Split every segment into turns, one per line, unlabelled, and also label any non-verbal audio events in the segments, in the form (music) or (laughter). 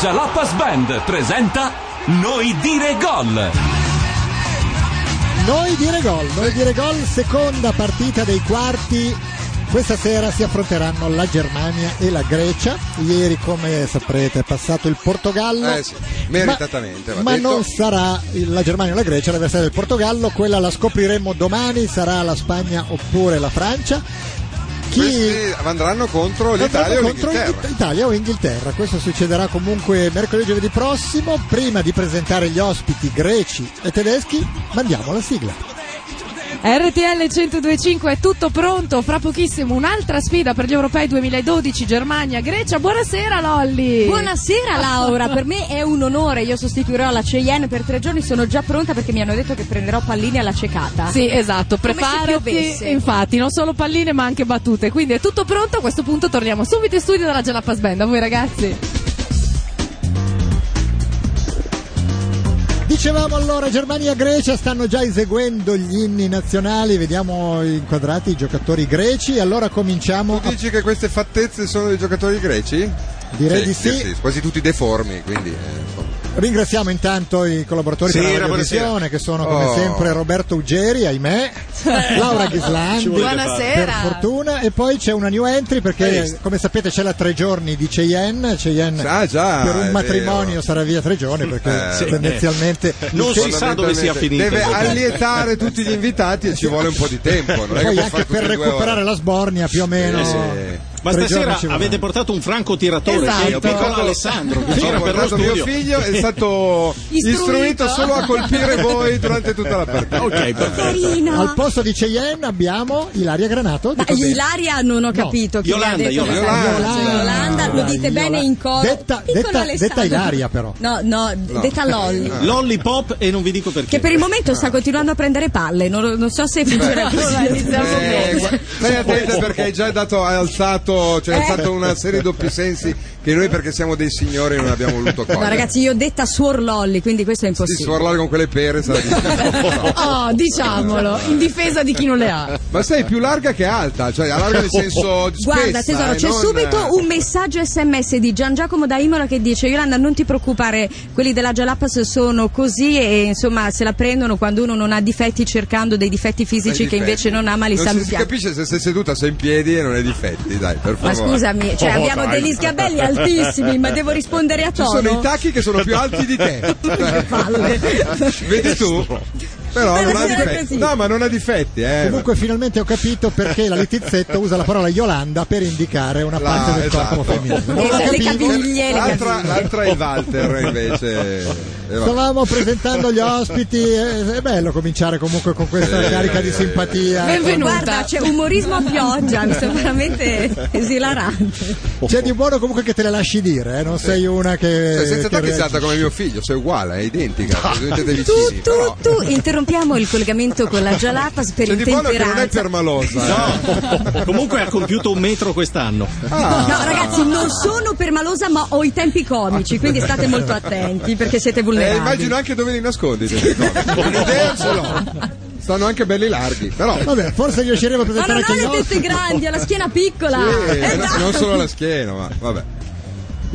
Jalapas Band presenta Noi dire gol.
Noi dire gol, noi dire gol, seconda partita dei quarti. Questa sera si affronteranno la Germania e la Grecia. Ieri, come saprete, è passato il Portogallo.
Eh sì, meritatamente.
Ma,
va
ma
detto.
non sarà il- la Germania o la Grecia l'avversaria del Portogallo, quella la scopriremo domani, sarà la Spagna oppure la Francia.
Questi andranno contro l'Italia
Andremo
o
contro
l'Inghilterra.
Inghi- Italia o Inghilterra. Questo succederà comunque mercoledì e giovedì prossimo. Prima di presentare gli ospiti greci e tedeschi, mandiamo la sigla.
RTL 1025 è tutto pronto, fra pochissimo un'altra sfida per gli europei 2012 Germania-Grecia. Buonasera Lolli.
Buonasera Laura, per me è un onore, io sostituirò la Cheyenne per tre giorni, sono già pronta perché mi hanno detto che prenderò pallini alla cecata.
Sì, esatto,
Come se
preparati.
piovesse.
Infatti, non solo palline ma anche battute. Quindi è tutto pronto, a questo punto torniamo subito in studio dalla Gelappa Sbenda. Voi ragazzi.
Dicevamo allora Germania e Grecia stanno già eseguendo gli inni nazionali, vediamo inquadrati i giocatori greci. Allora cominciamo
Tu
a-
dici che queste fattezze sono dei giocatori greci?
Direi di sì.
Quasi tutti deformi, quindi. eh, insomma.
Ringraziamo intanto i collaboratori
Sì,
della
era buonasera.
televisione che sono come
Oh.
sempre Roberto Ugeri, ahimè, Laura Ghislandi. Per fortuna, e poi c'è una new entry
Hai
perché,
visto?
come sapete, c'è la tre giorni di Cheyenne. Cheyenne
Ah, già,
per un
è
matrimonio
vero.
sarà via tre giorni perché
Eh, sì.
tendenzialmente
Non si sa dove sia
Fondamentalmente
finita.
Deve allietare tutti gli invitati e ci vuole un po' di tempo. Non è che
poi
può
anche per
fare tutte e due ore.
recuperare la sbornia più o meno.
Eh, sì.
Ma
tre
stasera
giorni ci vorranno.
avete portato un francotiratore,
Esatto.
che è il piccolo
Ricordo-
Alessandro, che
Sì, ho
gira per lo
portato mio
studio.
figlio è stato istruito. solo a colpire voi
(laughs)
durante tutta la partita.
Ok, perfetto.
Carino.
Al posto di Cheyenne abbiamo Ilaria
Ma
Granato. dico bene.
Eh, Ilaria non ho
No.
capito chi
Yolanda,
mi ha detto che
Yolanda.
era Yolanda.
Cioè, Yolanda.
Yolanda, lo dite
Yolanda.
bene in coro.
Detta-
Piccolo
detta-
Alessandro.
detta Ilaria, però.
No, no, detta Lolli.
Eh.
Lollipop e non vi dico perché.
Che per il momento sta continuando a prendere palle, non, non so se vincerà così.
Eh, gua- stai attenta perché hai già dato, hai alzato,
Eh.
cioè hai fatto una serie di doppi sensi che noi perché siamo dei signori non abbiamo voluto cogliere.
No, ragazzi, io ho detta Suor Lolli, quindi questo è
Sì,
impossibile.
suorlare con quelle pere sarà difficile.
Oh, diciamolo, in difesa di chi non le ha.
Ma sei più larga che alta, cioè
(laughs)
a larga nel senso di
Oh, Guarda,
spessa,
tesoro,
eh,
c'è
non-
subito un messaggio sms di Gian Giacomo da Imola che dice: Yolanda, non ti preoccupare, quelli della Jalapas sono così e insomma se la prendono quando uno non ha difetti, cercando dei difetti
dai
fisici che
difetti.
invece non ama, li
Non si- Si
salutiamo.
capisce se sei seduta, sei in piedi e non hai difetti, dai, per
Ma
favore.
scusami, cioè
Oh,
abbiamo
dai.
degli sgabelli altissimi, ma devo rispondere a
Ci
tono.
sono i tacchi che sono (laughs) più alti
(laughs)
di te. Vedi tu? Però non ha
Deve essere
difetti.
così.
No, ma non ha difetti, eh.
Comunque finalmente ho capito perché la Letizzetto usa la parola Yolanda per indicare una
La-
parte del corpo
esatto.
femminile. Non
Eh,
lo
le
capivo.
caviglie. Ieri,
L'altra,
ragazzi.
l'altra è Walter invece. Eh, vabbè.
Stavamo presentando gli ospiti, eh, è bello cominciare comunque con questa
Eh,
carica di
eh,
simpatia.
Benvenuta.
Guarda, c'è umorismo a pioggia, mi sta (laughs) veramente esilarante.
C'è di buono comunque che te le lasci dire, eh, non sei una che.
Cioè, senza
Eh, che
tacchizzata
reagisce.
come mio figlio, sei uguale, è identica.
(laughs)
siete
Tu,
vicini,
tu,
però.
tu, interrompiamo il collegamento con la Jalapas per
C'è di buono che non è
intemperanza.
permalosa. eh. Ah.
No. Comunque ha compiuto un metro quest'anno.
No, ragazzi, non sono permalosa, ma ho i tempi comici, quindi state molto attenti perché siete
Eh,
vulnerabili.
immagino anche dove li nascondi. queste cose. Un'idea ce l'ho. Stanno anche belli larghi, però.
(laughs) Vabbè, forse riusciremo a
Ma
presentare
non ho
anche gli
le tette
ospiti. (laughs)
grandi, ho la schiena piccola.
Eh,
Eh,
no,
dai.
non solo la schiena, ma vabbè.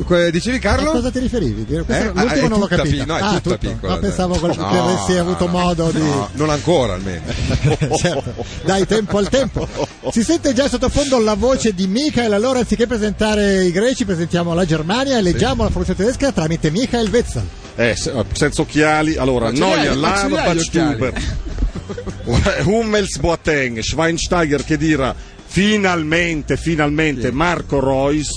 Que- Dicevi
A
Carlo?
cosa ti riferivi? Questa-
Eh, ah,
l'ultimo
è
non l'ho
tutta
capito.
pi- no, è
ah,
tutta
tutto.
piccola,
Ah, pensavo
dai.
che
No,
avessi avuto
no,
modo di.
No, non ancora almeno.
(laughs) Certo, dai tempo al
(laughs)
tempo. Si sente già sottofondo la voce di Michael, allora anziché presentare i greci presentiamo la Germania e leggiamo la formazione tedesca tramite Michael Wetzel.
Eh, se- senza occhiali, allora
ce li hai,
Noia,
ma ce li hai
Lava,
gli occhiali?
Stuber, (laughs) Hummels, Boateng, Schweinsteiger che dirà finalmente, finalmente Marco Reus,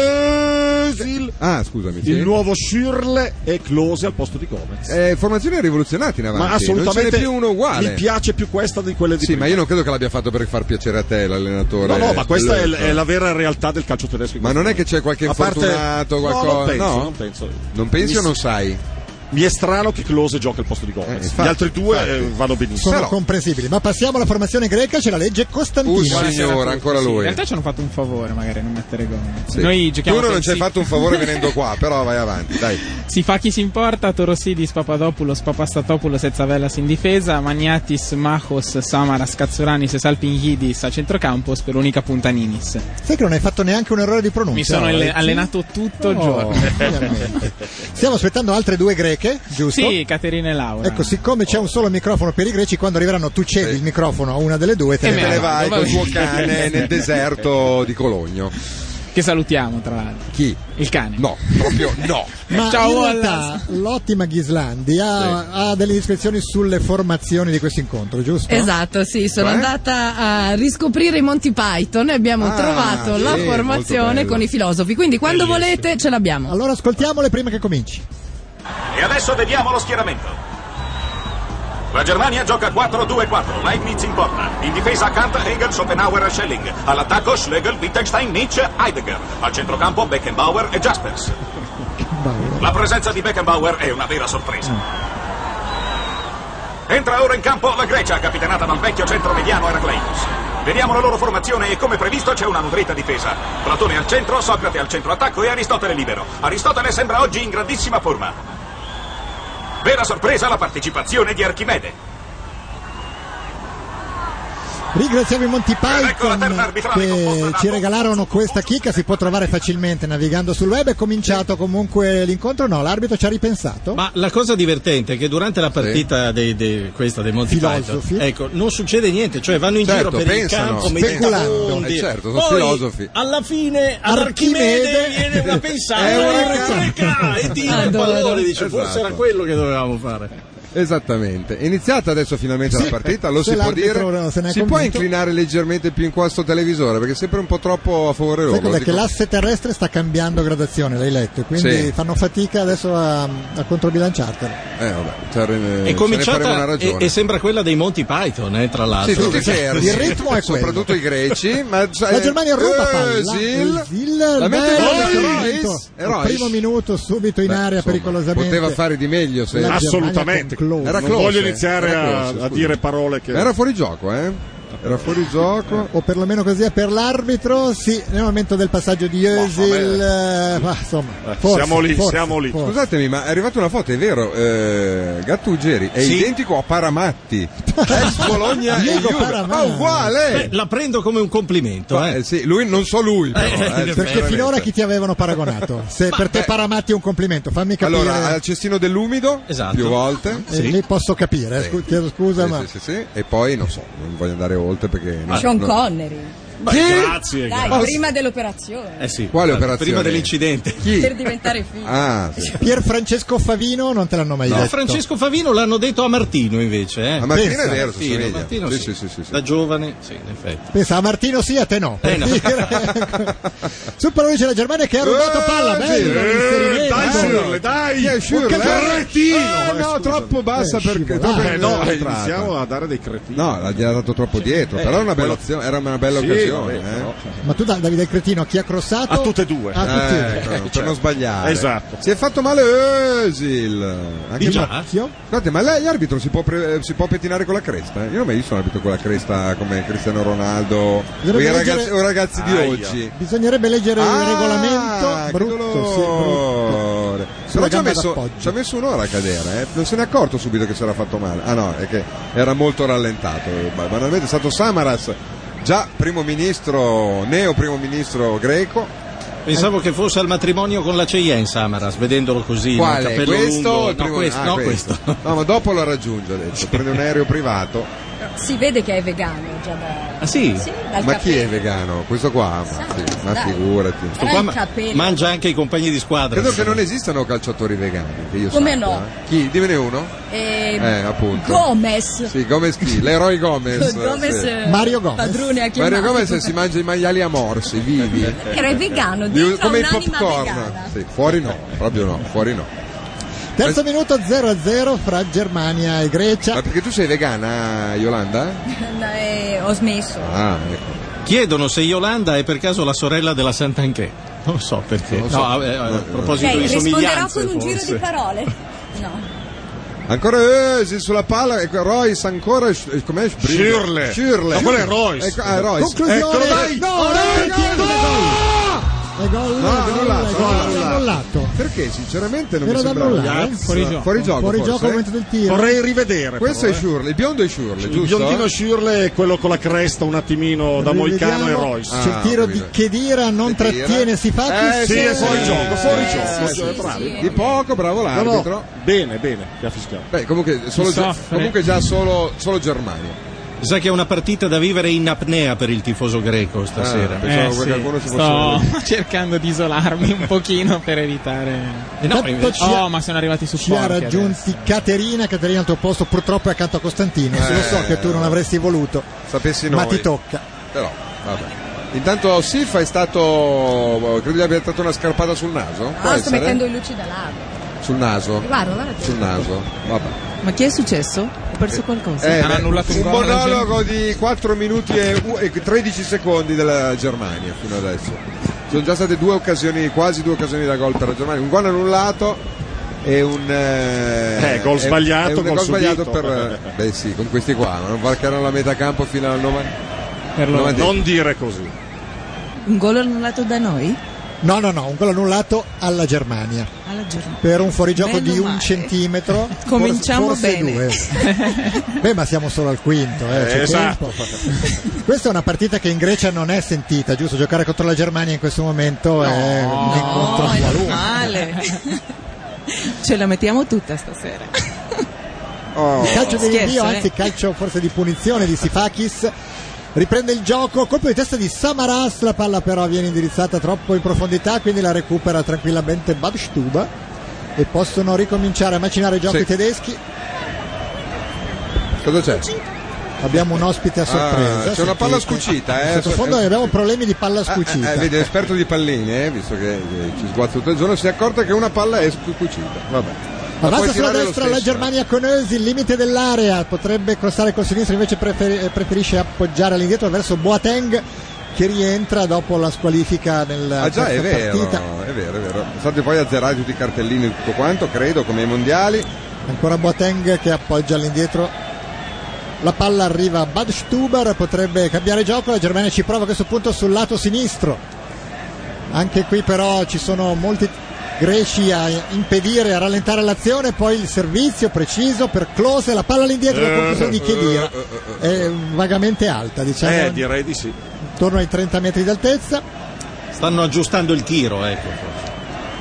Özil,
Ah, scusami. sì.
il nuovo Schürrle e Close al posto di Gomez.
Eh, formazione rivoluzionata in avanti.
Ma assolutamente
Non ce n'è più uno uguale.
mi piace più questa di quelle di
Sì,
prima.
ma io non credo che l'abbia fatto per far piacere a te l'allenatore.
No, no, ma questa è,
Löw.
è la vera realtà del calcio tedesco.
Ma non è che c'è qualche
A parte-
infortunato,
No,
qualcosa.
non penso,
no?
non penso.
Non pensi
Mi
o non
s-
sai?
mi è strano che Close giochi al posto di Gomez. Gli
infatti,
altri due eh, vanno benissimo.
Sono comprensibili, ma passiamo alla formazione greca, c'è la legge
Uh,
Costantina.
signora, ancora
In
lui.
realtà ci hanno fatto un favore, magari, a non mettere Gomez.
Sì.
Noi giochiamo
tu non
con-
ci hai
si-
fatto un favore venendo qua, però vai avanti, dai.
(laughs) Si fa chi si importa, Torosidis, Papadopoulos, Papastatopoulos e Zavellas in difesa, Magnatis, Machos, Samaras, Katsuranis e Salpinghidis a centrocampo, per l'unica punta Ninis.
Sai che non hai fatto neanche un errore di
Oh,
pronuncia.
Mi sono alle-
eh,
oggi?
allenato tutto il
Oh,
giorno.
(laughs)
finalmente. Stiamo aspettando altre due greche, giusto?
Sì, Caterina e Laura.
Ecco, siccome c'è un solo microfono per i greci, quando arriveranno tu cedi il microfono a una delle due te
E me
ne
Te
vai.
ne vai
vado,
col tuo
va
cane nel deserto di Cologno.
Che salutiamo, tra l'altro.
Chi?
Il cane.
No, proprio no.
Ma
Ciao,
in
Wallace.
realtà l'ottima Ghislandi ha, ha delle ispezioni sulle formazioni di questo incontro, giusto?
Esatto, sì, sono
Eh?
Cioè?
andata a riscoprire i Monty Python e abbiamo
Ah,
trovato la
sì, molto
formazione
bello.
con i filosofi, quindi quando volete ce l'abbiamo.
Allora ascoltiamole prima che cominci.
E adesso vediamo lo schieramento. La Germania gioca 4-2-4, Leibniz in porta. In difesa Kant, Hegel, Schopenhauer e Schelling. All'attacco Schlegel, Wittgenstein, Nietzsche, Heidegger. Al centrocampo Beckenbauer e Jaspers. La presenza di Beckenbauer è una vera sorpresa. Entra ora in campo la Grecia, capitanata dal vecchio centro mediano Heracleitos. Vediamo la loro formazione e come previsto c'è una nutrita difesa. Platone al centro, Socrate al centroattacco e Aristotele libero. Aristotele sembra oggi in grandissima forma. Vera sorpresa la partecipazione di Archimede.
Ringraziamo i Monty
Ecco la terza
Python
arbitrale
che
composta da
ci
Bob
regalarono
Watson,
questa
Bob
chicca, si può trovare facilmente navigando sul web, è cominciato comunque l'incontro, no, l'arbitro ci ha ripensato.
Ma la cosa divertente è che durante la partita dei, dei- questa dei Monty
Filosofi.
Python, ecco, non succede niente, cioè vanno in
Certo,
giro per
pensano,
il campo
speculando.
meditando.
Eh, certo, sono
Poi,
filosofi.
Alla fine ad
Archimede-
Archimede, viene una pensata
Eh,
È una
e (laughs) reca, e tira il
Adoro.
pallone, dice forse
Esatto.
era quello che dovevamo fare.
Esattamente. È iniziata adesso finalmente
Sì.
la partita, lo
Se
si può dire.
l'arbitro non se ne è
si può
convinto.
inclinare leggermente più in qua sto televisore perché è sempre un po' troppo a favore loro.
Sai cos'è?
lo
Che
dico-
l'asse terrestre sta cambiando gradazione, l'hai letto, quindi
Sì.
fanno fatica adesso a, a controbilanciartelo.
Eh, vabbè, ce ne-
È
ce ne faremo una
cominciata e,
ragione.
e sembra quella dei Monty Python, eh, tra l'altro.
Sì, tutti
Perché-
fermi.
Il ritmo è quello.
(laughs) Soprattutto i
(laughs)
greci.
(laughs)
Ma cioè, eh,
La Germania ruba palla.
Özil.
Özil,
La mette
bello,
gol
subito.
e Reus. E
Al
Reus.
primo minuto subito in
Beh,
area
insomma,
pericolosamente.
Poteva fare di meglio se.
La-
Assolutamente.
Germania con Klose.
Era
non
close,
voglio iniziare
era
a,
close,
a
scusa.
dire parole che.
Ma Era fuori gioco, eh? Era fuori gioco.
o perlomeno così è per l'arbitro, sì, nel momento del passaggio di
Boh,
Özil, eh, ma insomma,
Eh,
forse,
siamo lì,
forse,
siamo lì.
forse.
Scusatemi, ma è arrivata una foto, è vero, eh, Gattuggeri è
Sì.
identico a Paramatti,
Eh,
ex Bologna e
Diego
Juve.
Paramatti.
Ma uguale!
Beh, la prendo come un complimento,
Eh,
eh.
sì, lui non so lui, però, eh,
Perché
sicuramente.
finora chi ti avevano paragonato? Se per te Paramatti è un complimento, fammi capire.
Allora, ah, al cestino dell'umido,
Esatto.
più volte.
Eh, Lì posso capire, eh, scu- chiedo scusa,
Sì,
ma Ah,
sì, sì, sì. E poi, non so, non voglio andare oltre perché... no,
Sean
no.
Connery.
Beh, grazie.
Dai,
grazie.
prima dell'operazione.
Eh sì,
Quale
guarda,
operazione?
Prima dell'incidente.
Per
Chi?
diventare figlio.
Ah, sì.
Pier Francesco Favino non te l'hanno mai
No,
detto.
Francesco Favino l'hanno detto a Martino invece, eh.
A Martino è
Pensa,
vero, si
Martino,
somiglia.
Martino
sì,
sì.
sì, sì, sì, sì.
Da giovane, sì, in effetti.
Pensa a Martino sì, a te no. Per
Eh, no.
dire- ecco.
(laughs)
Sul pallone c'è la Germania che ha rubato
Eh,
palla,
sì.
bello l'inserimento.
Dai, Shirley, dai!
Chi è Schürrle?
Un carrettino!
Ah,
Eh,
no,
scusa.
troppo bassa
Eh,
perché...
scivolata.
troppo
Eh, no,
entrata.
iniziamo a dare dei cretini. eh,
No, l'ha gliel'ha dato troppo dietro, però è una bella azione- era una bella
Sì,
occasione.
vabbè,
eh.
però- cioè,
Ma tu da- Davide il Cretino a chi ha crossato?
A tutte e due.
A tutti e
Ecco,
due. Eh, Cioè, certo.
per non sbagliare.
Esatto.
Si è fatto male Özil. Anche
Di già?
ma-
Occhio.
Guardate, ma lei arbitro si può, pre- si può pettinare con la cresta? eh? Io non ho mai visto un arbitro con la cresta come Cristiano Ronaldo o
Dovrebbe
i ragazzi,
leggere-
o i ragazzi di
Aia.
oggi.
Bisognerebbe leggere il
Ah,
regolamento.
che
Brutto, sì, brutto.
dolore.
Sulla
Però ci ha,
gamba
messo,
d'appoggio.
ci ha messo un'ora a cadere, eh. non se n'è accorto subito che si era fatto male. Ah no, è che era molto rallentato. eh, Ma- Banalmente è stato Samaras, già primo ministro, neo primo ministro greco.
Pensavo che fosse al matrimonio con la Cheyenne Samaras, vedendolo così.
Quale?
no, capello
questo?
lungo.
o il
No,
primo-
questo,
ah,
no,
questo.
questo.
No, ma dopo lo raggiunge adesso. Prende un aereo privato.
Si vede che è vegano già da...
Ah, sì?
Sì, dal
ma chi è
capello.
vegano? Questo qua? Ma,
Sa,
sì, ma
dai.
figurati.
Questo qua
Gran
ma-
capello.
mangia anche i compagni di squadra.
Credo che non esistano calciatori vegani. Che io
Come
sappia,
no?
eh. Chi? Dimene uno?
Eh,
Eh, appunto.
Gomez.
Sì, Gomez chi? L'eroe Gomez.
(laughs) Gomez,
sì.
eh,
Mario Gomez.
Padrone a chi
Mario
manda.
Gomez si mangia i maiali a morsi, vivi.
Era il vegano,
Di-
dentro
come il
un'anima
popcorn.
vegana.
Sì, fuori no, proprio no, fuori no.
Terzo minuto 0-0 fra Germania e
Ma
Grecia.
perché tu sei vegana, Yolanda?
(laughs) No, eh, ho smesso.
Ah, ecco.
Chiedono se Yolanda è per caso la sorella della Sant'Anché. Non so perché.
Non lo so.
No, eh, eh, a proposito
Ok,
di
risponderò
somiglianze
con un giro
forse.
di parole. No.
Ancora eh, sì, sulla palla, ecco, Royce ancora. eh, Com'è?
Schürrle.
Schürrle.
No, quello è Eh, Royce.
Ecco, ah, Royce.
Conclusione.
Eccolo, dai!
No,
Oh,
dai,
dai, Eh,
Chiesa,
dai!
è gol,
No,
è gol,
annullato,
è gol,
annullato.
è annullato.
Perché sinceramente non
Era
mi
da
sembrava
annullare.
Fuori gioco.
Fuori gioco.
Fuori
forse,
gioco al
eh?
momento del tiro.
Vorrei rivedere.
Questo è
però, eh.
Schürrle, il biondo è Schürrle,
Il
giusto?
biondino Schürrle è quello con la cresta un attimino da Moicano e
Rivediamo
Royce.
C'è il
Ah,
tiro
ho
di
capito.
Chedira, non
Khedira.
trattiene Sifakis.
Eh,
Sì,
sì,
è fuori
sì,
gioco,
sì,
fuori
sì,
gioco.
sì,
Eh,
sì,
bravi.
Di poco, bravo
No, no,
l'arbitro.
bene, bene, che ha fischiato.
Beh, comunque, solo già,
soffre.
comunque già solo, solo Germania.
Sa che è una partita da vivere in apnea per il tifoso greco stasera.
Ah,
Eh,
pensavo
sì.
che qualcuno si fosse.
Sto (laughs) cercando di isolarmi un pochino per evitare.
Eh, no,
Tanto
invece-
ci ha-
Oh, ma sono arrivati su
Ci ha raggiunti Caterina, Caterina al tuo posto purtroppo è accanto a Costantino,
Eh.
lo so che tu non avresti voluto,
Sapessi noi.
ma ti tocca.
Però, vabbè. Intanto Sif è stato. credo gli abbia dato una scarpata sul naso. Può
Ah, sto
essere?
mettendo in luce da lago.
Sul naso.
Guarda, guarda.
Sul naso. Vabbè.
Ma chi è successo? Ho perso qualcosa.
Eh,
Hanno
beh,
annullato un
un
gol alla
monologo di 4 minuti e, u- e 13 secondi della Germania fino adesso. Sono già state due occasioni, quasi due occasioni da gol per la Germania, un gol annullato e un eh,
Eh, gol
e-
sbagliato,
e un
gol
sbagliato
subito. (laughs)
per beh sì, con questi qua, ma non varcheranno la metà campo fino al 90.
Per loro.
Davanti.
Non dire così.
Un gol annullato da noi?
No, no, no, un gol annullato alla Germania
Alla giornata.
per un fuorigioco
Meno
di un
male.
centimetro.
(laughs) Cominciamo
forse,
bene.
forse
(laughs)
Due. Beh, ma siamo solo al quinto, eh, c'è
esatto.
tempo. (laughs) Questa è una partita che in Grecia non è sentita, giusto? Giocare contro la Germania in questo momento è un incontro
No, è
qualunque.
normale.
(laughs)
Ce la mettiamo tutta stasera.
Oh,
Il calcio di
Scherzo,
rinvio,
eh.
anzi calcio forse di punizione di Sifakis. Riprende il gioco, colpo di testa di Samaras, la palla però viene indirizzata troppo in profondità, quindi la recupera tranquillamente Babstuba e possono ricominciare a macinare i giochi
Sì.
tedeschi.
cosa c'è?
Abbiamo un ospite a sorpresa.
Ah, c'è una palla
sentite.
scucita, eh.
Sottofondo
Eh,
abbiamo problemi di palla
Ah,
scucita.
eh, vedi, l'esperto di palline, eh, visto che eh, ci sguazza tutto il giorno, si è accorta che una palla è scucita. Vabbè. La puoi
Avanza sulla
tirare lo
destra la
stesso, eh.
Germania con Ösi, il limite dell'area, potrebbe crossare col sinistro, invece preferi- eh, preferisce appoggiare all'indietro verso Boateng che rientra dopo la squalifica nella
Ah già, è
terza
vero,
partita.
è vero, è vero. Sono stati poi azzerati tutti i cartellini e tutto quanto, credo, come ai mondiali.
Ancora Boateng che appoggia all'indietro. La palla arriva a Bad Stuber, potrebbe cambiare gioco, la Germania ci prova a questo punto sul lato sinistro. Anche qui però ci sono molti greci a impedire, a rallentare l'azione, poi il servizio preciso per Close, la palla all'indietro, la conclusione di Chedira è vagamente alta, diciamo,
Eh, direi di sì.
intorno ai 30 metri d'altezza.
Stanno aggiustando il tiro, ecco.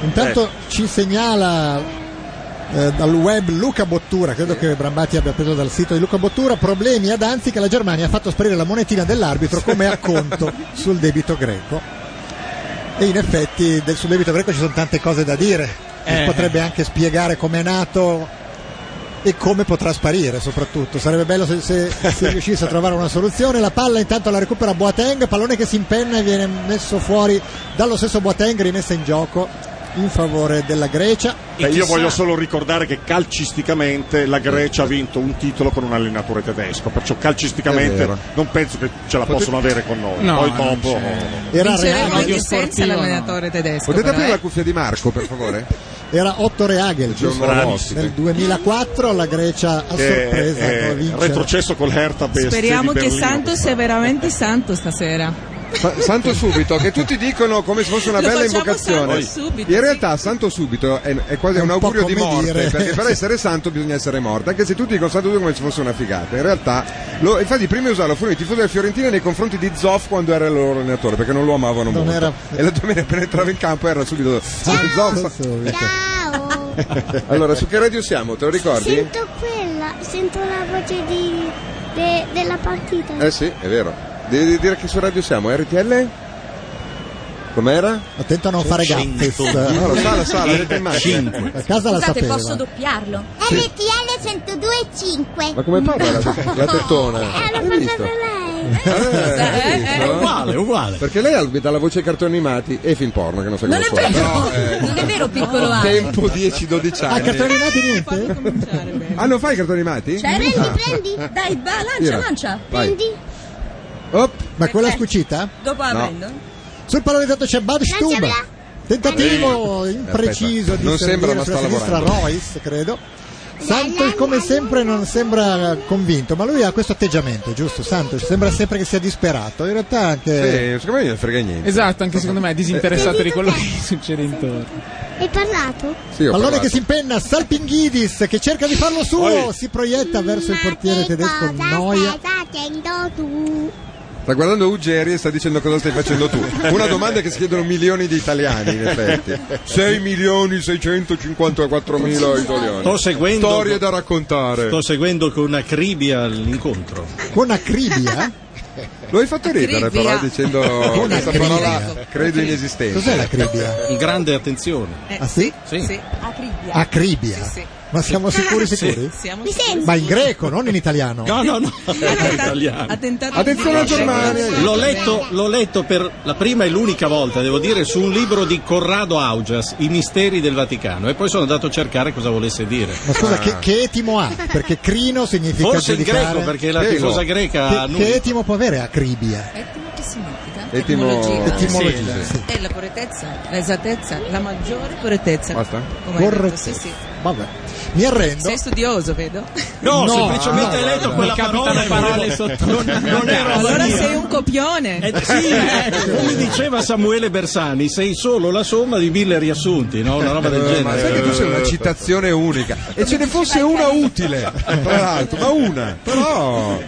Intanto
Eh.
ci segnala eh, dal web Luca Bottura, credo che Brambati abbia preso dal sito di Luca Bottura, problemi ad Anzi che la Germania ha fatto sparire la monetina dell'arbitro come acconto sul debito greco. E in effetti del- sul debito greco ci sono tante cose da dire, Si
Eh.
potrebbe anche spiegare come è nato e come potrà sparire soprattutto. Sarebbe bello se, se-
(laughs)
se riuscisse a trovare una soluzione. La palla intanto la recupera Boateng, pallone che si impenna e viene messo fuori dallo stesso Boateng, rimessa in gioco in favore della Grecia.
Beh, io voglio solo ricordare che calcisticamente la Grecia ha vinto un titolo con un allenatore tedesco, perciò
È
calcisticamente
vero.
non penso che ce la possono avere con noi.
No,
Poi
non
dopo
c'è.
Era
Vinceremo
Reagel,
Reale.
anche senza
Sportivo,
l'allenatore tedesco.
Potete
però,
aprire
eh.
la cuffia di Marco, per favore?
era Otto Reagel,
C'è un
giusto?
nuovo
Bravissimo.
Nel
ospite.
2004 la Grecia a
che è,
sorpresa può
è
vincere.
retrocesso col Hertha Bestia
Speriamo
di
che
Berlino.
Santos sia veramente santo stasera.
Sa- santo subito, che tutti dicono come se fosse una
Lo
bella
facciamo
invocazione.
santo subito,
In
sì.
realtà santo subito è, è quasi
È
un,
un po'
augurio di
come
morte,
dire.
perché per essere santo bisogna essere morto, anche se tutti dicono santo subito come se fosse una figata. In realtà, lo, infatti prima usarlo furono i tifosi della Fiorentina nei confronti di Zoff quando era il loro allenatore, perché non lo amavano
Non
molto.
era-
E la domenica appena entrava in campo era subito
Sì,
Zoff.
subito.
Ciao!
(laughs) Allora, su che radio siamo? Te lo ricordi?
Sento quella, sento la voce di, de- della partita.
Eh sì, è vero. Devi dire che su radio siamo, RTL? Com'era?
Attento a non fare
No,
gaffes.
lo sa, lo sa, vedete in macchina.
A casa la
Scusate,
sapeva.
posso doppiarlo?
RTL 102.5.
Ma come parla la, la tettona?
Eh, l'ho
Hai
fatta
visto?
per lei.
Eh, hai
È
visto?
uguale, è uguale.
Perché lei ha dà la voce ai cartoni animati e film porno, che non so
Non
cosa
è
sono. Però,
vero, (laughs) non è vero, piccolo
eh,
A.
tempo 10-12
Ah,
anni.
cartoni nati
Fammi
niente?
cominciare bene.
Ah, non fai i cartoni animati?
C'è?
Cioè, Prendi, prendi,
Dai, va, lancia,
Tira.
lancia.
Vai.
prendi.
Op.
Ma quella scucita?
Dopo la
No.
prendo.
Sul pallone intanto c'è Bad Stub.
Lanciamela.
Tentativo impreciso
Eh, Aspetta,
di servire
non sembra, ma
sulla
sta
sinistra
lavorando.
Royce, credo. Santos come sempre non sembra convinto, ma lui ha questo atteggiamento, giusto? Santos sembra sempre che sia disperato, in realtà anche...
Sì, secondo me non frega niente.
Esatto, anche secondo me è disinteressato di quello che succede intorno.
Hai parlato?
Pallone che si impenna, Salpinghidis che cerca di farlo suo, si proietta verso il portiere tedesco Noia.
facendo tu?
Sta guardando Ugeri e sta dicendo cosa stai facendo tu. Una domanda che si chiedono milioni di italiani, in effetti. 6 milioni 654 mila italiani.
Sto seguendo-
Storie da raccontare.
Sto seguendo con una cribia l'incontro.
Con acribia?
Lo hai fatto ridere
Acribia.
però dicendo
Una
questa
acribia.
parola credo inesistente.
Cos'è la cribia?
In grande attenzione.
Eh,
Ah sì?
Sì.
Acribia.
Acribia.
Sì, sì.
Ma siamo sicuri
Sì.
sicuri?
Siamo
Mi
sicuri.
Ma in greco, non in italiano.
No, no, no, è
Ha
(laughs) italiano.
tentato
Attenzione
di-
alla Germania.
L'ho letto, l'ho letto per la prima e l'unica volta, devo dire, su un libro di Corrado Augias, I misteri del Vaticano, e poi sono andato a cercare cosa volesse dire.
Ma
Ah.
scusa, che, che etimo ha? Perché crino significa
Forse in
giudicare-
greco, perché la tifosa greca ha
Che,
nulla.
che etimo può avere acribia?
Etimo Eh, che significa?
Etimo-
Etimologia.
Etimologia, sì.
È la puretezza, l'esattezza, la maggiore puretezza.
Basta?
Come hai detto,
Correttezza.
sì, sì.
Vabbè. Mi arrendo.
Sei studioso, vedo.
No, semplicemente hai letto
no,
quella
mi capitano
parola. e
parole
volevo-
sotto-
Non,
(laughs)
non era roba
Allora
mia.
sei un copione.
Eh, sì, eh,
(laughs)
come diceva Samuele Bersani, sei solo la somma di mille riassunti, no? Una roba del
Eh,
genere.
ma sai che tu sei una citazione unica e ce ne fosse una utile, tra l'altro, ma una, però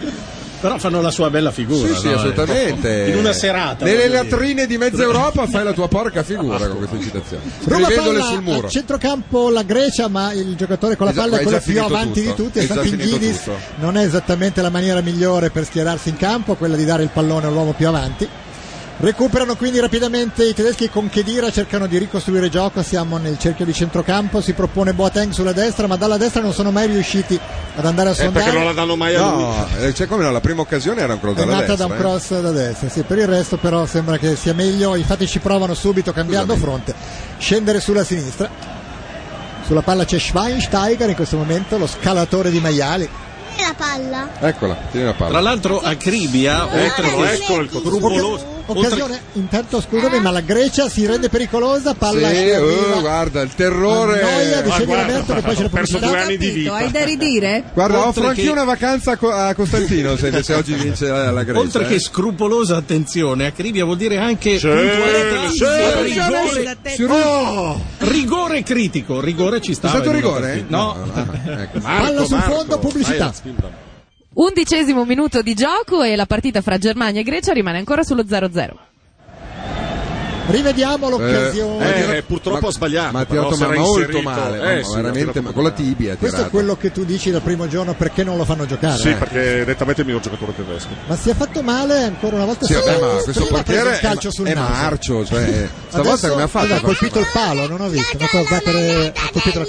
Però fanno la sua bella figura.
Sì, sì,
no?
assolutamente.
In una serata.
Nelle
voglio dire.
latrine di mezza Europa fai la tua porca figura con queste citazioni.
Ruba
Scrivendole
palla
sul muro.
a centrocampo la Grecia, ma il giocatore con la
Esatto,
palla è
è
quello
già
più
finito
avanti
tutto.
di tutti. E
È già finito
Salpinghidis
tutto.
non è esattamente la maniera migliore per schierarsi in campo, quella di dare il pallone all'uomo più avanti. Recuperano quindi rapidamente i tedeschi con Chedira, cercano di ricostruire gioco, siamo nel cerchio di centrocampo, si propone Boateng sulla destra, ma dalla destra non sono mai riusciti ad andare
Ecco
a sondare.
danno mai
a
no, lui. Cioè, come no, la prima occasione era un cross
È
dalla
nata da
destra.
un
eh.
cross da destra, sì, per il resto però sembra che sia meglio, infatti ci provano subito cambiando fronte, scendere sulla sinistra, sulla palla c'è Schweinsteiger in questo momento, lo scalatore di maiali.
E la palla?
Eccola, tieni la palla.
Tra l'altro a Cribia, oltre
Eccolo,
che
eccolo Eh, ecco, il controllo.
scrupoloso-
Occasione, intanto scusami, ma la Grecia si rende pericolosa, palla
Sì,
che arriva.
oh, guarda, il terrore.
Annoia, dicevi
guarda,
Roberto, che poi c'è la
ho perso
pubblicità.
due anni di
Capito, hai
vita.
da ridire?
Guarda,
oh.
Oltre
offro anche
che-
una vacanza a Co- a Costantino se, se oggi vince la, la Grecia.
Oltre che
eh.
scrupolosa attenzione, a Cribia vuol dire anche
Sì,
puntualità,
sì,
rigore,
sì, sì, oh,
rigore critico, rigore ci sta.
È stato
in una
rigore?
partita. No, (laughs)
Palla sul fondo, pubblicità.
Undicesimo minuto di gioco e la partita fra Germania e Grecia rimane ancora sullo 0-0.
Rivediamo l'occasione.
Eh, eh, purtroppo
ma-
ha sbagliato.
Ma ha
però
tirato
si
ma
era
molto
inserito.
male,
Eh,
ma
sì,
veramente ma con la tibia. ha
Questo è
tirato.
quello che tu dici dal primo giorno perché non lo fanno giocare.
Sì,
eh.
perché nettamente è il miglior giocatore tedesco.
Ma si è fatto male ancora una volta.
Sì, vabbè, ma
Prima
questo
ha preso
portiere
il calcio
è,
sul
è
naso.
marcio, cioè, stavolta
Adesso
come ha
Ha
fatto?
colpito il palo, non ho visto. Ma cosa, per- eh, ha colpito la-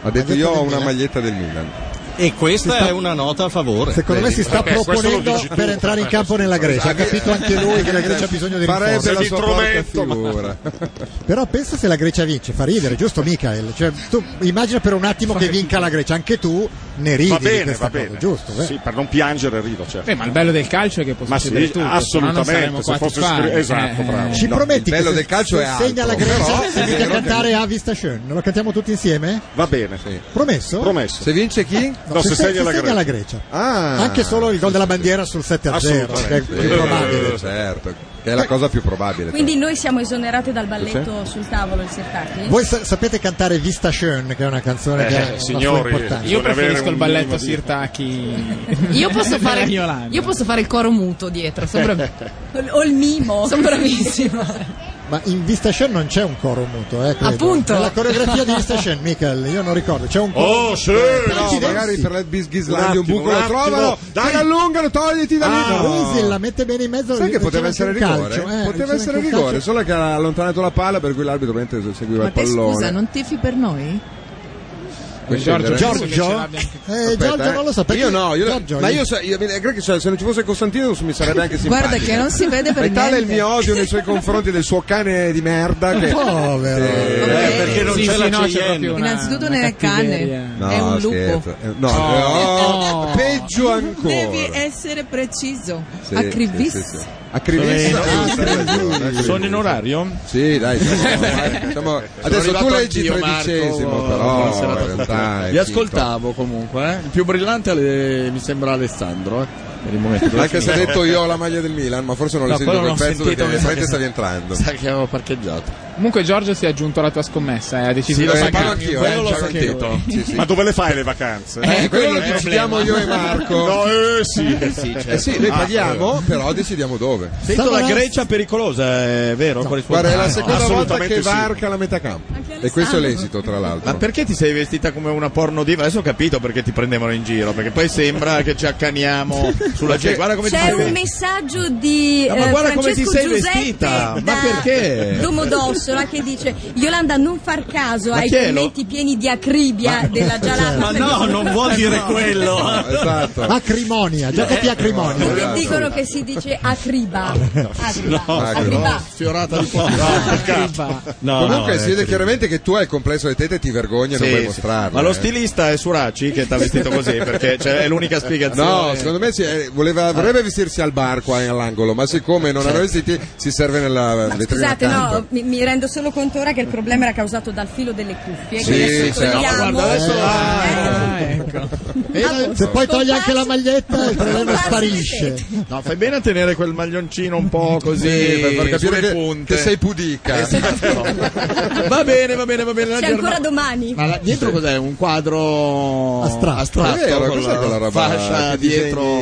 Ha detto
del
io ho una
Milan.
maglietta del Milan.
eh?" E questa
Si sta-
è una nota a favore.
Secondo me si sta
Vabbè, questo lo
proponendo
dici tu.
per entrare in campo nella Grecia. Ha capito anche lui che la Grecia ha bisogno di
Farebbe la
rinforzo.
sua porca figura.
Però pensa se la Grecia vince, fa ridere, giusto Michael? Cioè, tu immagina per un attimo che vinca la Grecia, anche tu ne ridi.
va
di
bene,
questa
va
cosa,
bene.
giusto? eh?
Sì, per non piangere rido, certo.
Eh,
Beh, Eh, ma il bello del calcio è che può
Ma
succedere
sì,
tutto. se no non
assolutamente,
saremmo Eh,
se
qua a
fosse
tifare.
scri- esatto, bravo.
Ci
No,
prometti
il bello
che se-
del calcio
se
è
segna
altro,
la Grecia,
però- (laughs)
se viene a cantare Avista Schön. Lo cantiamo tutti insieme?
Va bene.
Promesso?
Promesso.
Se vince chi?
No, se, se segna, la Grecia.
Ah.
Anche solo il gol della bandiera sul 7 a 0. Che è
Assolutamente.
più probabile.
Eh, certo, che è la cosa più probabile.
Quindi noi siamo esonerati dal balletto sul tavolo il Sertacchi?
Voi sa- sapete cantare Vista Schön, che è una
Eh,
canzone
Eh,
che ha una sua importanza.
Io preferisco
avere
il
un
balletto
minimo di-
Sirtaki.
(laughs)
Io posso, fare,
Della Yolanda.
io posso fare il coro muto dietro, sono,
(laughs)
bravi-
(laughs) O il mimo?
sono bravissima.
Eh, Ma in Vista Schön non c'è un coro muto, eh, credo.
Appunto.
Nella coreografia di Vista Schön, Michael, io non ricordo. C'è un coro
Oh, sì,
Tanti
No,
densi.
Eh, magari per la Bisghislandia
Un
un
attimo,
buco lo
un attimo.
trovano, dai,
Dai.
allungalo, togliti da lì.
Ah,
No.
Özil la mette bene in mezzo.
Sai che
riceve
poteva
anche
essere
un
rigore?
calcio, eh,
poteva
riceve anche
essere
un
rigore,
calcio.
solo che ha allontanato la palla per cui l'arbitro mentre seguiva
Ma
il
te
pallone.
scusa, non tifi per noi?
Puoi
Giorgio,
scegliere.
penso che ce l'abbia anche-
Eh,
Aspetta,
Giorgio
eh.
non lo sapevo.
Io no, io-
Giorgio,
ma
io-
io, sa- io- eh, credo che se se non ci fosse Costantino mi sarebbe anche simpatico.
Guarda che non si vede per
E tale è il
niente.
mio odio nei suoi confronti del suo cane di merda che
Povero.
Eh,
Vabbè.
perché non
Sì,
c'è
sì,
la
no, c'è
Cheyenne.
proprio una-
Innanzitutto
una
nelle canne.
cattiveria.
No, eh, oh.
È un lupo. (laughs)
scherzo. Eh, No, eh, oh, peggio ancora.
Devi- è essere preciso.
Sì,
a Cribis.
sì, sì, sì. A
Sono
Cribis?
in-
Ah, sì, ragione, a Cribis.
Sono in orario?
Sì, dai, siamo- siamo- adesso tu
arrivato
leggi il
anch'io, Marco,
tredicesimo,
buona
però.
serata a
eh,
tutti.
dai,
Vi
Tito.
ascoltavo comunque. eh. Il più brillante eh, mi sembra Alessandro. eh, Per il momento.
Anche se ho detto io ho la maglia del Milan, ma forse non l'ho
No,
sentito
quello non
quel
ho
pezzo
sentito,
perché
mi sa
Frente
che-
stavi entrando.
Sa che avevo parcheggiato.
Comunque Giorgio si è aggiunto alla tua scommessa e ha deciso
Sì, lo
di
sapevo
pagarmi.
anch'io,
Quello
eh,
lo
ci avevo
sapevo.
detto. Sì, sì.
Ma dove le fai le vacanze?
Eh, Eh, quello quello lo è il decidiamo
problema. diciamo io e Marco.
No, eh sì.
Eh sì, certo. Eh sì, noi
Ah,
paghiamo, però decidiamo dove.
Sento la
Stavo-
Grecia pericolosa, è vero?
Guarda, è
Ah,
la seconda volta
Assolutamente
che
sì.
varca la metà campo. E questo è l'esito, tra l'altro.
Ma perché ti sei vestita come una porno diva? Adesso ho capito perché ti prendevano in giro, perché poi sembra che ci
(laughs)
accaniamo sulla gente. Guarda come ti
C'è
sei
un
vestita.
messaggio di
No, ma
eh,
guarda come
Francesco
ti sei
Giuseppe
vestita. Ma
da
perché?
Domodossola che dice Yolanda non far caso
Ma
ai
chi è lo-
commenti pieni di acribia della
(laughs)
Gialata
Certo.
Ma
perché
no, non vuol dire quello.
Esatto. Eh,
Acrimonia, gioca di acrimonia.
perché dicono che si dice acriba. Acriba.
No,
acriba.
no,
sfiorata Ah, al
fondo.
No,
Comunque
no,
si vede
eh,
chiaramente che tu hai il complesso alle tete e ti vergogni e non
Sì,
vuoi
sì.
mostrarlo.
Ma lo
eh.
stilista è Suraci che ti ha vestito così perché cioè, è l'unica spiegazione. Ah.
No, secondo me si è- voleva- vorrebbe vestirsi al bar qua all'angolo, ma siccome
Certo.
non aveva vestiti si serve nella eh, vetrina
Scusate,
accanto.
no, mi, mi rendo solo conto ora che il problema era causato dal filo delle cuffie.
Sì,
che adesso
certo.
togliamo.
Guarda, adesso-
Ah, ecco.
ecco.
Ah,
eh,
Se poi togli anche la maglietta, il problema sparisce.
No, fai bene a tenere quel maglioncino un po' così
Sì, per far capire
sulle
che-
punte.
che sei pudica. (laughs)
Esatto. va bene, va bene, va bene. la
C'è
Germania-
ancora domani.
Ma là dietro cos'è? Un quadro
Astratto.
astratto
Vero,
con
Eh, cos'è
la
quella roba
fascia
che disegni?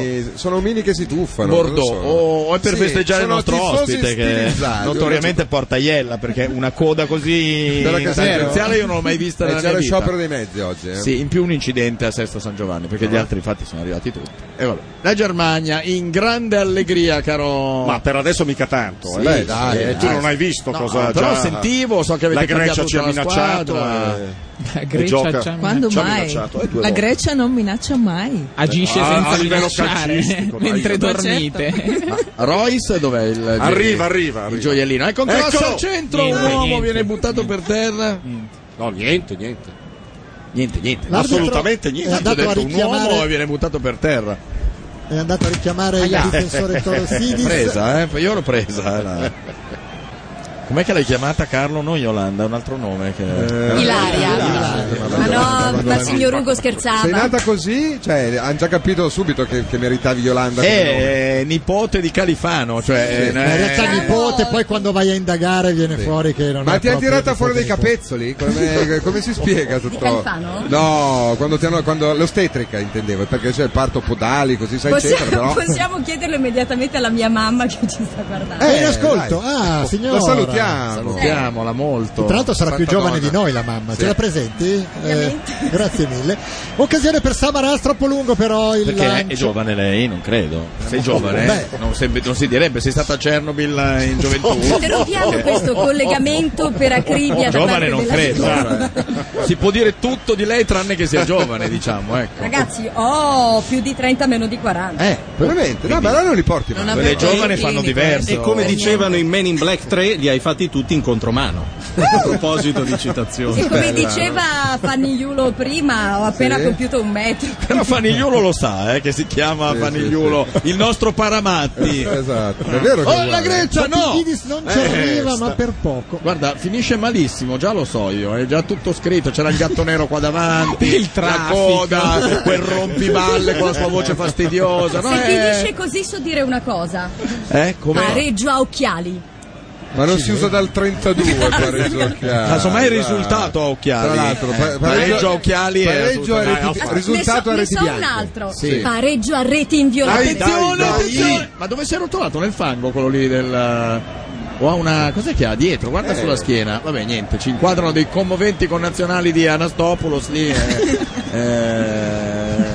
dietro
Sono omini che si tuffano.
Bordeaux.
cosa sono?
O è per
Sì,
festeggiare il
sono
nostro
tifosi
ospite che
stilizzati.
notoriamente porta iella perché una coda così
Della Casero?
tangenziale io non l'ho mai vista
Eh,
nella mia
c'era lo
vita.
sciopero dei mezzi oggi. eh.
Sì, in più un incidente a Sesto San Giovanni, perché
Ah.
gli altri infatti sono arrivati tutti. E vabbè. La Germania in grande allegria, caro.
Ma per adesso mica tanto. eh.
Beh, dai,
Eh,
dai.
tu non hai visto
No, eh,
cosa
però
già-
sentivo, so che avete
La Grecia
cambiato
ci ha
tutta la
minacciato.
squadra.
eh.
La
e
Grecia
gioca-
ci ha
Quando
ci ha
mai?
minacciato, eh, due
La
volte.
Grecia non minaccia mai.
Agisce
Ah,
senza
a livello
minacciare
calcistico, dai. Certo.
mentre
Ma
dormite.
Royce dov'è il
Arriva, arriva,
il
arriva. Ecco!
gioiellino? È
Ecco.
contrasto
Eccolo!
al centro,
Niente,
un uomo
niente.
viene buttato per terra.
No, niente, niente.
Niente, niente,
L'arbitro
assolutamente niente.
è
Ho
andato a
detto, un
richiamare-
uomo e viene buttato per terra.
È andato a richiamare il
(laughs)
difensore
È
Torosidis.
presa, eh? Io l'ho presa. eh, la-
(laughs)
Com'è che l'hai chiamata Carlo? Non Yolanda, un altro nome che...
Eh,
Ilaria. Ma no, ma il signor Ugo
Sei
scherzava.
nata così? Cioè, hanno già capito subito che, che meritavi Yolanda. come nome.
È nipote di Califano, cioè...
Ma in realtà nipote, poi quando vai a indagare viene fuori che non
Ma
è
ti ha
proprio
tirata fuori dei
nipote.
capezzoli? Come, come si spiega tutto?
Califano?
No, quando, ti hanno- quando l'ostetrica intendevo, perché c'è il parto podali, così sai eccetera,
Possiamo,
però.
possiamo chiederlo immediatamente alla mia mamma che ci sta guardando.
Eh, in
Eh,
ascolto,
dai.
ah,
Oh,
signora.
La salutiamo.
Salutiamola molto.
Tra l'altro sarà più
Santa
giovane
donna.
di noi la mamma,
Sì.
ce la presenti? Eh,
Ovviamente.
grazie mille. Occasione per Samaras, troppo lungo però il
Perché è
lancio.
giovane lei? Non credo. Sei giovane?
Beh.
Non, sem- non si direbbe, sei stata a Chernobyl eh,
(laughs)
in gioventù.
Interrompiamo questo collegamento per acribia da
Giovane
parte
non
della
credo. Si può dire tutto di lei tranne che sia giovane, diciamo, ecco.
Ragazzi, ho più di 30 meno di 40.
Eh,
Veramente? No, ma allora non li porti mai.
avevo
le giovani
clinico,
fanno
eh.
diverso.
E come dicevano in Men in Black 3, li hai fatti tutti in contromano. A proposito di citazioni.
E come
bella,
diceva Fannigliulo prima, ho appena
Sì.
compiuto un metro.
Però Fanigliulo lo sa, eh, che si chiama
Sì,
Fanigliulo,
sì,
il nostro Paramatti.
Esatto, è vero che
Oh,
è uguale.
la Grecia, no! Eh,
Papididis non ci arriva, ma per poco.
Guarda, finisce malissimo, già lo so io, è già tutto scritto, c'era il gatto nero qua davanti,
Il
la
traffico.
coda, quel rompiballe con la sua voce fastidiosa. No, eh.
Se finisce
è...
così so dire una cosa.
Eh, come...
Pareggio a occhiali.
Ma non si usa dal
(laughs)
32 pareggio occhiali.
Casomai il risultato a occhiali.
Tra l'altro,
Eh,
pa-
pareggio a occhiali è
pareggio a
assolutamente-
reti-
Dai,
risultato a
ne
reti
so, ne so un
bianche.
altro.
Sì.
Pareggio a reti inviolate.
Attenzione,
dai,
attenzione! Ma dove si è rotolato? Nel fango quello lì del. eh, O ha una. Cos'è che ha dietro? Guarda sulla schiena. Vabbè, niente, ci inquadrano dei commoventi connazionali di Anastopoulos lì. Eh, eh,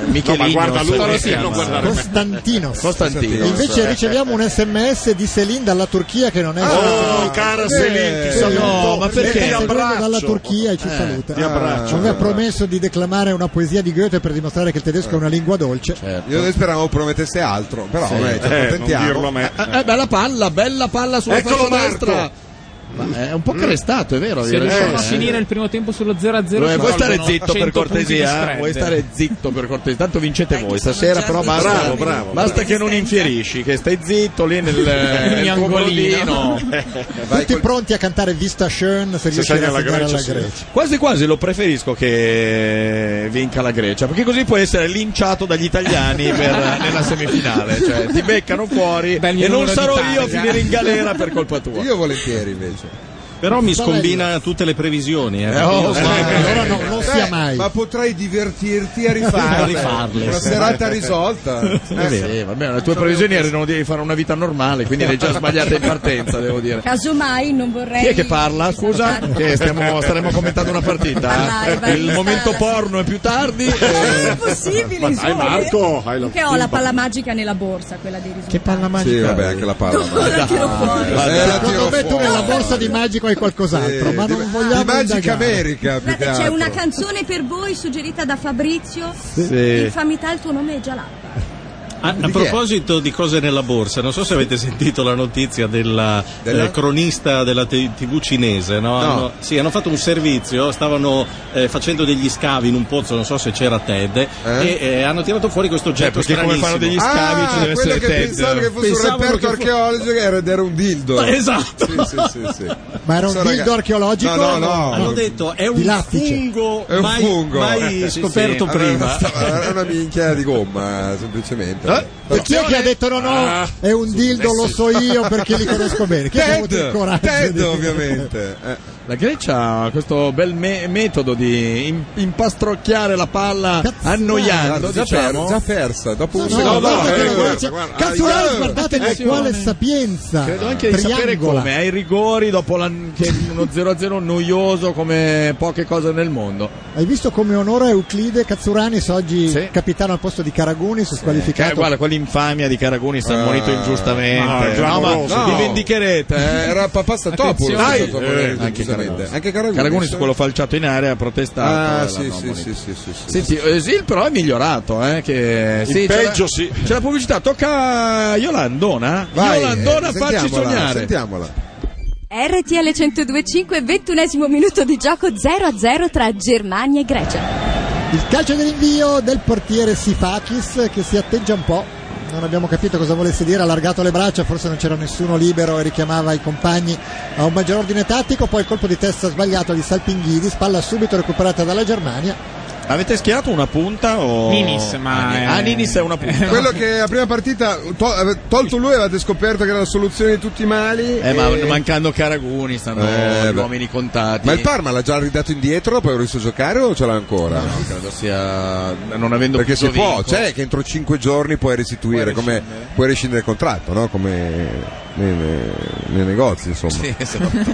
Michelino,
No, ma guarda lui,
come si
eh,
chiama?
non guardare me.
Costantinos.
Costantino.
Invece riceviamo un sms di Selin dalla Turchia che non è...
eh. Oh, cara Selin, ti
Eh, no,
saluto.
ma perché?
Ti
Sta seguendo
abbraccio. Eh,
dalla Turchia e ci saluta.
ti abbraccio.
Ci aveva promesso di declamare una poesia di Goethe per dimostrare che il tedesco è una lingua dolce.
Certo.
Io noi speravamo promettesse altro, però vabbè, ci
Eh, non
accontentiamo.
dirlo a me.
Eh, eh, bella palla, bella palla sulla
Eccolo
fascia
Marco.
destra. Ma è un po' crestato, è vero?
Se
direi.
riusciamo a
Eh.
finire il primo tempo sullo 0-0
Allora,
ci
vuoi stare
tolgono
zitto per
100 punti di
cortesia? Eh?
spread.
Vuoi
(laughs)
stare zitto per cortesia? Tanto vincete voi stasera,
già
però basta,
bravo, bravo.
basta che non infierisci, che stai zitto lì
Eh,
nel,
Ogni
nel tuo
(laughs)
angolino.
(laughs)
angolino.
Tutti pronti a cantare Vista Schön se
Se segna
riuscirà a
la
segnare
Grecia,
alla
sì.
Grecia.
Quasi quasi lo preferisco che vinca la Grecia, perché così può essere linciato dagli italiani
(laughs)
per- nella semifinale. Cioè, ti beccano fuori e non sarò io a finire in galera per colpa tua.
Io volentieri invece.
Però mi
Vabbè.
scombina tutte le previsioni. Eh,
Eh, oh,
perché io-
ma allora
no, non sia mai.
Eh, Ma potrai divertirti
(laughs)
a
A
rifarle.
rifarle,
Una
sì.
serata risolta.
Eh, (laughs) sì, vabbè, le tue previsioni erano di fare una vita normale, quindi le hai già sbagliate in partenza, devo dire.
Casomai non vorrei.
Chi è che parla? Scusa, che stiamo, staremo commentando una partita. eh?
Vai, vai,
Il
vai.
momento porno è più tardi. eh.
Non (laughs) è possibile,
Ma dai,
insomma.
Marco, hai la-
Che ho la palla magica nella borsa, quella di risultati.
palla
Eh, Sì, vabbè, anche
(laughs)
la palla.
Non la Ah, tiro fuori.
Eh, la tiro
Secondo me tu
fuori.
nella borsa di Magico hai qualcos'altro,
Sì,
ma
di-
non vogliamo
di Magica
indagare.
America più che
Guardate, c'è
Certo.
altro.
una canzone per voi suggerita da Fabrizio.
Sì.
Infamità, il tuo nome è già là.
Ah, A, a proposito di cose nella borsa, non so se avete sentito la notizia della,
Della?
eh, cronista della te- TV cinese. No?
No.
Hanno, sì, hanno fatto un servizio, stavano eh, facendo degli scavi in un pozzo, non so se c'era Ted, e eh, hanno tirato fuori questo oggetto
Cioè, perché come
stranissimo.
fanno degli
Ah, quello che pensavo che fosse
Pensavano
un reperto
che fu-
archeologico era- ed era un dildo.
(laughs) Esatto.
Sì, sì, sì, sì.
Ma era un
Sono
dildo
raga-
archeologico?
No, no, no.
Hanno detto è
Di
un
lattice.
fungo,
È un
mai,
fungo.
mai
Eh, sì,
scoperto
sì.
prima.
Era una minchia di gomma, semplicemente.
Eh? E chi è che ha detto no, no,
Ah.
è un dildo, lo so io perché li conosco bene. Chi è che ha avuto il
Ted,
coraggio?
Ted
di-
ovviamente. eh.
La Grecia ha questo bel me- metodo di im- impastrocchiare la palla annoiando,
Guarda, già
diciamo.
per- già persa, dopo un
No,
secondo.
no,
No,
no,
eh,
no,
guarda,
no,
guarda.
Cazzuari,
Ah,
guardate con
attenzione.
quale sapienza.
Credo anche di sapere
Triangola.
come, ai rigori dopo la- che uno 0-0 noioso come poche cose nel mondo.
Hai visto come onora Euclide Cazzuranis oggi capitano al posto di Caraguni, si è squalificato.
Eh, guarda quell'infamia di Caragoni sta ammonito
Eh, no,
ingiustamente.
è
No, ma
clamoroso.
vi vendicherete.
Eh, era Papà Statopoulos,
Dai,
Statopoulos,
eh, anche
giustamente.
Caragoni.
Anche Caragoni,
Caragoni
sì.
su quello falciato in aria ha protestato.
Ah,
l'hanno
sì, sì,
ammonito.
sì, sì, sì, sì.
Senti, Esil però è migliorato, eh, che
Il
sì, c'è
peggio
la-
sì.
C'è la pubblicità, tocca a Iolandona.
Vai,
Iolandona,
eh,
facci
sentiamola,
sognare.
Sentiamola.
RTL 1025, ventunesimo minuto di gioco 0 a 0 tra Germania e Grecia.
Il calcio dell'invio del portiere Sifakis che si atteggia un po'. Non abbiamo capito cosa volesse dire, ha allargato le braccia, forse non c'era nessuno libero e richiamava i compagni a un maggior ordine tattico, poi colpo di testa sbagliato di Salpinghidis, palla subito recuperata dalla Germania.
Avete schierato una punta o
Ninis,
Ah,
ma
Ni-
è-
Ah, Ninis è una
(laughs)
punta.
Eh, Quello che la prima partita to- aveva tolto lui avevate scoperto che era la soluzione di tutti i mali.
Eh, ma
e-
mancando Caraguni stanno
Eh,
gli
beh.
uomini contati.
Ma il Parma l'ha già ridato indietro, poi ha visto giocare o ce l'ha ancora?
credo sia non avendo
Perché
più
si può,
Giovinco.
cioè che entro 5 giorni puoi restituire, come puoi rescindere il contratto, no? Come nei, nei- nei negozi, insomma.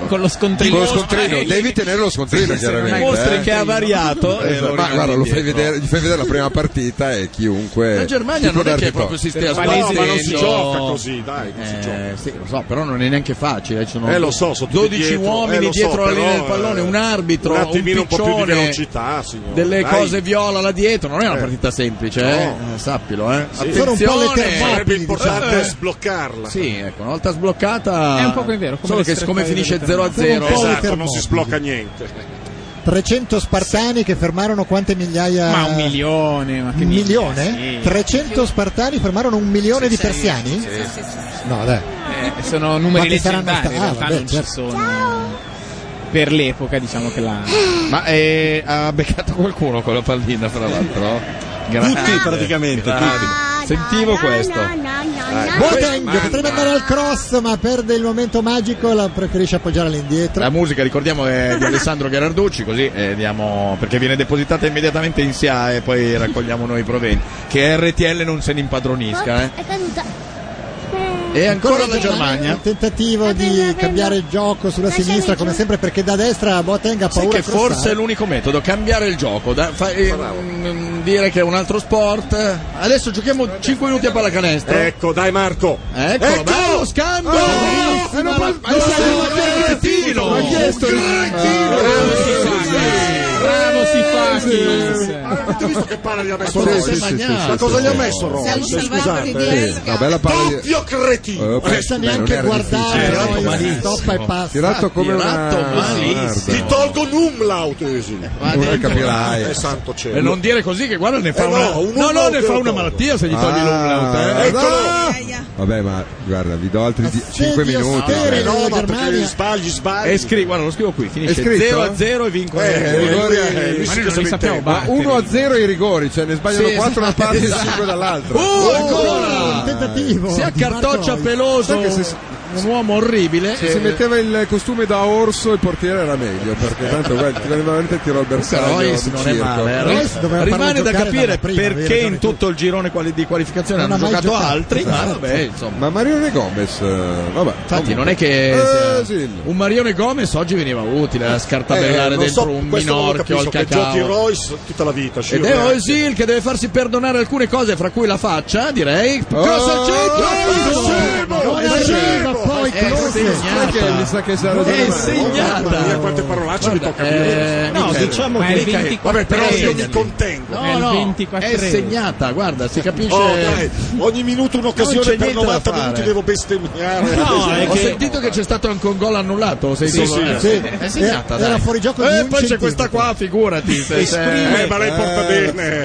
Con lo scontrino.
Con lo scontrino, devi tenere lo scontrino,
Sì, sì,
chiaramente. eh.
mostri che ha variato,
Esatto,
eh, lo
ma
rimandi
guarda, lo fai
indietro.
vedere, gli fai vedere la prima partita e chiunque.
La Germania
ti
non
può
è
dar
che
di
proprio
torto.
si stia
Cioè, Ma no,
sbattendo.
ma non si gioca così, dai, non si
Eh,
gioca.
sì, lo so, però non è neanche facile. Ci sono
Eh, lo so, sono tutti
12
dietro, eh,
uomini
lo so,
dietro la
però,
linea del pallone,
eh,
un arbitro,
un
un,
attimino un po' più di
piccione,
velocità, Ah, signore,
delle
dai.
cose viola là dietro. Non è una partita semplice, eh,
No.
eh, sappilo. Eh.
Sì.
Attenzione,
Sono un po' le
eh,
Sarebbe importante
eh.
sbloccarla.
Sì, ecco, una volta sbloccata
È un po' come è vero, come
solo
le
che siccome
streccate
finisce
delle
0 a 0
termine. Sono un po' le
Esatto, non si
termopili.
sblocca niente.
300 spartani che fermarono quante migliaia?
Ma un milione, ma che
Un
minchia,
milione?
sì.
300 spartani fermarono un milione di persiani? No, dai.
Eh, sono numeri
Quanti saranno
leggendari, in
stati? Ah,
realtà
vabbè,
non ci
certo.
sono. Per l'epoca, diciamo che la.
(laughs) Ma eh, ha beccato qualcuno con la pallina, fra l'altro? Ah,
Tutti praticamente, tutti.
Sentivo questo.
Boateng potrebbe andare al cross ma perde il momento magico e la preferisce appoggiare all'indietro.
La musica, ricordiamo, è di Alessandro Gherarducci, così eh, diamo, perché viene depositata immediatamente in SIA e poi raccogliamo noi i proventi. Che RTL non se ne impadronisca. eh.
È caduta.
E ancora la Germania.
Un tentativo di cambiare il gioco sulla sinistra come sempre perché da destra Boateng ha
Sai
paura
che
di crossare.
forse è l'unico metodo, cambiare il gioco, da- fa- eh, mm, dire che è un altro sport. Adesso giochiamo 5 minuti a pallacanestro. Ecco,
Ecco, dai Marco.
Eccolo, bello scambio!
Eh, non può-
Ah, Ma siamo a Gretino!
Ma chi è sto-
Gretino!
Bravo, si fa.
Avete visto che palla gli ha messo
Sì, sì,
Roy?
sì, sì, sì,
Ma
sì,
cosa
sì.
gli ha messo Roy?
Siamo salvati per
Scusate.
dire. Sì, una bella palla di-
Doppio cretino.
Eh, pensa
Eh,
neanche
non era
guardare,
difficile.
eh.
Roy,
Tirato malissimo.
stoppa e passa. Tirato come una- malissimo.
Ti tolgo numlaut Esil.
Ma dentro-
Eh,
capirai.
Eh, santo cielo.
E non dire così che guarda ne fa
Eh no,
una.
un
no, no,
umlaut
ne
te
fa
lo
una
tolgo.
malattia se gli togli
Ah,
l'umlaut. Eh. Ecco.
Vabbè, ma guarda, vi do altri 5 minuti.
sterile
Eh,
della
no, ma
Germania.
perché-
Sbagli, sbagli.
E scrivi, guarda, lo scrivo qui, finisce
È scritto?
0 a 0 e vinco.
Eh,
Eh,
i rigori-
eh,
eh,
ma noi non
sì,
li sappiamo,
ma
batteri.
1 a 0 i rigori, cioè ne sbagliano
Sì,
4 da una
esatto.
parte e 5 dall'altra.
Oh, ancora!
tentativo
Sia
di Marco
cartoccia
Reus.
peloso,
Sai che se-
un uomo orribile.
Se si metteva il costume da orso il portiere era meglio perché tanto guarda, ti veniva veramente il tiro al bersaglio
Però Reus
di
non è
circo.
male, eh. Reus doveva Rimane da capire perché in tutto il girone quali- di qualificazione
Non
hanno
ha mai
giocato
giocato.
altri, ma
Esatto.
vabbè, insomma.
Ma Marione Gomez, eh, vabbè.
Infatti
comunque.
non è che
Eh,
sia- un Marione Gomez oggi veniva utile a scartabellare
Eh, non
dentro
so,
un
questo non lo
minorchio al
capisco, che giochi
cacao.
Royce tutta la vita.
Ed è Osil che deve farsi perdonare alcune cose, fra cui la faccia, direi.
Oh,
Cosa
Eh,
arriva poi Close.
Perché mi sa che sarà
Oh, È segnata.
Mamma mia, Eh, quante parolacce mi tocca dire.
no, diciamo che mica-
Vabbè, però io mi contengo.
No, no, è segnata, guarda, si capisce.
Oh, dai, ogni minuto
Non c'è
un'occasione per
niente da
90
fare.
minuti devo bestemmiare.
No, ho (laughs) sentito che c'è stato anche un gol annullato. Sei
Sì, sì, sì.
È segnata,
Era
dai.
fuori gioco
Eh,
di un
poi c'è
centimetro.
questa qua, figurati. se- se-
Esprime-
Eh, ma lei porta
Eh.
bene.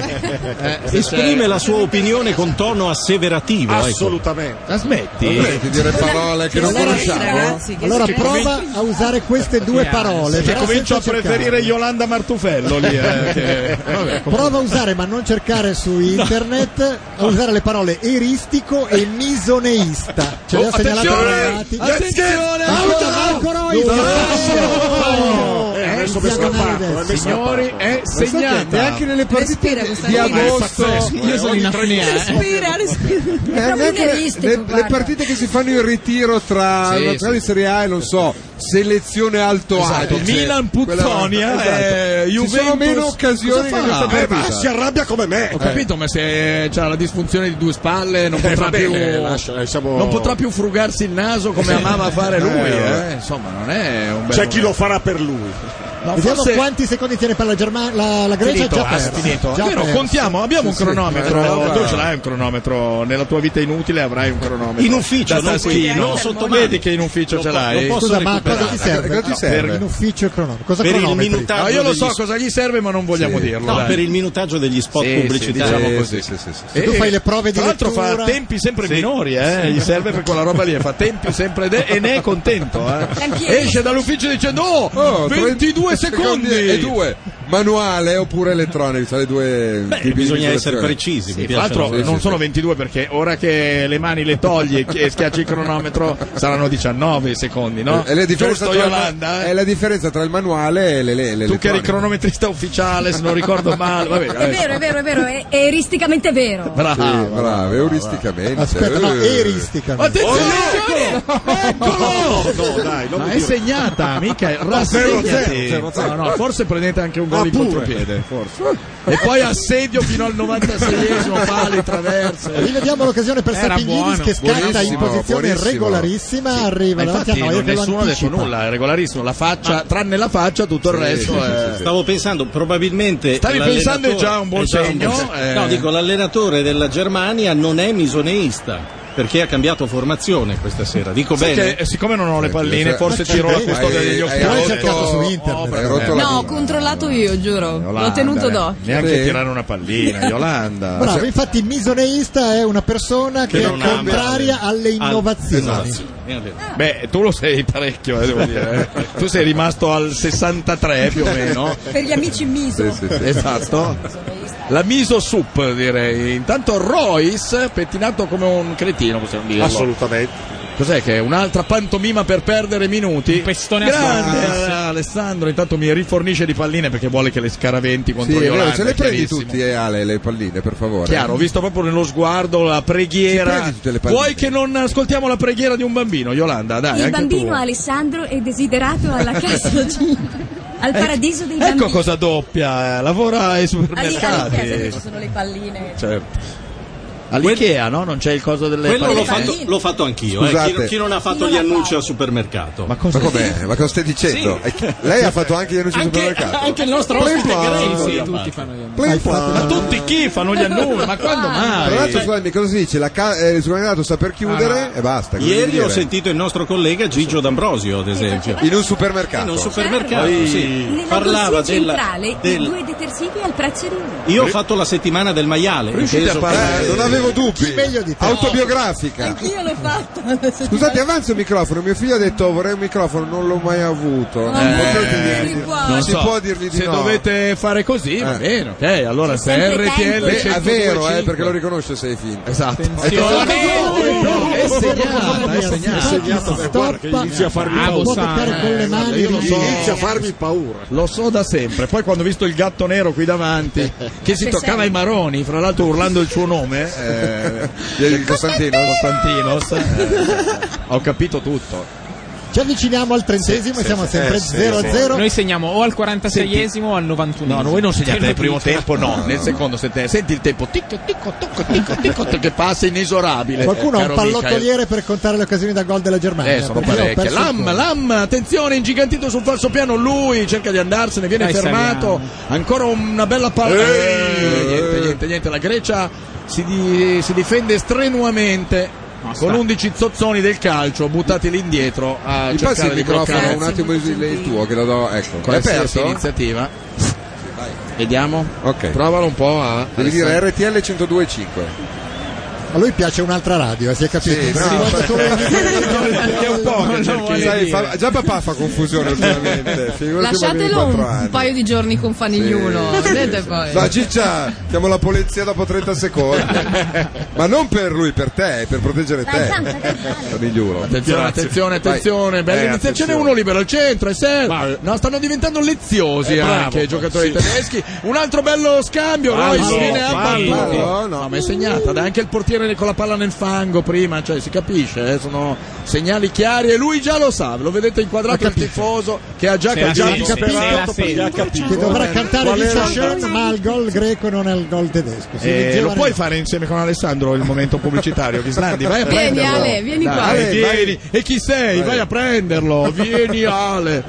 Eh, se-
Esprime la sua opinione con tono asseverativo. ecco.
Assolutamente.
La smetti?
Smetti di dire parole che non conosciamo?
eh.
allora prova a usare queste due parole.
Che
però
comincio a
senza cercare.
preferire Yolanda Martufello lì.
(laughs)
eh, che- vabbè, comunque.
Prova a usare, ma non cercare su internet, a usare le parole eristico e misoneista. Ce le
Oh,
ha segnalate
attenzione!
Bernati.
Attenzione!
Out,
Out,
Marco
out!
Reus!
No!
Fallo!
Eh,
È
adesso mi è
diagonale
scappato,
destra.
mi è Signori, eh, scappato. è
Ma sai che
segnata.
Neanche nelle
Respira
partite
questa
di
roba.
agosto.
È pazzesco, eh, ogni tre mesi.
Respira,
(laughs)
Eh,
respira.
neanche le, le- le partite che si fanno in ritiro tra
Sì,
la
sì.
nazionale di Serie A e non so, selezione Alto
Esatto,
Adige.
Milan
Quella- Esatto.
Puttonia, eh,
Ci sono
Juventus-
meno occasioni
Cosa
che
fa?
questa
Eh,
partita.
ma si
Certo. arrabbia come me.
Ho capito, ma se eh, c'ha la disfunzione di due spalle non
Eh,
potrà,
va bene,
più,
lascia, eh, siamo-
non potrà più frugarsi il naso come
Eh,
amava fare lui.
eh.
eh. Insomma, non è un bel
C'è chi lo farà per lui.
No,
Vediamo
forse-
quanti secondi tiene per la, Germa- la, la Grecia.
Finito,
già
basta,
persa.
finito.
Già
Vero,
persa.
contiamo, abbiamo
Sì,
un
sì.
cronometro.
Eh, allora.
tu ce l'hai un cronometro. Nella tua vita inutile avrai un cronometro.
In ufficio,
Da
non
taschino.
puoi- non sotto mano.
Vedi che in ufficio
Lo
ce
po-
l'hai.
lo posso
Scusa, ma cosa ti serve?
Cosa ti
No,
serve?
per- In ufficio il cronometro. Cosa
Per il
cronometri?
minutaggio
No, io lo so
degli-
cosa gli serve, ma non vogliamo
Sì.
dirlo.
No,
dai.
per il minutaggio degli spot
Sì,
pubblicitari.
sì, diciamo
Eh,
così.
sì, sì, sì, sì.
E
tu fai le prove di
Tra l'altro fa
lettura-
tempi sempre
Sì.
minori, eh? gli serve per quella roba lì, fa tempi sempre de- e ne è contento. eh.
Anch'io.
Esce dall'ufficio dicendo oh,
Oh,
22
30
secondi!
e due manuale oppure elettronico sono le due tipi di
bisogna essere
misurazione.
precisi, mi
Sì, tra l'altro
Sì, sì,
non
sì.
sono 22 perché ora che le mani le togli e chi- e schiacci il cronometro saranno 19 secondi, Eh, no?
È la differenza
Giusto
tra il ma-
Yolanda? eh?
è la differenza tra il manuale e le, le,
Tu che eri cronometrista ufficiale, se non ricordo male. Vabbè,
(laughs) È vero, è vero, è vero, è, è eristicamente vero.
Bravo,
bravo, euristicamente.
Aspetta, no,
Eh.
eristicamente.
Ecco! No, dai, non
Ma
mi
è
dire.
segnata, mica rassegnati.
zero, zero, zero.
No, no, forse prendete anche un
Ah,
gol in
pure.
contropiede, forse. E poi assedio fino al 96esimo, pali, traverse.
Rivediamo l'occasione per
Eh. Era
Sapigninis
buono,
che scatta in
buonissimo,
posizione
buonissimo.
regolarissima, arriva
Ma
davanti a
infatti
noi
non
che lo
nessuno ha detto
anticipa.
nulla, è regolarissimo, la faccia, tranne la
Ah,
faccia, tutto il resto
eh.
è...
Stavo pensando, probabilmente.
Stavi
l'allenatore-
pensando, è già un buon
è già
segno, eh.
No, dico, l'allenatore della Germania non è misoneista perché ha cambiato formazione questa sera.
Ecco,
Dico
Sai
bene.
che, eh, siccome non ho le palline,
cioè,
forse
ma
tiro la
c'è-
custodia
hai-
degli
hai
occhiali. Eh,
rotto- Hai rotto la
No, ho controllato io,
Eh,
giuro. L'ho tenuto d'occhio.
Neanche
Sì.
tirare una
(laughs)
pallina, Yolanda.
Bravo, infatti misoneista è una persona che,
Che
è
non ama-
contraria alle
Ah,
innovazioni.
esatto. Beh, tu lo sei parecchio, eh, devo
(laughs)
dire. eh. Tu sei rimasto al 63 più o meno.
Per gli amici miso.
Esatto. La miso sup direi. Intanto Royce pettinato come un cretino, possiamo dirlo.
Assolutamente.
Cos'è che è un'altra pantomima per perdere minuti?
pestone a
Grande
squadra.
eh, Alessandro, intanto mi rifornisce di palline perché vuole che le scaraventi
Sì,
contro
è vero,
Yolanda.
ce le prendi
chiarissimo.
tutti, eh, Ale, le palline, per favore.
Chiaro, ho visto proprio nello sguardo la
Ci
preghiera.
prendi tutte le palline.
Vuoi che non ascoltiamo la preghiera di un bambino, Yolanda? Dai,
Il
Ah, anche
bambino
tu.
Alessandro è desiderato alla
(laughs)
cassa 5, al paradiso dei bambini.
Ecco cosa doppia, eh, lavora
Ah, lì, ah, lì
ai
in
supermercati.
chiesa lì ci sono le palline.
Cioè, All'Ikea, no? Non c'è il coso delle
Quello l'ho
palline?
fatto, l'ho fatto anch'io. eh.
Scusate.
Chi, chi non ha fatto gli annunci al supermercato? Ma
Ma com'è? Eh, Ma cosa stai dicendo? E chi- Lei ha fatto anche gli annunci al supermercato.
anche il nostro
Play
ospite
plan.
Gracie.
Tutti
fanno gli
Play plan.
Ma tutti chi fanno gli annunci? (laughs) Ma
Ah,
quando mai?
Tra l'altro, scusami, cosa si dice? La ca- eh, il supermercato sta per chiudere
Ah.
e basta. cosa vuol
Ah, Ieri
dire?
ho sentito il nostro collega Gigio D'Ambrosio, ad esempio.
In un supermercato.
In un supermercato,
Certo.
sì.
Nella
Parlava
Parlava
della,
centrale i
del-
due detersivi al prezzo di uno.
Io ho fatto la settimana del maiale.
Riuscite
inteso
a parlare?
come-
Eh, Non avevo dubbi.
Eh
Autobiografica.
Anch'io l'ho fatto.
Scusate, avanza un microfono. Mio figlio ha detto vorrei un microfono, non l'ho mai avuto.
Eh,
Non potete dirgli-
non
si
so.
può dirgli di
se
no.
dovete fare così va
Eh.
bene ok allora se
Sempre
RTL
tempo. Beh, è vero, eh,
102.5.
perché lo riconosce se è finto.
Esatto.
è segnata, è segnata.
guarda che inizia a farmi
Ah, può toccare con le mani.
inizia a farmi paura lo so da sempre poi quando ho visto il gatto nero qui davanti che si
Che
toccava
sei?
ai maroni fra l'altro urlando il suo nome
(laughs)
eh,
il Costantino
Costantinos eh, ho capito tutto
Ci avviciniamo al trentesimo,
Sì,
siamo
sì,
sempre
eh, sì,
0-0.
sì.
Noi segniamo o al 46esimo o al 91esimo.
No, voi non segnate
Te lo
nel primo
dico.
tempo, no,
(laughs)
nel secondo sette- senti il tempo tic tic tic tic tic tic che passa inesorabile.
Qualcuno ha un
Eh, caro Michael.
pallottoliere per contare le occasioni da gol della Germania.
Eh, sono
perché io ho
parecchie.
perso il
Lam,
conto.
Lam, attenzione, ingigantito sul falso piano. Lui cerca di andarsene, viene
Dai,
fermato. Ancora una bella palla. Eh, niente, niente, niente. La Grecia si, di- si difende strenuamente. Con 11 zozzoni del calcio buttati lì indietro a
Mi passi
cercare
il
di
microfono
bloccare
un attimo il, il tuo che lo do, ecco. L'hai
qualsiasi
perso?
iniziativa. Vediamo. Provalo un po' a
Devi dire
Alessandro.
RTL 1025.
A lui piace un'altra radio, eh, si è capito.
Sì,
Si
no.
guarda
(laughs)
solo la-
Perché è un po' che
Non
cerchi-
vuole
sai,
dire.
fa- già papà fa
(laughs)
confusione ultimamente. figurati
Lasciatelo
bambini di
un
quattro anni.
paio di giorni con Fanigliulo.
Sì,
Vedete
sì.
Eh.
poi.
No, Ciccia, chiamo la polizia dopo
(laughs)
30 secondi. Ma non per lui, per te, è per proteggere te. Famigliolo.
Attenzione, attenzione,
Vai.
attenzione, bella
Eh,
iniziazione,
attenzione.
uno libero al centro, e serve. No, stanno diventando leziosi
Eh, bravo.
anche i giocatori
Sì.
tedeschi. Un altro bello scambio,
Fallo,
Royce viene
fallo.
abbattuto.
Fallo,
No, ma è segnata, dai, anche il portiere con la palla nel fango prima, cioè si capisce, eh, sono segnali chiari e lui già lo sa, lo vedete inquadrato il tifoso che ha già
Se la
già
sente,
sperato
se la
perché
sente.
ha capito.
Che dovrà
Eh,
cantare
qual era
Licia
il-
Schoen, ma il gol greco non è il gol tedesco. Si
Eh,
leggeva
lo
nel-
puoi fare insieme con Alessandro il momento pubblicitario Ghislandi vai a
Vieni,
prenderlo
Ale, vieni
Dai,
qua.
Eh, Ale,
Vieni.
vieni. e chi sei vai a (laughs) prenderlo vieni Ale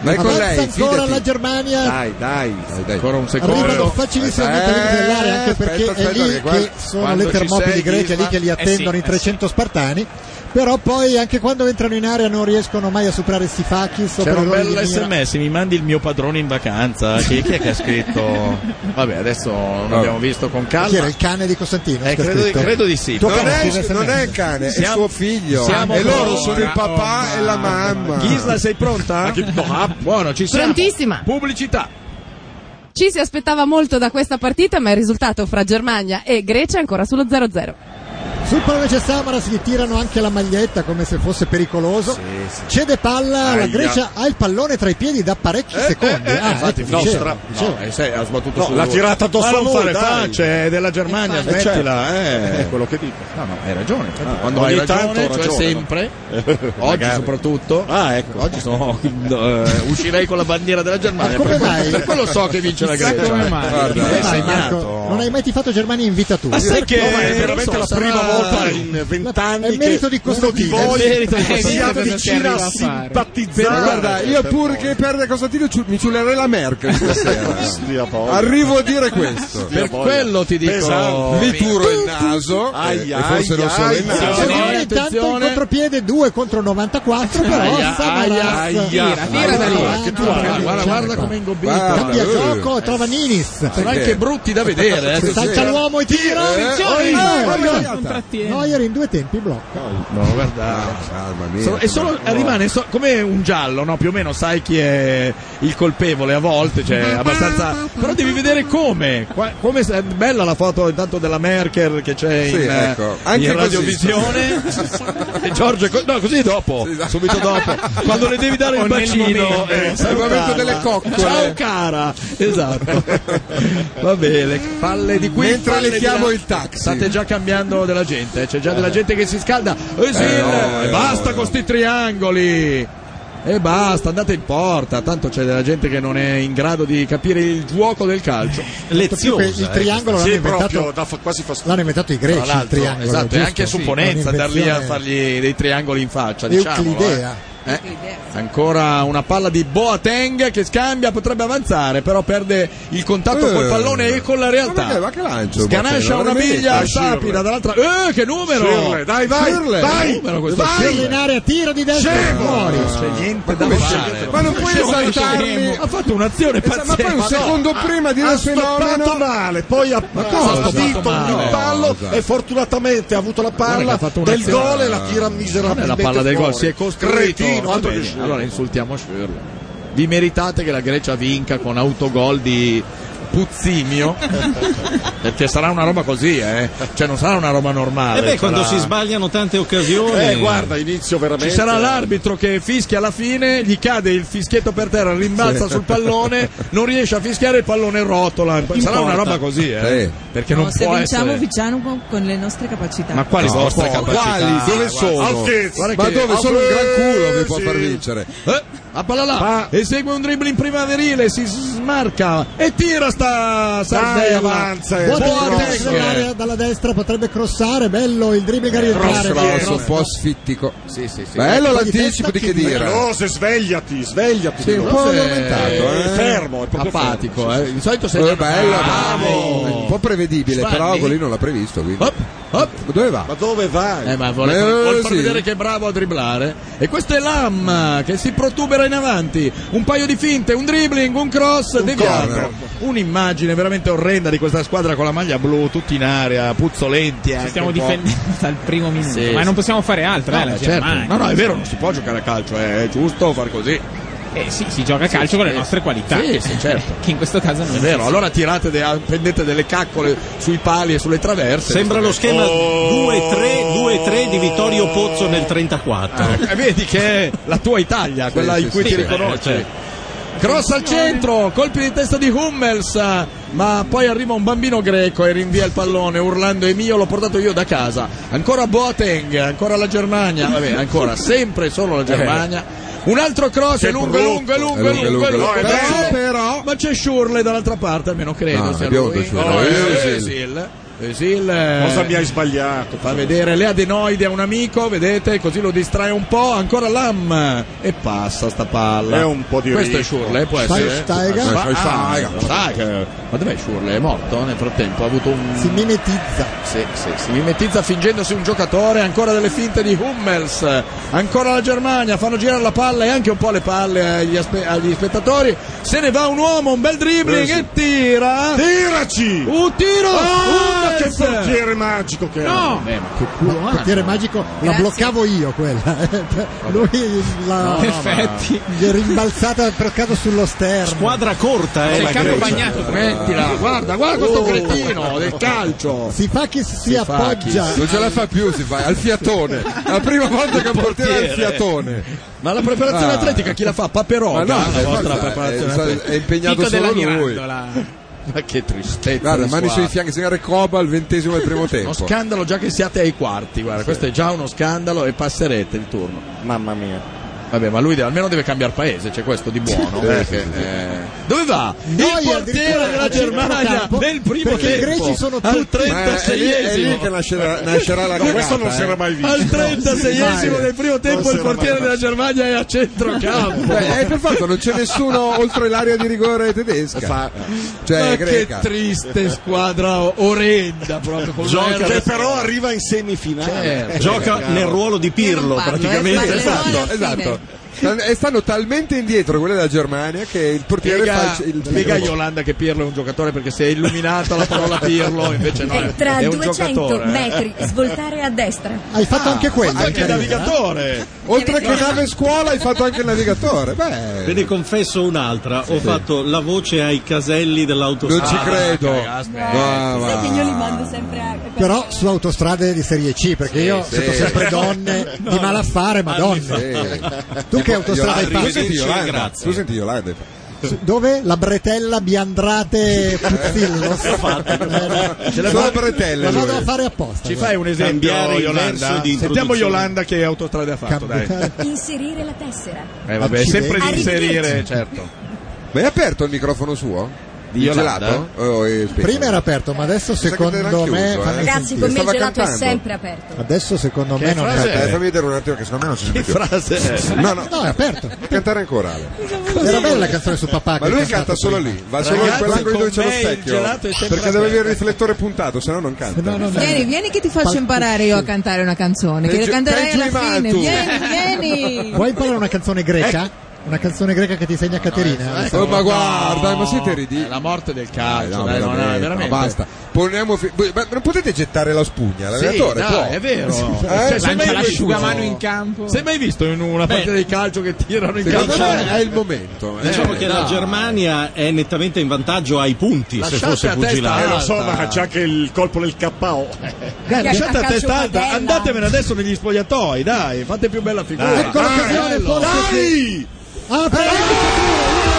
vai
Avanza ancora la Germania.
dai, Ah, ancora un secondo
Arrivano facilissimamente
Eh,
all'interno anche perché
aspetta,
è
aspetta,
lì
che
che,
guarda-
sono
quando
le
ci
termopili
sei,
greche, lì
Ghisman-
che li
eh
attendono
sì,
in
eh
300 spartani. Però poi anche quando entrano in area non riescono mai a superare Stifakis.
c'era un bel sms mi mandi il mio padrone in vacanza chi, chi è che ha scritto vabbè adesso non abbiamo visto con
Chi era
calma
il cane di Costantino?
Eh,
Che ha
credo di-
scritto?
credo di sì.
Tuo
Non
cane,
è-
scrive
non
SMS.
è il
cane, è
Siamo-
suo figlio.
siamo
e loro
pronti. Oh,
sono il papà e la mamma.
Ghisla sei pronta? ah, buono ci siamo
Prontissima.
pubblicità
Ci si aspettava molto da questa partita, ma il risultato fra Germania e Grecia è ancora sullo 0-0.
Sul palo invece Samaras gli tirano anche la maglietta come se fosse pericoloso. Cede palla, la
Aia.
Grecia ha il pallone tra i piedi da parecchi secondi.
Eh,
Ah,
infatti,
ecco,
no,
dicevo,
stra-
dicevo.
no, eh, sei- ha sbattuto
No,
su-
l'ha tirata addosso
Ma non
a voi,
fare
dai.
pace è della Germania,
Infatti.
smettila,
Eh, certo.
eh.
È quello che dico.
No, no, hai ragione. infatti.
Ah,
Quando
ogni
hai ragione,
tanto ho
cioè
ragione,
(laughs) sempre,
no?
oggi
Magari.
soprattutto,
Ah, ecco.
oggi (laughs) sono, eh, uscirei con la bandiera della Germania.
Ma come
per, quello-
mai?
per (laughs) quello so che vince la
Chissà
Grecia.
come mai.
Guarda,
Come
l'hai
mai,
segnato.
Marco? non hai mai tifato Germania in vita tua. Ecco,
Ma sai che
No,
è veramente
non
la prima volta in
È il merito di Costantino.
uno di voi
È il merito di
si
Costantino.
avvicina
Perché arriva a fare.
Però guarda, io pur che perde Costantino ciu- mi ciullerei la Merkel
(laughs)
stasera. Arrivo a dire questo.
Per quello ti dico-
Esatto.
Pesante. Mi turo il naso.
Ai,
e- e
ai,
forse non solo il
ai,
naso.
Cioè, ogni tanto in contropiede 2 contro 94 però
Aia, aia,
Samaras
aia. Tira, tira da lì. Che tu
guarda,
guarda, guarda, guarda come ingobita. Guarda,
cambia
eh.
gioco trova Ninis
Sono anche brutti da vedere. eh,
Si salta
stasera.
l'uomo e tira
Eh,
Attenzione,
eh,
Neuer.
eh,
Neuer in due tempi blocca
No, guarda. Solo- e solo rimane so- come un giallo, no? Più o meno sai chi è il colpevole a volte, cioè abbastanza. Però devi vedere come. Qua- come se- è bella la foto intanto della Merkel che c'è in,
Sì,
eh,
ecco. Anche
in
così.
radiovisione. e Giorgio, è co- no, così dopo, subito dopo, quando le devi dare
O
il
nel
bacino,
momento.
eh,
Al momento delle coccole.
Ciao cara, esatto. Va bene, palle di qui.
Mentre
palle
le
di
chiamo
là.
il taxi.
State già cambiando della gente, eh, c'è già della gente che si scalda. Eh sì,
Eh, no,
eh,
eh,
basta
no,
con sti triangoli. E basta, andate in porta, tanto c'è della gente che non è in grado di capire il gioco del calcio.
Leziosa, Tanto più che il eh, triangolo questa. l'hanno
sì,
inventato-
proprio da fa- quasi fastidio.
L'hanno inventato i greci,
Tra
il
l'altro,
triangolo.
esatto, e
giusto?
anche
Sì,
supponenza dar lì a
un'invenzione-
fargli dei triangoli in faccia,
Euclidea.
diciamolo. eh. Eh, ancora una palla di Boateng che scambia, potrebbe avanzare, però perde il contatto
Eh.
col pallone e con la realtà.
Ma perché? Ma che lancio,
Sganascia
Boateng?
una
Veramente?
biglia
Ah, Schürrle.
sapida dall'altra. Eh, che numero!
Schürrle, dai, vai,
Schürrle,
vai,
che numero questo
vai!
Schürrle.
in area tiro di destra
Scemo!
fuori.
Non c'è niente da
come
fare.
scemo? Ma non puoi
Scemo,
esaltarmi.
scemo. Ha fatto un'azione
Esa- ma
pazzesca.
poi un secondo prima di
Ha
un
stoppato
fenomeno-
male,
poi ha
Ma
ha
cosa ha
partito
stoppato male?
il
No,
pallo
esatto.
e fortunatamente ha avuto la
Guarda che
palla
ha fatto
del
un'azione-
gol e la tira
Non è
miseramente
la palla del
fuori.
gol, si è costruito.
Cretino,
Va
altro che
bene,
Schürrle.
Allora insultiamo Schürrle. Vi meritate che la Grecia vinca con autogol di
(laughs)
Puzzimio. perché sarà una roba così, eh. Cioè non sarà una roba
Ah,
normale.
E Eh beh, quando
sarà-
si sbagliano tante occasioni.
Eh, guarda,
inizio
Ci sarà l'arbitro che fischia alla fine, gli cade il fischietto per terra, rimbalza
Sì.
sul pallone, non riesce a fischiare, il pallone rotola. Sarà
porta.
una roba così, eh?
Sì.
Perché non
se
può
vinciamo,
essere.
vinciamo con, con le nostre capacità.
Ma quali
No,
vostre
porca,
capacità?
quali? Dove sono?
altezza.
Ma
Guarda che-
dove? Solo un gran culo vi può
Sì.
far vincere.
Eh, la palla là esegue un dribbling primaverile, si smarca e tira sta Sardella.
avanza, eh.
Boateng.
Boateng dall'area- dalla destra potrebbe crossare, bello il
Eh,
dribbling a rientrare.
Grosso, un po' sfittico. Bello
Poi di
l'anticipo di
testa chi-
che dire.
Rose, svegliati, svegliati.
Sì, un po'
Rose.
addormentato, eh.
È fermo, è proprio
Apatico,
fermo.
eh. Di solito
Eh,
segna una-
bello,
Bravo.
bravo. Un po' prevedibile,
Svanni.
però quello lì non l'ha previsto. Quindi. Ma Dove va?
Ma dove vai?
Eh, ma vuole
Eh,
vuol far
sì.
vedere che è bravo a dribblare. E questo è Lam che si protubera in avanti. Un paio di finte, un dribbling, un cross, deviato.
corner.
Un'immagine veramente orrenda di questa squadra con la maglia blu, tutti in aria, puzzolenti.
Ci
anche
stiamo
un po'.
difendendo dal primo minuto,
Sì,
ma
sì.
non possiamo fare altro.
No,
eh, la
beh, certo.
Germania.
no, no, è vero, non si può giocare a calcio, è, è giusto far così.
Eh sì, si gioca a calcio con le nostre qualità.
Sì,
(laughs)
sì, certo.
Che in questo caso non
È vero,
esiste.
allora tirate, de- prendete delle caccole sui pali e sulle traverse.
Sembra lo schema
Oh.
2-3-2-3 di Vittorio Pozzo nel 34.
Eh, vedi che è la tua Italia, quella in cui ti riconosci.
eh, certo.
Cross al centro, colpi di testa di Hummels, ma poi arriva un bambino greco e rinvia il pallone urlando è mio, l'ho portato io da casa. Ancora Boateng, ancora la Germania, vabbè, ancora sempre solo la Germania. Un altro cross, è lungo, è lungo, è lungo, è lungo, è lungo,
è lungo.
Però- eh, Ah, ma c'è Schurle dall'altra parte, almeno credo.
No,
sia
è biondo
lui.
Schürrle.
No, è
Eh,
Özil. Özil, eh,
Cosa mi hai sbagliato?
Fa vedere le adenoide a un amico, vedete, così lo distrae un po', ancora Lam e passa sta palla.
È un po' di
Questo
ricco.
è Schurle, può essere.
Schweinsteiger?
Ma- ah,
Schweinsteiger.
Schweinsteiger. Ma dov'è Schurle? È morto nel frattempo, ha avuto un Si
mimetizza.
Sì, sì, si mimetizza fingendosi un giocatore, ancora delle finte di Hummels, ancora la Germania, fanno girare la palla e anche un po' le palle agli, aspe- agli spettatori. Se ne va un uomo, un bel dribbling e tira.
Eh Tiraci!
Un tiro!
Ah,
Hummels!
che portiere magico che
No!
è!
Eh, ma che culo ha?
Portiere magico, la
Grazie.
bloccavo io quella. eh. Lui la
No, no, ma-
Effetti. gli è rimbalzata bloccato sullo sterno.
Squadra corta, eh.
C'è
la
il capo
Grecia.
bagnato.
Mettila, guarda, guarda questo cretino del calcio.
Oh. Si fa chi si, appoggia.
Non ce la fa più, si fa al fiatone. È La prima volta che un portiere al fiatone.
Ma la preparazione
Ah.
atletica chi la fa? Paperoga,
Ma no,
la
eh,
vostra
guarda,
preparazione
eh, sa-
atletica.
è impegnato
Tito della
solo lui. Eh,
Mirandola. (laughs) Ma che tristezza.
Guarda,
di
mani
squadra.
sui fianchi, signore Coba al ventesimo del primo tempo.
Uno scandalo già che siate ai quarti, guarda, questo è già uno scandalo e passerete il turno.
Mamma mia.
Vabbè, ma lui deve- almeno deve cambiare paese, c'è questo di buono.
Sì,
eh,
sì,
che,
sì, sì.
eh, Dove va?
Noia,
il portiere
addirittura
della
a
Germania
centrocampo,
del primo
perché i
tempo.
greci sono
al
tutti-
Ma è lì- è
36
lì che nascerà- nascerà la
Questo
cagata,
non si era
eh.
mai visto.
No,
Al 36esimo
mai.
del primo tempo il portiere della Germania è a centrocampo.
Beh, eh, per fatto non c'è nessuno oltre l'area di rigore tedesca. Cioè,
Ma
greca.
che triste squadra orrenda proprio con
Gioca,
l'Hertha.
che però arriva in
Cioè,
semifinale. Cioè,
Certo.
Gioca nel ruolo di Pirlo,
eh,
praticamente.
Esatto, esatto. Tal- E stanno talmente indietro quelle della Germania che il portiere
Spiega,
fa il- il
spiega a
tiro.
Yolanda che Pirlo è un giocatore perché si è illuminata la parola Pirlo, invece no, è,
E Eh, tra
è un
200
giocatore. eh. (laughs) Ah.
metri, svoltare a destra.
Hai fatto anche quello.
anche il
carina.
eh?
navigatore.
(laughs) Oltre che nave scuola hai fatto anche il navigatore. Beh,
Ve ne confesso un'altra, ho fatto la voce ai caselli dell'autostrada. Ah,
Non ci credo.
No,
Sai che io li mando sempre a...
Però su autostrade di serie C, perché io
sì.
sento sempre donne di malaffare, ma donne.
(laughs)
Tu
Sì.
che autostrada hai fatto?
Yolanda, Tu senti Yolanda. Tu senti Yolanda.
Su- Dove? La bretella Biandrate Puzzillo.
Ce l'ha fatta Bretella.
La
lui.
vado a fare apposta.
Ci fai un esempio,
Cambiare il verso
Yolanda?
di
Sentiamo
introduzione.
Yolanda che autostrade ha fatto, dai.
Inserire la tessera.
Eh, vabbè,
Accidenti.
sempre di
Arrivederci.
inserire, certo.
Ma è aperto il microfono suo?
Di
Il
Yolanda?
gelato? Oh, eh, aspetta.
Prima era aperto, ma adesso
Pensavo che era
secondo me.
chiuso, eh.
fammi
Ragazzi,
sentire.
con me il
Stava
gelato è
cantando.
sempre aperto.
Adesso secondo
Che
me non
frase
è
è?
aperto.
Eh, Fammi vedere un attimo che secondo me non si sente più.
frase
è?
No, no.
No, è aperto.
Cantare ancora. Ale.
Era bella la canzone su papà.
Ma
che
lui
hai cantato
canta solo
prima.
lì, va solo in
Ragazzi,
quell'angolo dove
con
c'è lo
me il
specchio.
gelato è sempre
Perché deve
aperto.
avere il riflettore puntato, se no non canta.
Vieni, vieni che ti faccio imparare io a cantare una canzone. Che
Peggio-
canterai
peggio
alla
di
fine.
Matu.
Vieni, vieni.
(laughs)
Ecco. Ah,
Vuoi imparare una canzone greca? Una canzone greca che ti segna Caterina.
Oh, ma guarda, ma siete ridicoli.
La morte del calcio,
no,
dai, no, no,
veramente,
veramente.
ma basta. Poniamo fi- ma non potete gettare la spugna,
Sì,
l'allenatore
dai,
può.
è vero.
Sì.
Cioè,
Eh?
se mai visto-
campo.
Sei mai visto in una
Beh.
partita di calcio che tirano in
Secondo
calcio?
me è il momento. eh.
Diciamo che la
no.
Germania è nettamente in vantaggio ai punti se
Lasciate
fosse
a testa
pugilato.
alta. Eh, lo so, ma
c'è
anche il colpo del KO.
Dai, lasciate a
Calcio
testa alta,
padella.
andatevene adesso negli spogliatoi, dai, fate più bella figura.
Dai. Ecco l'occasione,
Dai,
forse
Dai!
Ah, però-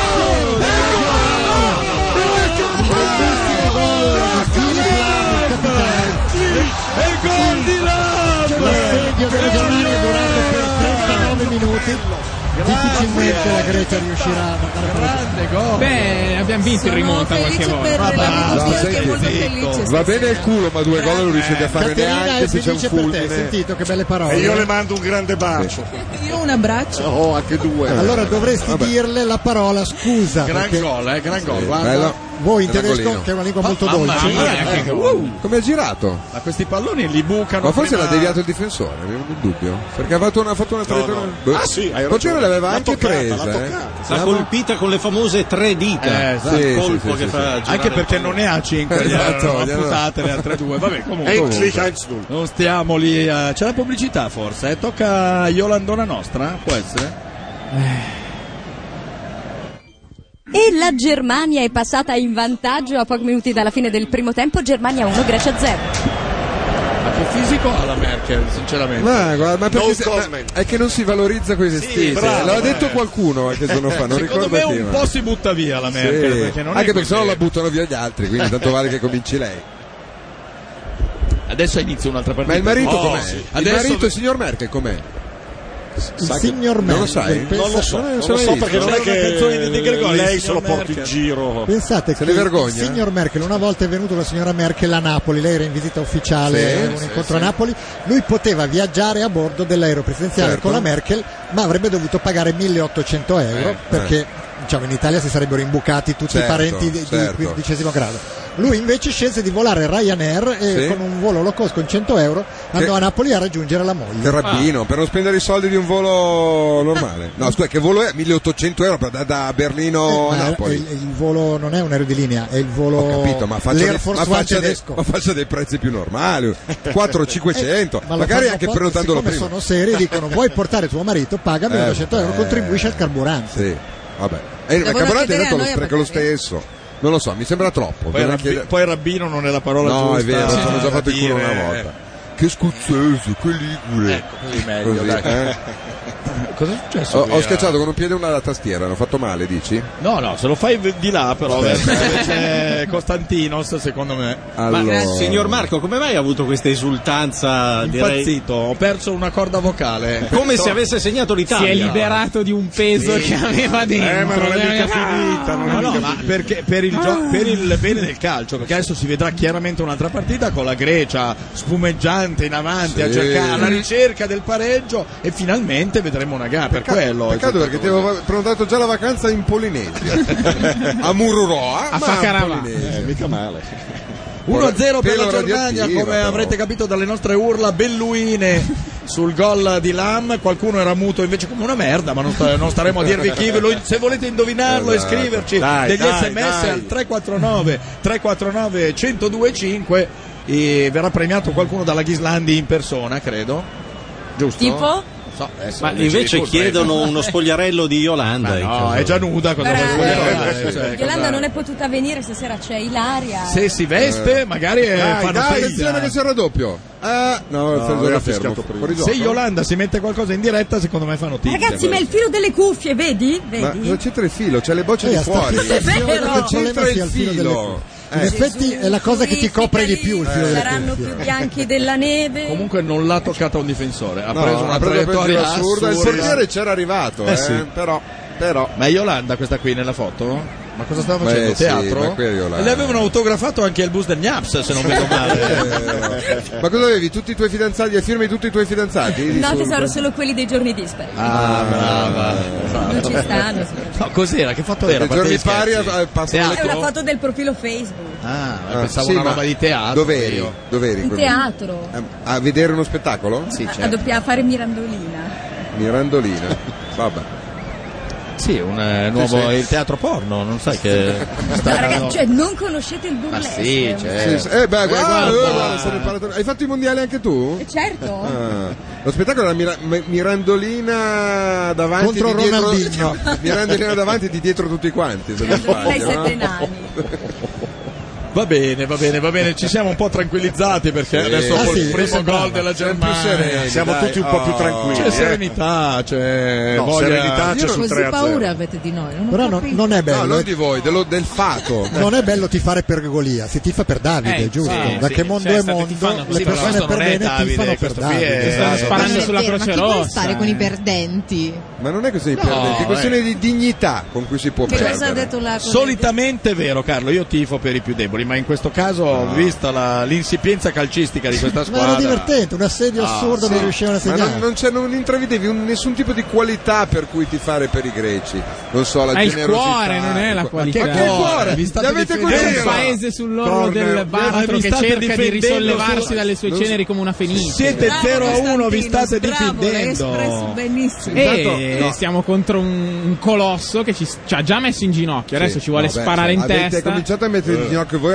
E gol di
L'assedio della Germania è durato per 39 minuti. Difficilmente la Grecia riuscirà a grande
gol.
Beh, abbiamo vinto in rimonta qualche volta.
No, senti, va bene il culo, ma due gol non riuscite a fare
Caterina è
neanche se c'è un
felice per te, hai
fulmine.
sentito che belle parole.
E io le mando un grande bacio.
Io un abbraccio.
Oh, anche due.
Allora dovresti
Vabbè.
dirle la parola scusa.
Eh, Gran
perché
gol, eh, gran gol,
Sì,
guarda.
bello. Voi in
Gran
tedesco,
golino.
che è una lingua
Ma-
molto
mamma
dolce, Eh,
mia, che gol.
Come ha girato?
Ma questi palloni li bucano.
Ma forse
prima-
l'ha deviato il difensore, avevo un dubbio. Perché ha fatto una, ha fatto una traiettoria.
no.
Beh,
Ah, sì, hai ragione.
Boccero Cioè, l'aveva
L'ha
anche
toccata,
presa.
l'ha
eh.
L'ha colpita con le famose tre dita.
Eh, esatto.
Il
Sì,
colpo
sì,
che
sì,
fa
sì.
girare
Anche
il
perché non
pallone.
ne ha 5,
eh,
Esatto,
esatto, Ecco.
gliel'hanno-
appuntate le altre due. Vabbè, comunque.
Ecco.
Endlich,
comunque.
Endlich.
Non stiamo lì. a- C'è la pubblicità forse? eh? Tocca a Yolandona nostra? Può essere?
E la Germania è passata in vantaggio a pochi minuti dalla fine del primo tempo, Germania 1, Grecia 0.
Ma che fisico ha la Merkel, sinceramente?
Ma, guarda, ma perché
No
se-
comment.
ma è che non si valorizza quei vestiti.
bravo,
L'ha
eh.
detto qualcuno qualche giorno fa, non
Secondo
ricordo
me
chi,
un
ma-
po' si butta via la
Sì.
Merkel. Perché non
Anche
è
perché
così.
sennò la buttano via gli altri, quindi tanto vale che cominci lei.
Adesso inizia un'altra partita.
Ma il marito
Oh,
com'è?
sì.
Il
Adesso-
marito, signor Merkel, com'è?
Il
Sa che-
signor
Non lo
Merkel,
sai?
pensa-
Eh,
Non lo
mai
so
visto.
perché non è
C'era una canzone di
che
De Gregori,
lei
il
se lo
signor
porti in
Merkel.
giro.
Pensate
Se
che
ne vergogna?
il
eh.
signor Merkel una volta è venuto la signora Merkel a Napoli, lei era in visita ufficiale
Sì,
a un
sì,
incontro
sì.
a Napoli, lui poteva viaggiare a bordo dell'aereo presidenziale
Certo.
con la Merkel, ma avrebbe dovuto pagare 1800 euro
Eh,
perché
eh.
diciamo, in Italia si sarebbero imbucati tutti
Certo,
i parenti di, di
certo.
quindicesimo grado. Lui invece scelse di volare Ryanair e
Sì.
con un volo low cost con 100 euro andò
Che-
a Napoli a raggiungere la moglie.
Che rabbino,
Ah.
per non spendere i soldi di un volo
(laughs)
normale. No, scusa, che volo è? 1800 euro per- da, da Berlino a
Eh, Ma è- è
Napoli.
il, il volo non è un aereo di linea, è il volo
Ho capito, ma faccia,
l'Air
dei,
Force
ma
One
faccia dei-
tedesco. Eh,
ma faccia dei prezzi
(laughs)
più normali, 4-500,
Ma lo
magari
fanno
anche
apposta,
prenotandolo
siccome
prima.
sono seri dicono vuoi portare tuo marito paga
Eh,
100 euro
eh,
contribuisci al carburante
Sì, vabbè. E il
Devono
carburante è
chiedere
dato
a
lo
noi a
spreco lo stesso. Non lo so, mi sembra troppo.
Poi,
Dovrei
rabbi-
chiedere-
poi rabbino non è la parola
no,
giusta.
è vero, ci hanno già
da
fatto il culo
dire. eh.
una volta.
Eh.
Che scuzzese, che ligure.
Ecco, così meglio, dai. Cosa è eh. successo
eh. Ho,
qui,
ho
eh?
schiacciato con un piede una tastiera, l'ho fatto male, dici?
No, no, se lo fai v- di là però, verso invece Costantinos, secondo me.
Allora.
Ma, eh, signor Marco, come mai ha avuto questa esultanza? direi-
Impazzito, ho perso una corda vocale.
Come se avesse segnato l'Italia.
Si è liberato di un peso che
Eh,
aveva dentro.
finita.
è mica
ma perché per il, gio- per il bene del calcio, perché adesso si vedrà chiaramente un'altra partita con la Grecia spumeggiante in avanti a
Sì.
cercare alla ricerca del pareggio e finalmente vedremo una gara. Per quello.
Peccato perché ti avevo prenotato già la vacanza in
(laughs)
Polinesia. a Mururoa,
A Eh,
ma
Fakarava.
in Polinesia.
mica male.
(laughs)
1-0 per la
Pelo
Germania,
radioattiva,
come
però.
avrete capito dalle nostre urla belluine sul gol di Lam. Qualcuno era muto invece come una merda, ma non, sta- non staremo a dirvi chi. ve lo- se volete indovinarlo e
Esatto.
scriverci
Dai,
degli
dai,
sms
dai.
al 349 349 1025 e verrà premiato qualcuno dalla Ghislandi in persona, credo. Giusto?
Tipo?
so, adesso
Ma
non ci
invece
ritorno, eh.
chiedono
(laughs)
uno spogliarello di Yolanda. diciamo.
Ma no, è già nuda cosa
Brava.
vuol dire?
Eh,
Cioè,
Yolanda
cosa-
non è potuta venire stasera, c'è Ilaria.
Se si veste, magari eh,
Dai,
fanno
dai,
perizia.
attenzione che c'è il raddoppio. Ah, no, il fermo era fermo. Fuori gioco.
Se Yolanda si mette qualcosa in diretta, secondo me fa notizia.
Ragazzi, ma il filo delle cuffie, vedi?
Ma
Vedi?
non c'entra il filo, c'è le bocce di fuori.
È vero.
problema
Non c'entra
sia
il
il filo delle
filo. Eh.
cuffie. In effetti è la cosa che ti copre di più il filo delle
Saranno
cuffie.
più bianchi della neve.
Comunque non l'ha toccata un difensore, ha
No,
preso una
ha preso per
traiettoria
giro assurda,
assurda.
il portiere c'era arrivato, eh, però- però-
Ma è Yolanda questa qui nella foto? Ma cosa stava
Beh,
facendo?
sì, ma
Teatro?
qui è Yolanda.
e le avevano autografato anche il bus del Naps, se non vedo
Eh,
male.
Ma cosa avevi? Tutti i tuoi fidanzati, le firme di tutti i (laughs) tuoi
eh,
fidanzati?
No, tesoro, solo quelli dei giorni dispari.
Ah, brava.
Non
Eh.
ci stanno.
No, cos'era? Che foto
Dei
era?
giorni pari
a
passano
È una foto del profilo Facebook.
Ah,
Ah,
pensavo
sì,
una
ma
roba di teatro.
Dove eri?
io.
Dove eri
In
quel-
teatro.
Eh, A vedere uno spettacolo? Sì,
A-
certo.
A, doppia- a fare Mirandolina.
Mirandolina. Vabbè.
Sì, un eh, nuovo il teatro porno, non sai (laughs) che
No, ragazzi, cioè, non conoscete il burlesque.
sì, certo.
Sì, sì. Eh, beh, guarda,
Guarda.
guarda, guarda, sono imparato- Hai fatto i mondiali anche tu?
Eh, Certo.
Ah, lo spettacolo era Mira- M- Mirandolina davanti
Contro
di dietro,
Ronaldinho.
(laughs) Mirandolina davanti di dietro tutti quanti, se non
Lei
sbaglio.
sette
no?
nani.
Va bene, va bene, va bene, ci siamo un po' tranquillizzati perché
Sì.
adesso
Ah,
col
sì,
primo
siamo
gol
bravi.
della
Siamo più
Germania
sereni, dai. Oh.
C'è serenità, c'è
No,
eh. Ah, cioè, voglia
serenità c'è
Io
sul
Così
non-
tre. 3 a zero.
paura avete di noi. Non ho
Però non-
capito.
non è bello. eh.
No, non eh. di voi, dello- del fato.
Non è bello tifare per Golia, si tifa per Davide,
Eh,
giusto?
sì,
Perché
sì,
mondo
cioè,
è
state
mondo,
tifando
le
così, però
persone
questo
per
non è
bene tifano
Davide,
per
questo qui è-
Davide.
Stanno sparando
Ma è
sulla
vero,
Croce
ma chi può
Rossa,
stare
eh.
con i perdenti?
Ma non è così
No,
perdente, è
eh.
questione di dignità con cui si può
Che cosa
perdere.
ha detto la-
Solitamente è vero, Carlo, io tifo per i più deboli, ma in questo caso, vista la- l'insipienza calcistica di questa
Ma era
squadra,
divertente, un assedio
Ah,
assurdo
sì.
non riuscivano a
Ma
segnare.
non, non, c'è- non intravedevi un- nessun tipo di qualità per cui tifare per i greci. Non so, la
Ma il
generosità.
cuore, non è la
Ma
qualità.
che- Ma che cuore?
Vi state
Li (laughs) avete
difendendo.
quelli-
È un paese sull'orlo
Corner.
del baratro
Vi
che
state
cerca di
difendendo
risollevarsi
su-
dalle sue
non-
ceneri come una fenice.
siete 0 a 1, vi state
bravo, l'hai espresso
difendendo.
benissimo.
Intanto- no.
stiamo Eh, contro un, un colosso che ci, ci ha già messo in ginocchio. Adesso
Sì,
ci vuole
vabbè,
sparare in
cioè, avete
testa.
cominciato a mettere in
Eh.
ginocchio voi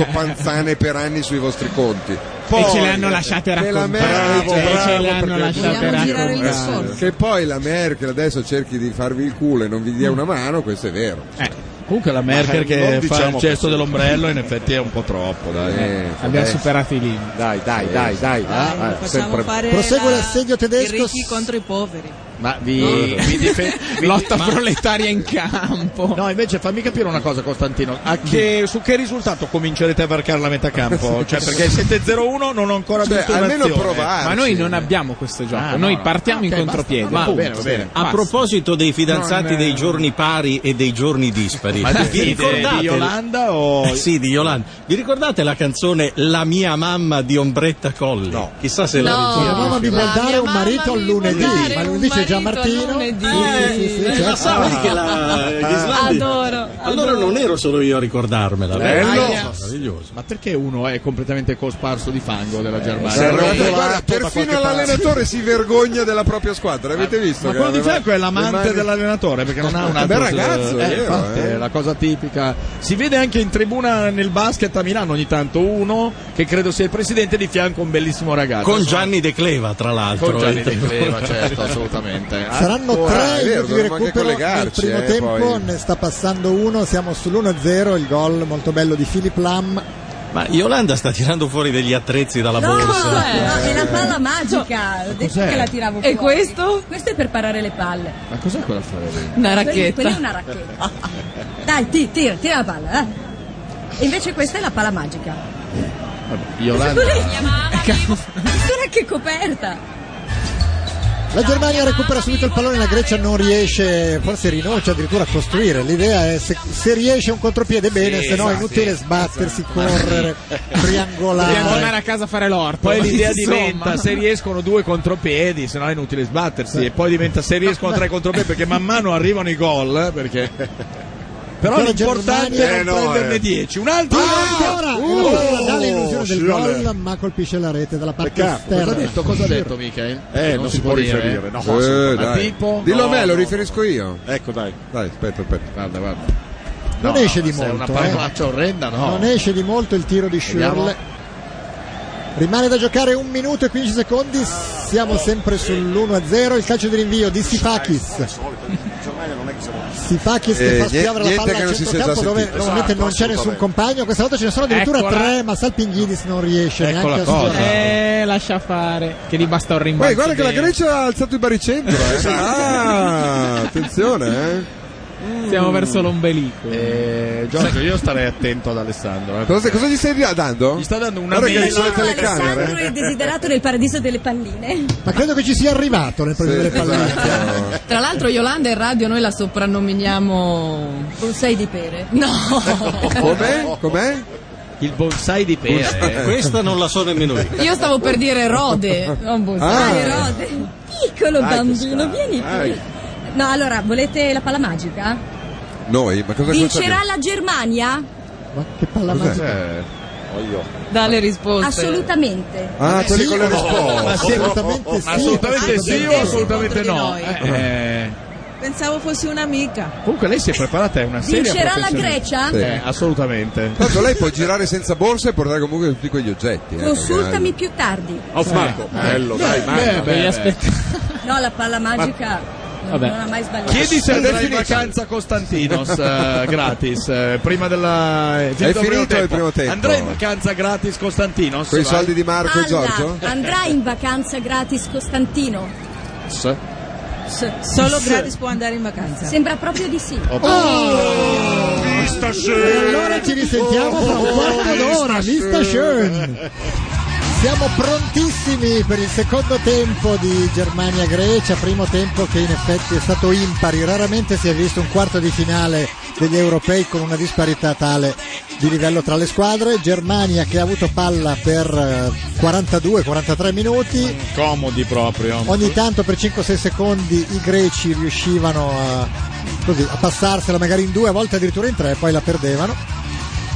(laughs) Eh.
panzane per anni sui vostri conti.
e ce le hanno lasciate
Che la
raccontare.
Merkel,
Cioè, ce
bravo,
le hanno
perché-
lasciate raccontare. Eh.
Che poi la Merkel adesso cerchi di farvi il culo e non vi dia
Mm.
una mano, questo è vero.
Eh,
Comunque la Merkel
Ma
che
non
fa
diciamo
il gesto
così.
dell'ombrello in effetti è un po' troppo, dai.
Eh,
Abbiamo
Eh.
superato i limiti.
Dai, dai, dai, dai.
Dai,
Ah, sempre-
Prosegue l'assedio tedesco.
contro i poveri.
Ma vi, vi dife- (laughs) vi-
Lotta
ma-
proletaria in campo.
No, invece fammi capire una cosa, Costantino. A che- su che risultato comincerete a varcare la metà (laughs) campo? Cioè, perché siete 0-1, non ho ancora
Cioè,
visto
almeno
un'azione.
provarci. Ma noi non abbiamo questo gioco.
Ah,
Noi
no.
partiamo
Ah,
in
ok,
contropiede.
basta. Va
Punto.
bene, va bene.
A
Basta.
proposito dei fidanzati
Non, eh,
dei giorni pari e dei giorni dispari,
Ma
vi
di-
ricordate
di Yolanda o-
Eh sì, di Yolanda. Vi ricordate la canzone La mia mamma di Ombretta Colli? No. Chissà se la
No, la mamma mi vuol dare un marito al lunedì,
dare
ma
un
lunedì c'è
marito
Gianmartino.
lunedì.
Sì, sì,
Eh,
sì, certo.
la
Ah,
sa, vedi che la- l'Islanda-
Adoro.
Allora non ero solo io a ricordarmela.
Bello.
Eh, meraviglioso.
Ma perché uno è completamente cosparso di fango della Germania?
Guarda,
Eh, È rotolato
guarda,
da qualche
perfino
parte.
l'allenatore si vergogna della propria squadra, avete visto?
Ma
che
quello di
aveva-
fianco è
le
l'amante
mani-
dell'allenatore perché non ha un
Un
altro
bel ragazzo,
eh,
è vero,
infatti,
eh.
è la cosa tipica. Si vede anche in tribuna nel basket a Milano ogni tanto uno che credo sia il presidente di fianco un bellissimo ragazzo.
Con Gianni De Cleva, tra l'altro.
Con Gianni De
Eh,
Cleva, certo,
(laughs)
assolutamente.
Saranno
Ancora, Ah, è
tre
vero,
minuti di
dovremmo anche
recupero nel
collegarci,
primo
eh,
tempo,
poi.
ne sta passando uno, siamo sull'1-0, il gol molto bello di Philip Lam.
Ma Yolanda sta tirando fuori degli attrezzi dalla
No,
borsa.
no, è la palla magica. Ho detto
eh. cos'è?
che la tiravo fuori.
E questo?
Questo è per parare le palle.
Ma cos'è quella fare?
Una
Quella- Quella è
racchetta.
una racchetta. Dai, ti- tira, tira la palla. eh. Invece questa è la palla magica.
Yolanda.
Guarda che coperta.
La Germania recupera subito il pallone, la Grecia non riesce, forse rinuncia addirittura a costruire. L'idea è se, se riesce un contropiede bene,
Sì,
se no è
esatto,
inutile
sì,
sbattersi,
esatto.
correre, triangolare.
Dobbiamo andare a casa a fare l'orto.
Poi l'idea
Insomma.
diventa se riescono due contropiedi, se no è inutile sbattersi. E poi diventa se riescono tre contropiedi perché man mano arrivano i gol. eh, Perché... Però
Quella
l'importante
Germania-
è
Eh,
non
no,
prenderne
eh. Ah!
10. Un altro
Ancora!
Uh,
E la palla dà l'illusione del
Schürrle.
gol, ma colpisce la rete dalla parte
Peccato.
esterna.
Cosa ha detto? Cosa ha detto, Michael?
Eh, non, si, può riferire.
no,
Eh,
assolutamente.
dai.
Tipo?
Dillo
No,
a me, lo
no.
riferisco io.
Ecco, dai.
Dai, aspetta, aspetta.
Guarda, guarda.
Non
No,
esce
ma
di
se è una
molto. eh.
parolaccia orrenda, no.
Non esce di molto il tiro di
Vediamo.
Schürrle. Rimane da giocare 1 minuto e 15 secondi, siamo sempre sull'1-0, il calcio di rinvio di Sifakis. Sifakis che
Eh,
fa
nie-
spiavare la
niente
palla
che
al
non si sia già
centrocampo dove
sentito.
normalmente non c'è
Esatto,
nessun
assolutamente.
compagno, questa volta ce ne sono addirittura
Eccola.
tre, ma Salpinghidis non riesce
Ecco
Eccola
neanche a
cosa.
suggerire.
Eh, lascia fare. Che gli basta un rimbalzo.
Guarda, Eh, guarda che la
dentro.
Grecia ha alzato il baricentro. eh. Ah, attenzione, eh.
Siamo verso l'ombelico.
Eh, Giorgio, io starei attento ad Alessandro. eh,
Cosa,
perché-
cosa gli stai ah, dando? Gli
sta dando una
Guarda che
mela.
ci sono le
No,
telecamere. eh.
Alessandro è desiderato nel paradiso delle palline.
Ma credo che ci sia arrivato nel periodo
Sì,
delle palline.
Tra l'altro Yolanda in radio noi la soprannominiamo
Bonsai di pere.
No.
Com'è? Com'è?
Il bonsai di
Eh,
pere.
questa non la so nemmeno io.
Io stavo per dire
(laughs)
rode, non bonsai.
Ah.
rode.
Piccolo
Dai,
bambino,
Toscana,
vieni qui.
dai.
No, allora, volete la palla magica?
Noi, ma cosa
Vincerà la Germania?
Che palla
magica.
Dalle risposte.
Assolutamente.
Ah, quelli con le risposte.
Oh, Ma sì,
assolutamente
sì. Assolutamente sì o assolutamente no. Eh,
Pensavo fossi un'amica.
comunque lei si è preparata, è una seria
Vincerà la Grecia?
professionista.
Sì.
Eh, assolutamente.
Tanto lei può girare senza borsa e portare comunque tutti quegli oggetti. eh,
Consultami più tardi.
magari.
Oh, bello, dai, Marco.
Devi
(laughs) No, la palla magica non-
Vabbè.
non ha mai sbagliato.
Chiedi se
Sì,
andrai in vacanza a Costantinos eh, gratis. eh, prima della. eh,
È finito il primo tempo.
Andrai in vacanza gratis Costantinos.
Con i
vai?
soldi di Marco e
Alla,
Giorgio?
andrà in vacanza gratis Costantino.
Solo gratis può andare in vacanza.
Sembra proprio di sì.
Oh!
Oh!
E allora ci risentiamo tra un quarto d'ora, Vista Schön. Siamo prontissimi per il secondo tempo di Germania-Grecia, primo tempo che in effetti è stato impari, raramente si è visto un quarto di finale degli europei con una disparità tale di livello tra le squadre, Germania che ha avuto palla per eh, 42-43 minuti,
Comodi proprio.
Ogni tanto per 5-6 secondi i greci riuscivano a, così, a passarsela magari in due, a volte addirittura in tre, poi la perdevano.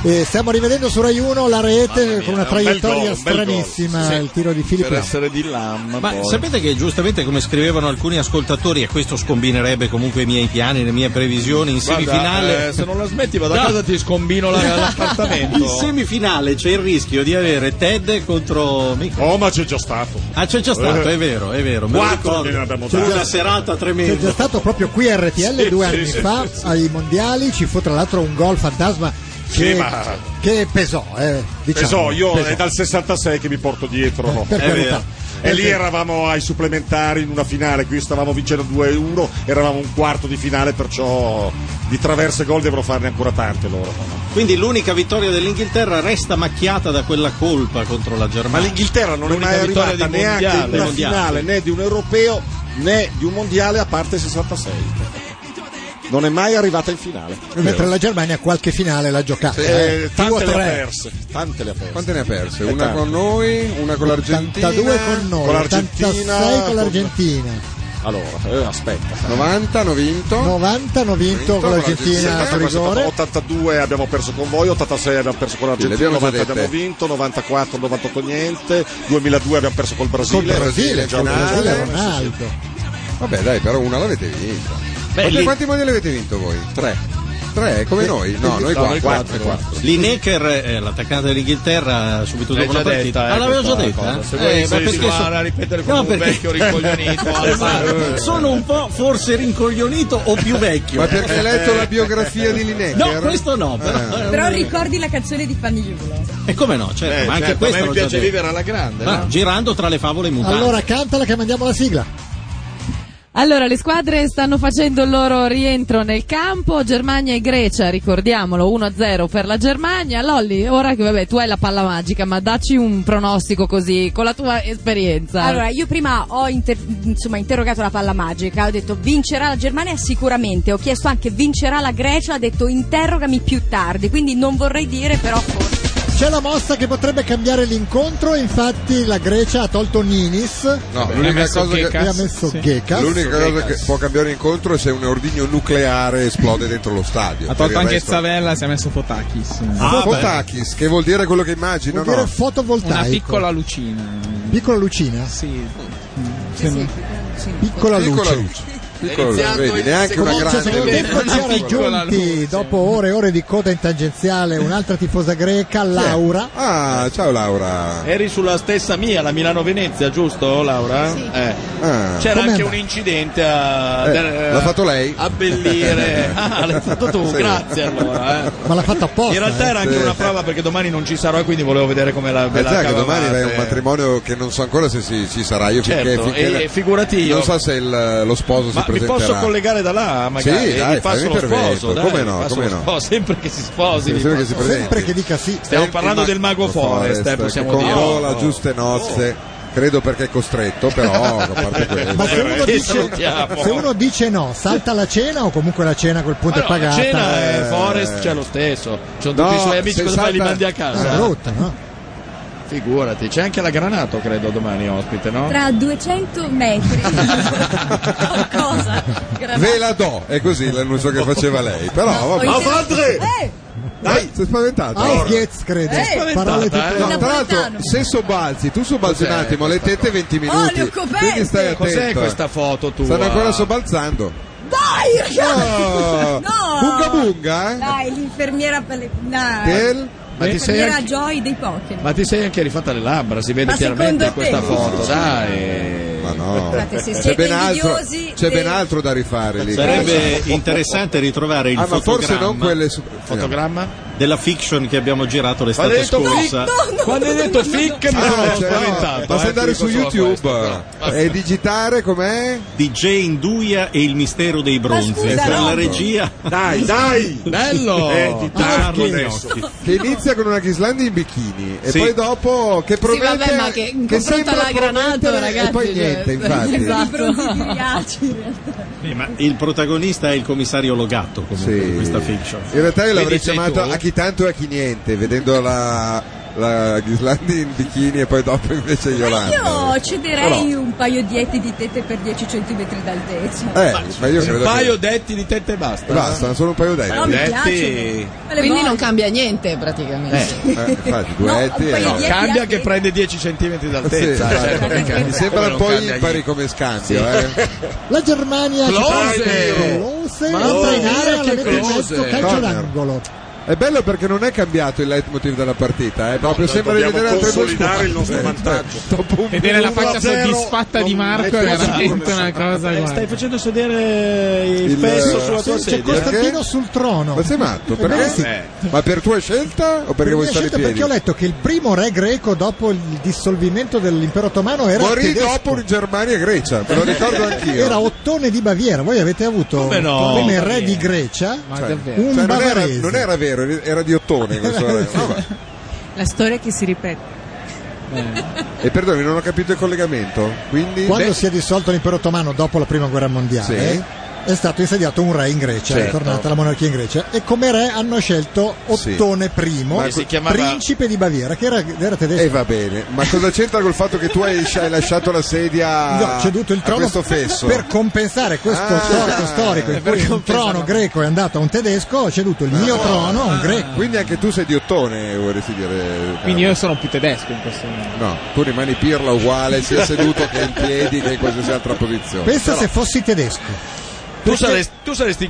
E stiamo rivedendo su Rai 1 la rete con una
è un bel
traiettoria
gol, un bel gol.
stranissima,
Sì.
il tiro di Filippo.
di Lam.
Ma sapete che giustamente come scrivevano alcuni ascoltatori, e questo scombinerebbe comunque i miei piani, le mie previsioni in
Guarda,
semifinale.
eh, se non la smetti vado a
No.
casa e ti scombino la- (laughs) l'appartamento.
(laughs) In semifinale c'è il rischio di avere Ted contro Mico.
Oh, ma c'è già stato. Eh.
Ah, c'è già stato, è vero, è vero. me lo
Quattro
ricordo.
gliene abbiamo
Fu
date.
una serata
C'è già
tremenda.
stato proprio qui a RTL
Sì,
due
sì,
anni
sì,
fa
sì,
ai mondiali, ci fu tra l'altro un gol fantasma
Sì,
che,
ma-
che pesò. Eh, diciamo,
Pesò, io
pesò.
è dal 66 che mi porto dietro. no?
per
È
carità.
vero. E lì eravamo ai supplementari in una finale, qui stavamo vincendo 2-1, eravamo un quarto di finale, perciò di traverse gol devono farne ancora tante loro.
Quindi l'unica vittoria dell'Inghilterra resta macchiata da quella colpa contro la Germania.
Ma l'Inghilterra non è
L'unica
mai
vittoria
arrivata
di
neanche
mondiale,
in una
mondiale.
finale né di un europeo né di un mondiale a parte il 66. Non è mai arrivata in finale.
Mentre la Germania qualche finale l'ha giocata.
Eh,
eh. Due o
tante le ha
tre.
perse, tante le ha perse.
Quante ne ha perse?
Eh,
Una
tante.
con noi, una con l'Argentina.
82 con noi,
con
86 con
l'Argentina.
l'Argentina.
Allora, eh, aspetta.
90 hanno vinto.
90 hanno vinto con l'Argentina a
70,
rigore.
82 abbiamo perso con voi, 86 abbiamo perso con
Sì, le
l'Argentina,
abbiamo già
90 abbiamo
dette.
vinto, 94, 98 niente, 2002 abbiamo perso col Brasile,
Col Brasile,
già
col Brasile,
finale.
Ronaldo.
Vabbè, dai, però una l'avete vinta. Quanti,
lì-
quanti mondiali avete vinto voi? Tre. Tre, come
Eh,
noi? No, noi
No,
quattro.
noi quattro, Lineker, eh, l'attaccante dell'Inghilterra, subito
L'hai
dopo la
già
partita.
detta, eh,
ah, l'avevo già
questa
detta?
cosa. Se vuoi
ma perché
insinuare
so-
a ripetere come un vecchio
(laughs)
rincoglionito,
Ma
Alessandro.
sono un po' forse rincoglionito o più vecchio.
Ma perché hai letto la biografia di
No,
Lineker? Eh.
questo no, però.
Però ricordi la canzone di Fanniulo.
(laughs) E come no? Certo,
Eh,
ma anche
certo, a
questo
me mi
l'ho già
piace
detto.
vivere alla grande,
Ma
no?
girando tra le favole mutate.
Allora cantala che mandiamo la sigla.
Allora, le squadre stanno facendo il loro rientro nel campo. Germania e Grecia, ricordiamolo, 1-0 per la Germania. Lolli, ora che vabbè, tu hai la palla magica, ma dacci un pronostico così, con la tua esperienza.
Allora, io prima ho inter- insomma, interrogato la palla magica, ho detto vincerà la Germania sicuramente, ho chiesto anche vincerà la Grecia, ha detto interrogami più tardi, quindi non vorrei dire però forse.
C'è la mossa che potrebbe cambiare l'incontro, infatti la Grecia ha tolto Ninis.
No, l'unica cosa, che,
e ha messo Gekas.
l'unica cosa che può cambiare l'incontro è se un ordigno nucleare esplode dentro lo stadio.
Ha tolto
Per il
anche
resto-
Savella, si è messo Fotakis.
Ah, Fotakis, che vuol dire quello che immagino,
Vuol dire
no?
fotovoltaico.
Una piccola lucina.
Piccola lucina?
Sì.
Piccola luce.
Piccola Piccolo,
Iniziato
vedi,
il
neanche una
secondo
grande
tempo,
luce.
c'era
Siamo giunti dopo ore e ore di coda in tangenziale un'altra tifosa greca, Laura.
Ah, ciao Laura.
Eri sulla stessa mia, la Milano-Venezia, giusto Laura? Eh. C'era
Come
anche
andava?
un incidente a...
Ah. Eh,
da-
l'ha fatto lei?
A
(laughs)
Bellire. ah, l'hai fatto tu,
Sì.
grazie allora. eh.
Ma l'ha fatta apposta.
In realtà era anche una prova perché domani non ci sarò e quindi volevo vedere come la ve
Eh
la
già che domani
cavavate.
vai a un matrimonio che non so ancora se si- ci sarà io finché,
Certo,
finché
e-
la-
e figurati io.
non so se il- lo sposo si
Ma vi
presenterà
posso collegare da là magari? eh,
Sì, dai,
Mi passo
fammi
lo
intervento.
sposo, dai,
Come
mi
no,
passo
come
lo
no.
sposo, sempre che si sposi. mi
Sempre che
passo.
si presenti.
Sempre che dica sì.
Stiamo parlando
Il
del mago Forest, eh, possiamo
eh, che
dire. Oh.
convola
No.
giuste nozze credo perché è costretto però a
(laughs)
parte questo
Ma se uno,
Ti
dice,
salutiamo.
se uno dice no, salta la cena o comunque la cena a quel punto è
Ma no, la
pagata? eh.
cena è Forest c'è lo stesso. Ci sono tutti
No,
i suoi amici,
se
cosa fai? Li
salta-
mandi a casa?
È
Eh.
brutta, no?
Figurati, c'è anche la Granato, credo, domani ospite, no?
Tra 200
(laughs)
metri. Qualcosa.
ve la do è così l'annuncio che faceva lei però vabbè
Ho intero- Eh,
dai sei spaventato
Auschwitz, credo.
Eh,
Parole tipo-
No, tra l'altro, se sobbalzi, tu sobbalzi
Cos'è
un attimo le
questa
tette 20
cosa?
minuti.
Oh, le ho coperte!
quindi stai attento.
Cos'è questa foto tua?
Stanno ancora sobbalzando.
Dai, ragazzi!
(laughs)
Oh,
No!
Bunga bunga?
Dai, l'infermiera per dai.
Del? Ma ti sei
L'infermiera
anche-
Joy dei
(laughs)
Pokémon.
Ma ti sei anche rifatta le labbra, si vede
Ma
chiaramente in
secondo
questa
te?
foto, dai.
Ma no.
Guardate, se
C'è
siete
ben altro,
invidiosi
c'è ben
del-
altro da rifare lì.
Sarebbe interessante ritrovare il
Eh, Ah, ma
fotogramma,
forse non quelle su-
fotogramma
della fiction che abbiamo girato l'estate
detto
scorsa.
Quando hai detto fic mi sono
Ah, cioè, no,
spaventato.
basta
eh,
andare
ti dico
su
solo
YouTube
questo, però.
e digitare com'è?
DJ Induia e il mistero dei bronzi.
scusa,
Con la
no.
regia.
Dai, dai!
(laughs)
(laughs)
Bello!
Eh, di tanto
Carlo
adesso.
Gnocchi.
Che inizia con una ghislanda in bikini e
Sì.
poi dopo che
vabbè,
promette
ma che in confronto
sembra
alla Granato,
promettere
ragazzi,
e poi
cioè,
niente, infatti.
Esatto.
Eh, ma il protagonista è il commissario Logatto comunque
Sì.
di questa fiction.
In realtà io l'avrei
Quindi sei
chiamato
tu?
a chi tanto e a chi niente, vedendo la, la Ghislandi in bikini e poi dopo invece Yolanda.
Io cederei
O
un paio di etti di tette per 10 cm d'altezza.
Eh, ma io credo
Un
che-
paio detti di tette e basta.
Basta, solo un paio d'etti.
Però mi Detti- piacciono.
Quindi non cambia niente
Eh,
praticamente.
Eh, (laughs) infatti, due etti e-
No, cambia che prende 10 cm d'altezza.
Sì,
Cioè,
infatti.
perché-
Mi sembra
come
un
non
po'
cambia
impari
niente?
come scambio,
Sì.
eh.
La Germania
Close!
ci prende. Close,
Ma
entra in
oh,
area,
che
la mette in
close.
mezzo, calcio
Corner.
d'angolo.
È bello perché non è cambiato il leitmotiv della partita, eh. Proprio
No,
sembra di
dobbiamo
vedere altre due
consolidare
squadre.
il nostro
Eh,
vantaggio.
dopo un
Vedere la
uno a
faccia
zero,
soddisfatta di Marco è
metto
veramente una cosa.
Eh,
guarda.
Stai facendo sedere il,
Il-
peso sulla tua
Sì, c'è
sedia.
Costantino
Perché?
sul trono.
Ma sei matto?
Eh, beh, sì.
Perché? Ma per tua scelta o perché
Per
vuoi
mia
stare in
scelta,
piedi?
perché ho letto che il primo re greco dopo il dissolvimento dell'impero ottomano era
Morì
tedesco. Eh.
dopo in Germania e Grecia, me lo ricordo anch'io.
Era Ottone di Baviera, voi avete avuto
Come no?
Ottone
Baviera.
re di Grecia,
Cioè,
un
cioè, non, era,
bavarese.
non era vero, era di
(laughs)
Ottone. questo re. Vabbè.
La storia che si ripete.
Eh. E perdoni, non ho capito il collegamento. Quindi,
Quando
Beh,
si è dissolto l'impero ottomano dopo la prima guerra mondiale,
Sì.
è stato insediato un re in Grecia, è
Certo.
tornata la monarchia in Grecia, e come re hanno scelto Ottone
Ma
I,
si chiamava-
principe di Baviera, che era, era tedesco.
E va bene, ma cosa c'entra col fatto che tu hai, hai lasciato la sedia
No, ho ceduto il
a
trono
questo fesso?
per compensare questo
Ah.
torto storico in
Per
cui un
compensare.
trono greco è andato a un tedesco, ho ceduto il
Ah.
mio trono a un greco.
Quindi anche tu sei di Ottone, vorresti dire.
Quindi
Carlo.
io sono più tedesco in questo momento.
No, tu rimani pirla uguale, sia seduto che in piedi che in qualsiasi altra posizione.
Pensa
Però-
se fossi tedesco.
Tu saresti, tu saresti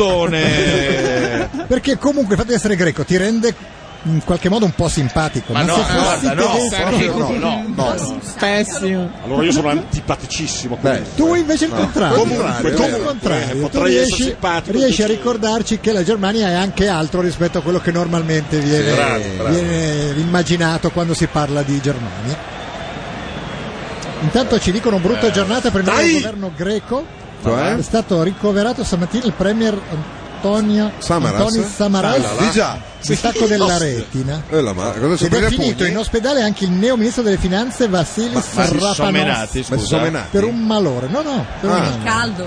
(laughs)
ghiottone.
Eh, Perché comunque il fatto di essere greco ti rende in qualche modo un po' simpatico. Ma,
Ma no,
se fossi
guarda, no,
tedesco,
proprio no, no,
Pessimo.
Allora io sono antipaticissimo. comunque.
Tu invece il
No.
contrario.
Comunque,
Tu
comunque,
il contrario.
eh,
Tu
potrei essere
riesci,
simpatico.
riesci a ricordarci che la Germania è anche altro rispetto a quello che normalmente viene,
Sì, bravo, bravo.
viene immaginato quando si parla di Germania. Intanto ci dicono brutta
Eh.
giornata per il nuovo
Dai!
governo greco.
Cioè?
È stato ricoverato stamattina il premier Antonio
Samaras?
Antonis Samaras
Ah, là, là. Di già.
distacco della retina.
Eh, la ma- cosa si
Ed
prende
è
a
finito eh,
pugni?
in ospedale anche il neo ministro delle finanze Vassilis
ma si sono
Sarrapanos
menati, Ma si sono scusa? menati?
per un malore. No, no, per un
Ah.
malore.
Caldo.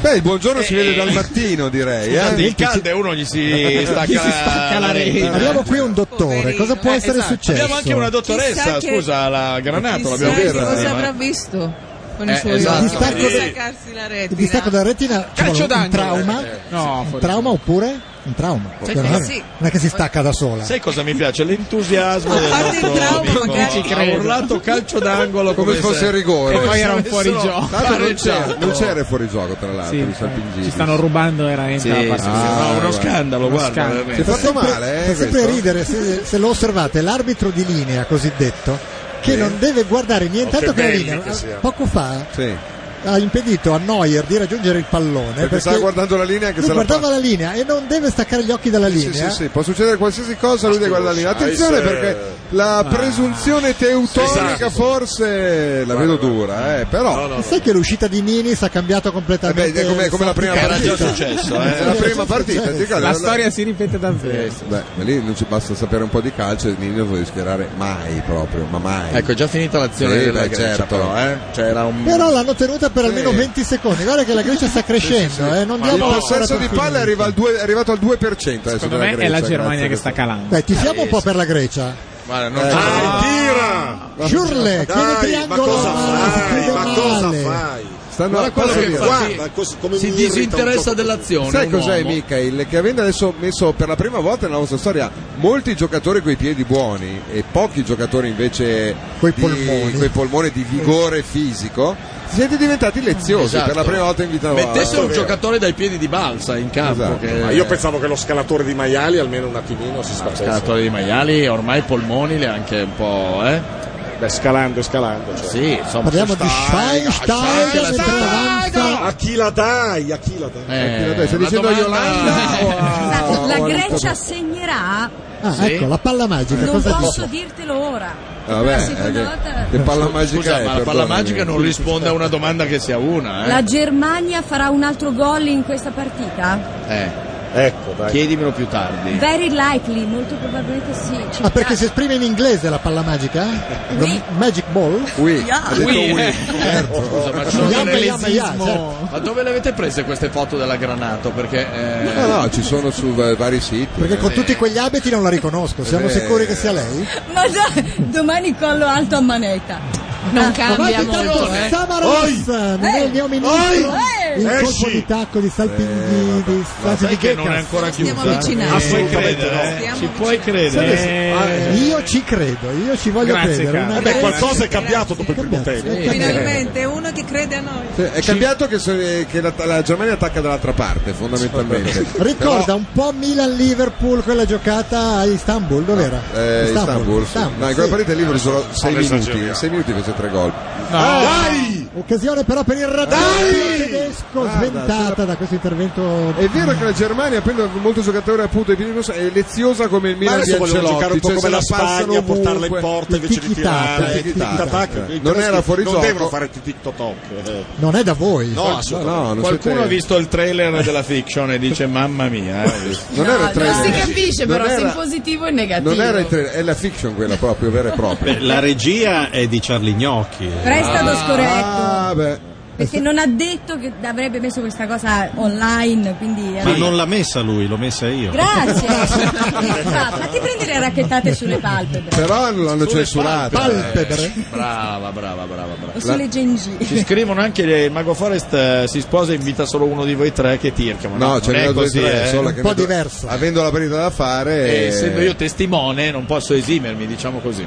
Beh, il buongiorno si vede dal mattino, direi.
Scusate,
eh?
il caldo è uno gli
(laughs)
si stacca,
Gli si stacca la
rete.
Abbiamo qui un dottore, cosa
Eh,
può essere
esatto.
successo?
Esatto. Abbiamo anche una dottoressa,
Chissà che-
scusa, la Granato,
Chissà
l'abbiamo
che
vista eh,
cosa
prima.
avrà visto con
Eh,
i suoi
esatto.
occhi
Distacco
per
del-
staccarsi la retina.
Il distacco della retina, ci
Calcio
vuole un
d'angolo.
trauma,
Eh,
un trauma oppure un trauma.
Sai
Cioè, non,
cosa-
è,
sì.
non è che si stacca da sola.
Sai cosa mi
(laughs)
piace? L'entusiasmo
A
del
parte il
nostro
trauma,
amico.
magari. Ci
Ha
credo.
urlato calcio d'angolo come,
Come fosse
se-
rigore.
E
Come
poi era un
se avessero-
fuorigioco.
Ah,
Tanto non c'era,
Pareggiato.
non c'era il fuorigioco, tra l'altro.
Sì,
di Salpingidis.
ci stanno rubando veramente
Sì,
la partita.
sì, sì, no, uno scandalo,
Uno
guarda,
scandalo.
veramente. Si è fatto male, eh,
Fa sempre
questo?
ridere se, se lo osservate, l'arbitro di linea cosiddetto, che
Sì.
non deve guardare
Oh, che
nient'altro che la
belli
linea.
che sia.
Poco fa
Sì.
ha impedito a Neuer di raggiungere il pallone
Perché, stava guardando la linea che
lui
se la
guardava la linea e non deve staccare gli occhi dalla
Sì,
eh?
linea.
sì, sì, può succedere qualsiasi cosa, lui deve guardare la linea. Attenzione
Scheisse.
perché
Ah.
la presunzione teutonica
Esatto.
forse la vedo dura, eh, però
E sai che l'uscita di Ninis ha cambiato
Eh beh,
completamente
è come, come la prima
Era
partita.
già successo, eh.
È la prima partita, ti ricordi? eh,
La storia si ripete davvero.
Beh, ma lì non ci basta sapere un po' di calcio e Nino non devi schierare mai proprio, ma mai.
Ecco, è già finita l'azione
Sì,
della
beh,
Grecia,
certo.
però, eh. Cioè, era un-
(laughs) Però l'hanno tenuta per almeno
Sì.
20 secondi. Guarda che la Grecia sta crescendo, eh. non
il
diamo ancora
possesso
per
di
finita.
palla arriva al due- è arrivato al 2%. adesso
Secondo
della
me è la
Grecia,
Germania
grazie
che
a
sta
questo.
calando.
Dai, tifiamo un po' per la Grecia.
Guarda,
Eh,
non c'è-
tira! Giurle, chiede triangolo.
ma cosa fai? Stanno
Guarda quello
posso
che
dire?
fa,
Guarda,
si-
cos-
si
mi irrita
disinteressa
un po'
dell'azione,
Sai
un
cos'è,
uomo.
Michael? Che avendo adesso messo per la prima volta nella nostra storia molti giocatori coi piedi buoni e pochi giocatori invece coi
polmoni.
coi polmoni di vigore fisico, siete diventati leziosi
Esatto.
per la prima volta in vita
Mettesse un
vostra.
giocatore dai piedi di balsa in campo.
Esatto.
che-
Ma io pensavo che lo scalatore di maiali almeno un attimino si
Il
spaccasse.
scalatore di maiali ormai i polmoni le ha anche un po', eh?
Beh, scalando e scalando.
Sì, insomma, Ah,
Parliamo di
Steiger,
Schweinsteiger
Steiger,
mentre avanza.
A chi la dai? A chi la dai?
Eh,
A chi la dai? Stai
una
dicendo a
domanda-
Yolanda
(laughs)
o a-
Esatto, la
oh,
Grecia
guarda.
segnerà.
Ah,
Sì.
ecco, la palla magica.
Non
cosa
posso
dice?
dirtelo ora.
Ah, vabbè,
La seconda
eh, che-
volta-
che palla magica
Scusa,
è,
ma la palla
perdonami.
magica non risponde a una domanda che sia una, eh?
La Germania farà un altro gol in questa partita?
Eh. Ecco, dai. Chiedimelo più tardi.
Very likely, molto probabilmente sì. Ci
Ah, perché
sta.
si esprime in inglese la palla magica? The
Oui.
Magic Ball?
Oui,
Yeah.
Ha detto
(laughs) Oui.
oui.
Certo.
eh. Scusa, ma ci sono
Yama,
delle
yama, yama,
lesismo.
certo.
Ma dove le avete prese queste foto della Granato? Perché eh,
No, no, Ah, ci sono su va- vari siti.
Perché con
Eh.
tutti quegli abiti non la riconosco. Siamo
Eh.
sicuri che sia lei?
Ma dai, domani collo alto a manetta.
Ah,
Non
Avanti intanto Samaras,
eh,
nel mio ministro,
eh. Oi!
il colpo
Esci! Eh,
di tacco di Salpinghi, di
ma
Sassi
sai
di
che non è
Gekas.
ancora chiusa?
avvicinando.
Ah, puoi
Assolutamente
credere, eh? Ci puoi credere. Eh,
Sai che- Io ci credo, io ci voglio
Grazie,
credere.
Carlo.
Una
Eh beh,
grande-
qualcosa è cambiato dopo il primo
Cambiato,
tempo.
è cambiato.
Finalmente uno che crede a noi.
Sì, È cambiato che, se- che la, la Germania attacca dall'altra parte, fondamentalmente.
Ricorda un po' Milan-Liverpool quella giocata a Istanbul, dove era?
Però, eh, Istanbul, sì. No, in quella
sì.
partita lì solo 6
Adesso
minuti.
giriamo.
6 minuti fece 3 gol.
Dai! Ah, Occasione però per il raddoppio tedesco
Guarda,
sventata da questo intervento.
È vero che la Germania, prende molto giocatore appunto di Pirlo, è leziosa come il Milan di
Eh, adesso vogliono
Ancelotti,
giocare un po'
cioè,
come
se
la Spagna,
passano
portarla in
ovunque.
porta invece di
tiki-taka,
tirare.
eh, tiki-taka.
Tiki-taka.
Eh,
I
non
tedeschi
era fuori
non
gioco.
devono fare TikTok. eh.
Non è da voi.
No, assolutamente.
no, non
Qualcuno
siete-
ha visto il trailer della fiction e dice mamma mia. eh.
Non era il
non si
trailer.
capisce
Non
però se
era-
in positivo o in negativo.
Non era il trailer, è la fiction quella proprio, vera e propria.
Beh, la regia è di Charlie Gnocchi.
Resta lo scoretto.
Ah, beh.
Perché non ha detto che avrebbe messo questa cosa online, quindi... eh,
Ma non l'ha messa lui, l'ho messa io.
Grazie! Ah, fatti prendere racchettate sulle palpebre.
Però l'hanno censurato.
Palpebre.
Brava, brava, brava, brava.
O sulle gengive.
Ci scrivono anche che il Mago Forest eh, si sposa e invita solo uno di voi tre che tirca. ma
No, ce
non è
n'erano due o
così,
tre,
eh.
solo che avendo- Avendo la partita da fare,
E
eh,
essendo io testimone non posso esimermi, diciamo così.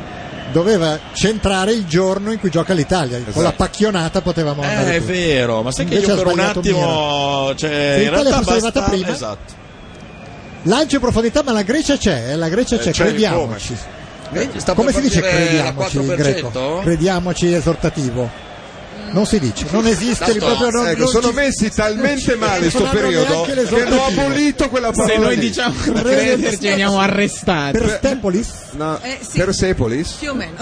Doveva centrare il giorno in cui gioca l'Italia. Con
Esatto.
la pacchionata potevamo andare.
Eh, è
tutti.
vero, ma sai che
Ah,
io
Invece ha
per un
sbagliato
attimo. Cioè,
Se
in
l'Italia
realtà
fosse arrivata
basta-
prima-
Esatto.
Lancio in profondità, ma la Grecia c'è, eh, la Grecia
Eh,
c'è,
c'è il
crediamoci. Eh, Come si dice crediamoci in greco? Crediamoci esortativo. Non si dice, non esiste il proprio non,
Ecco,
non
sono
ci-
messi talmente
non ci-
male sto
non hanno
periodo
neanche
che hanno
l'esortativo.
abolito quella parola.
Se noi
lì.
diciamo di crederci veniamo arrestati.
Persepolis?
No,
Eh, sì.
Persepolis?
Più o meno.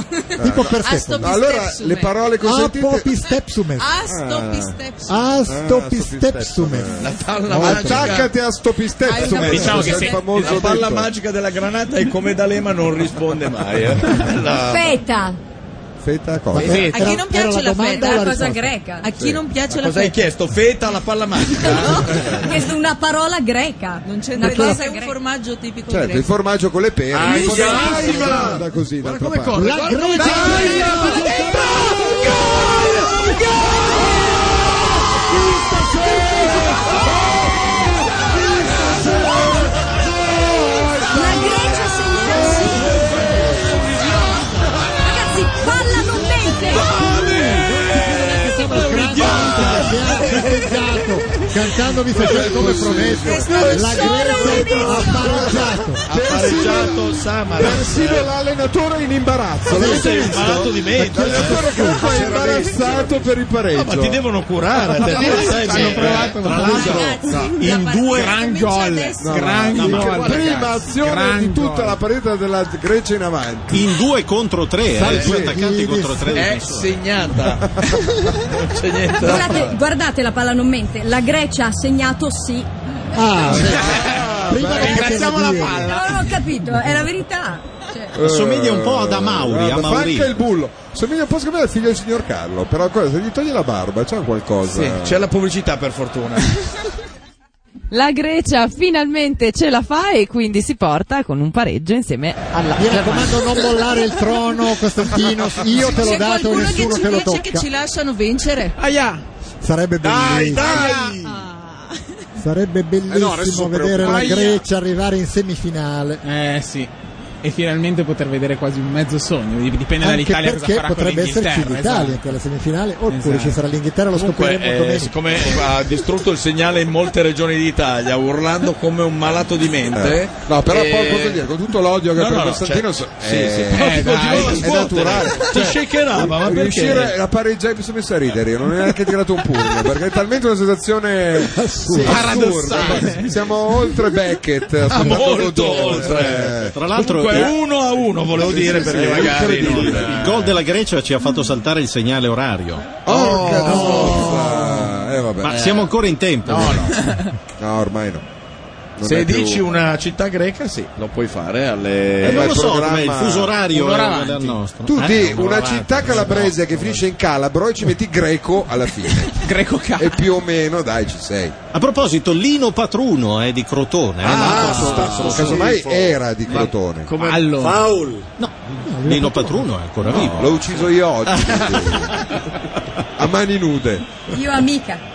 Tipo
no.
Persepolis.
Allora, le parole
Ah,
consentite...
Apopistepsumes.
Ah.
Astopistepsumes.
Ah, Astopistepsumes.
La palla magica.
Attaccate a stopistepsumes.
Diciamo che
Questo è
se
il famoso
la palla
detto.
magica della granata è come D'Alema non risponde mai.
(laughs)
eh. La-
Feta!
Feta cosa?
A chi non piace la,
Feta
feta?
è una cosa greca.
A chi non piace la
Cosa hai
feta?
chiesto? Feta alla palla magica?
Questa è una parola greca.
Non c'entra
Una cosa
niente, è un
greca.
formaggio tipico
Cioè,
Certo, il
greco.
formaggio con le pere.
Ah,
Il
esatto.
formaggio
Esatto.
guarda così d'altra parte.
corre,
La Grecia!
Gol!
ascoltandomi facendo come promesso. La Grecia ha pareggiato.
Ha pareggiato Samara.
Eh.
Persino l'allenatore è in imbarazzo.
Ma
L'avete
sei un
visto?
malato di mente.
cioè,
L'allenatore Cucco è imbarazzato per il pareggio.
No, ma ti devono curare, te. Sai, eh, tra l'altro,
in due gran gol.
Gran gol,
Cioè, Prima
ragazzi.
azione
Gran
di tutta
gol.
la partita della Grecia in avanti.
In due contro tre, eh,
Salve.
due attaccanti contro tre.
È
difensori.
(laughs)
segnata. non c'è niente. da
Guardate, guardate, la palla non mente. La Grecia ha segnato sì.
Ah,
prima
che ringraziamo la palla.
Non ho capito, è la verità. Cioè,
Assomiglia un po' ad Amauri,
Eh, guarda, fa
Amauri.
anche il bullo. Somiglia un po' secondo me al figlio del signor Carlo. Però guarda, se gli togli la barba c'è qualcosa.
Sì, c'è la pubblicità per fortuna.
La Grecia finalmente ce la fa e quindi si porta con un pareggio insieme alla
Mi
Germania.
raccomando, non mollare il trono,
(laughs)
Costantino. Io te l'ho
C'è
dato,
qualcuno che
nessuno
ci
te lo
dice che
tocca.
ci lasciano vincere.
Sarebbe bellissimo. Sarebbe
Eh no, adesso
bellissimo
sono
vedere la
preoccupato.
Grecia arrivare in semifinale.
Eh sì. E finalmente poter vedere quasi un mezzo sogno. Dipende
Anche
dall'Italia cosa
perché
farà con
potrebbe esserci
l'Inghilterra.
l'Italia
esatto.
anche alla semifinale, oppure
Esatto.
ci sarà l'Inghilterra, lo
Comunque,
scopriremo
eh,
domenica.
siccome ha distrutto il segnale in molte regioni d'Italia, urlando come un malato di mente.
Eh. No, però
eh,
poi posso dire, con tutto l'odio che
No,
ha per
no, no, cioè,
Costantino so-
sì,
eh,
sì.
però
Eh, dai,
ti continuo a
ti
scuotere.
naturale. Ti shakerà, ma perché?
Cioè, riuscire a pareggiare mi sono messo a ridere, io non ho neanche tirato un pugno, perché è talmente una sensazione assurda.
Paradossale.
Siamo oltre Beckett, ha
Ah,
sfondato
molto
Dodone.
oltre.
Eh.
Tra l'altro,
Comunque,
eh,
uno a uno volevo
sì,
dire
sì,
perché
sì,
magari
incredibile.
non-
Il gol della Grecia ci ha fatto saltare il segnale orario.
Oh,
Eh, vabbè.
Ma siamo ancora in tempo.
(laughs) No, ormai no. Non
Se
è più-
dici una città greca, sì, lo puoi fare alle.
Eh, ma
al
il programma-
programma- Un'ora avanti.
Tu
Eh,
di
un'ora
una
avanti.
città calabrese che finisce in calabro e ci metti greco
(laughs)
alla fine.
greco calabro.
E più o meno, dai, ci sei.
A proposito, Lino Patruno è di Crotone.
Ah,
eh, nato-
Basta, casomai era di Crotone.
come- Allora. Faul.
(laughs)
Lino Patruno è ancora
No,
vivo.
L'ho ucciso io oggi. a mani nude.
Io amica.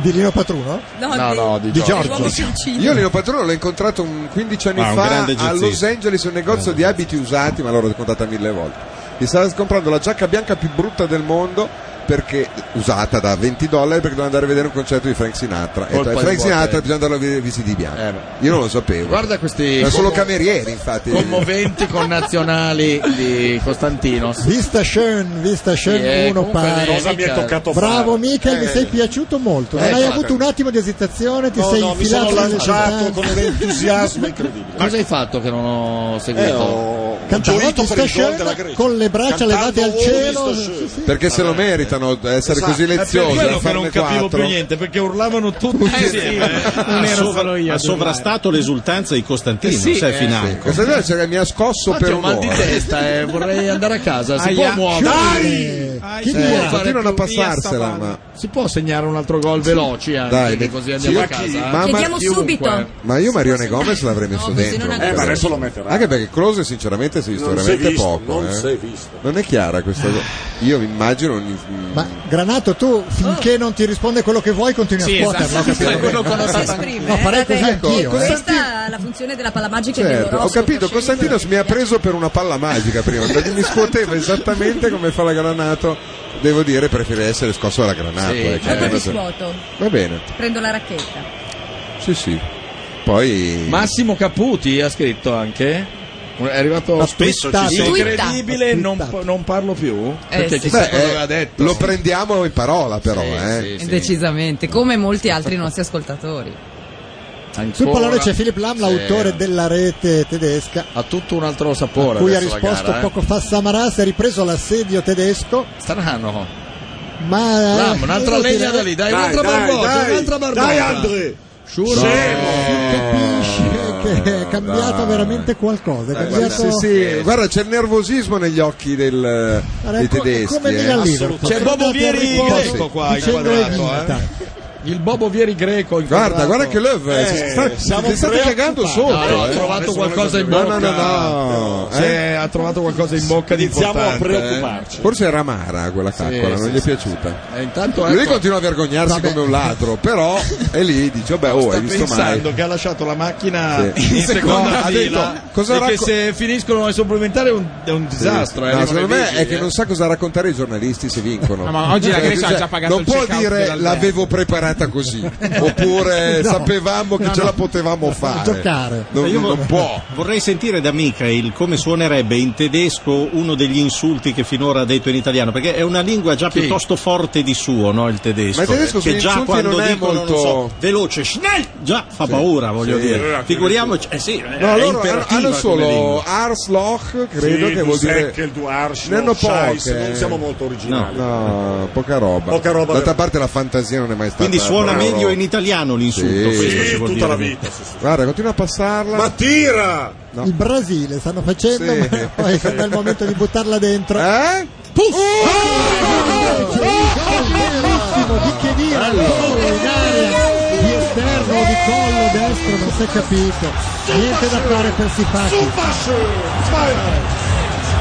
Di Lino Patruno?
No,
No,
di-
no, di
Di
Giorgio.
Giorgio.
Io Lino Patrone l'ho incontrato un 15 anni
Ma un
fa
grande
a Los
jazzista.
Angeles in un negozio di abiti usati, ma l'ho raccontata mille volte. Mi stava comprando la giacca bianca più brutta del mondo perché usata da 20 dollari perché dovevo andare a vedere un concerto di Frank Sinatra. E
Colpa
tra
di
Frank
botte.
Sinatra bisogna andare a vedere vestiti di bianco. Io non lo sapevo.
Guarda questi
Ma solo
commo-
camerieri, infatti.
commoventi connazionali di Costantino.
Vista Schön, Vista Schön
Sì, eh,
1
comunque
pari.
cosa mi è toccato fare?
Bravo Michael, mi
Eh.
sei piaciuto molto. Non
Eh,
hai
guarda.
avuto un attimo di esitazione, ti
No,
sei
no, mi
infilato
sono
nelle
lanciato
distanze.
con un entusiasmo
incredibile.
Cosa hai fatto che non ho seguito?
Cantavate Vista Schön con le braccia
Cantando
levate al
Oh,
cielo.
Vista Schön.
Perché se lo meritano eh, essere
Esatto,
così
è per
leziosi.
quello
a
che non
farne
capivo
quattro.
più niente perché urlavano tutti
Eh,
insieme.
Ha, sovra- ha sovrastato l'esultanza di Costantino,
Eh sì,
sei
eh,
financo.
Questa sera c'era- mi ha scosso
Infatti
per
ho
un
mal di testa e eh, vorrei andare a casa. Si
Aia.
può muovere. Dai!
Chi vuole? Continuano a passarsela, ma-
Si può segnare un altro gol veloci anche,
Dai,
che così andiamo a
Sì,
casa. eh?
ma-
Chiediamo
ma-
subito.
Ma io Marione Gomez l'avrei messo
così
dentro.
non ha- Eh, ma
adesso lo metterà.
Anche perché Close sinceramente si è visto
Non si è
veramente
visto,
poco.
non
eh.
si è visto.
Non è chiara questa cosa. Io mi immagino un-
Ma Granato, tu
Ah.
finché non ti risponde quello che vuoi, continui
Sì,
a scuoterlo.
esatto.
capito?
Quello che non
Eh,
si
esprime,
No, farei
eh,
così
vabbè.
anch'io. eh.
Questa è la funzione della palla magica e
Certo, ho
dell'oroscopo.
capito, Costantino mi ha preso per una palla magica prima, perché mi scuoteva esattamente come fa la Granato. Devo dire, preferirei essere scosso dalla Granato.
Sì,
eh, che
dopo
è
mi
una-
svuoto.
Va bene,
Prendo la racchetta.
sì sì. Poi...
Massimo Caputi ha scritto anche. È arrivato
Ma spesso ci sei.
incredibile,
Twitta.
non, pa- non parlo più. perché
Beh,
chissà cosa
eh,
aveva detto.
Lo prendiamo in parola però, eh.
Decisamente, come molti altri nostri ascoltatori.
Sul pallone c'è Philip Lam,
Eh.
l'autore della rete tedesca.
Ha tutto un altro sapore.
a cui ha
adesso la
risposto
gara, eh.
poco fa Samaras, ha ripreso l'assedio tedesco.
Strano.
Ma eh,
Lam, un'altra legna da lì, dai, un'altra barbosa, un'altra barbosa.
Dai, Andre.
Sciuro.
Capisci che è cambiato
dai.
veramente qualcosa. È
Eh, guarda,
cambiato...
sì, sì, guarda, c'è il nervosismo negli occhi del,
Guarda,
dei
co-
tedeschi.
come
eh.
Milan Liverpool.
Assolutamente.
C'è Bobo Vieri greco qua
Dicendo
inquadrato,
Evita.
eh. Il Bobo Vieri greco
Guarda, guarda che Löw eh, sta- ti state cagando sotto.
No, ha
eh.
trovato qualcosa in
No,
bocca.
No, no, no.
Sì,
eh.
ha trovato qualcosa in bocca di
Iniziamo a
importante, eh.
preoccuparci. Forse era Mara quella caccola,
sì,
non gli è
sì,
piaciuta.
Eh,
E intanto
Lui
ecco,
continua a vergognarsi
Vabbè.
come un
(laughs)
ladro, però è lì, dice, vabbè, oh,
Sta
hai visto mai.
pensando che ha lasciato la macchina
Sì.
in
No,
seconda
ha
fila
detto, cosa
e che
racco-
se finiscono i supplementari è un, è un disastro. eh,
No,
non
secondo
è
me
vigile,
è che
eh.
non sa cosa raccontare ai giornalisti se
(laughs)
vincono.
No, ma oggi la
Cioè,
Grecia ha
cioè,
già pagato
Non
il
può
check-out
dire
dell'albergo.
l'avevo preparato
(laughs)
giocata così. Oppure
No.
sapevamo che
No,
ce
no.
la potevamo fare. Non,
Eh, Io vo-
non può.
Vorrei sentire da Michael come suonerebbe in tedesco uno degli insulti che finora ha detto in italiano, perché è una lingua già piuttosto forte di suo, no, il tedesco.
Ma il tedesco
che
sugli
già
insulti
quando
non è
dicono, non
molto-
so, veloce, schnell, già fa
Sì,
paura, voglio
sì.
dire. Figuriamoci, eh sì,
No,
è
loro hanno,
imperativa
hanno
come
solo
lingua.
Arsloch, credo
Sì,
che vuol dire.
Dussek, il Duarsch,
Eh, ne hanno
no, Scheiss,
poche.
non siamo molto originali.
No, no, poca roba.
Poca roba.
D'altra parte la fantasia non è mai stata.
Quindi suona
brava
meglio
roba.
in italiano l'insulto,
Sì.
questo si vuol dire.
tutta la vita, Guarda, continua a passarla. Ma tira! No.
Il Brasile stanno facendo,
Sì.
ma poi quando è il momento di buttarla dentro.
Eh?
Puff! Bellissimo di che dire ancora in aria di esterno o di collo destro non si è capito niente da fare per Sifaki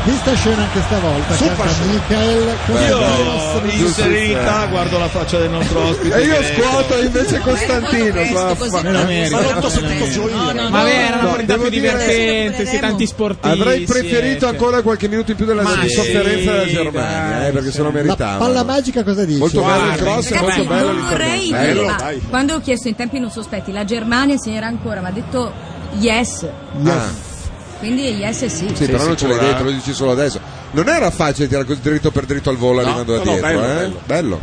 vista scena anche stavolta canta Michael con il Dallas
Io in
Michael.
serenità guardo la faccia del nostro ospite.
eh. E io
che-
scuoto invece Costantino. Ma fa-
Ma beh, era una
No,
modalità
devo
più
dire-
divertente, sì, tanti eh, sportivi.
Avrei
siete.
preferito ancora qualche minuto in più della
Ma
di
sì,
sofferenza della
dai,
Germania, eh, perché se lo
la
meritava.
palla magica cosa dice?
Molto bello il cross e molto
Ragazzi,
bello
non vorrei
l'intervento.
dire, ma quando ho chiesto in tempi non sospetti la Germania se n'era ancora, ma ha detto yes.
Ah,
Quindi yes e sì.
sì, però non ce l'hai
sicura,
detto, lo dici solo adesso. Non era facile tirare così dritto per dritto al volo arrivando da
no, no,
dietro, eh?
bello, bello.
Bello.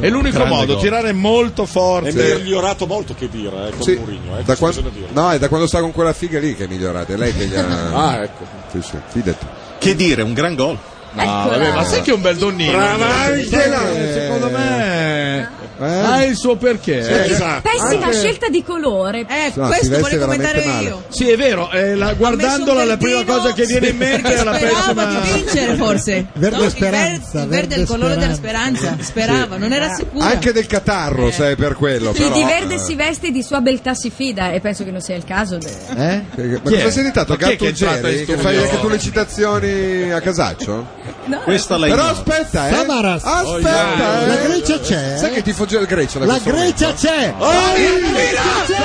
È l'unico
Grande
modo,
gol.
tirare molto
È
forte.
migliorato molto che dire eh, con
Sì,
Mourinho, eh,
da
questo
quan-
bisogna dire.
no, è da quando sta con quella figa lì che è migliorata. È lei che gli ha.
Ah, ecco.
Sì, sì, fidati.
Che dire, un gran gol.
No, Ah, vabbè, ma sai che è un bel donnino.
Brava Angela!
Eh, Secondo me ha il suo perché.
Sì, esatto.
Pessima scelta di colore. Eh,
No, questo si veste volevo veramente commentare male. io. Sì, è vero, eh, la- guardandola la prima cosa che viene in mente è la
Sperava
pessima
di vincere forse.
Verde
No, il
speranza,
ver- Il verde, è il
verde
colore della speranza. Sperava, non
Ah.
era sicuro.
Anche del catarro, sai, per quello.
Chi
però,
di verde
eh.
si veste e di sua beltà si fida e penso che non sia il caso. de-
Eh? Perché- Ma
Chi
cosa
è?
sei diventato?
Ma chi è che è entrato in
Gattugieri? Che
studio?
fai anche tu le citazioni a casaccio?
Questa la
Però
ignoro.
aspetta, eh.
Samaras.
Aspetta, eh.
La Grecia c'è, eh?
Sai che tifo già il Grecia da
La
questo
Grecia
momento?
c'è!
Oh,
La
il
Grecia c'è!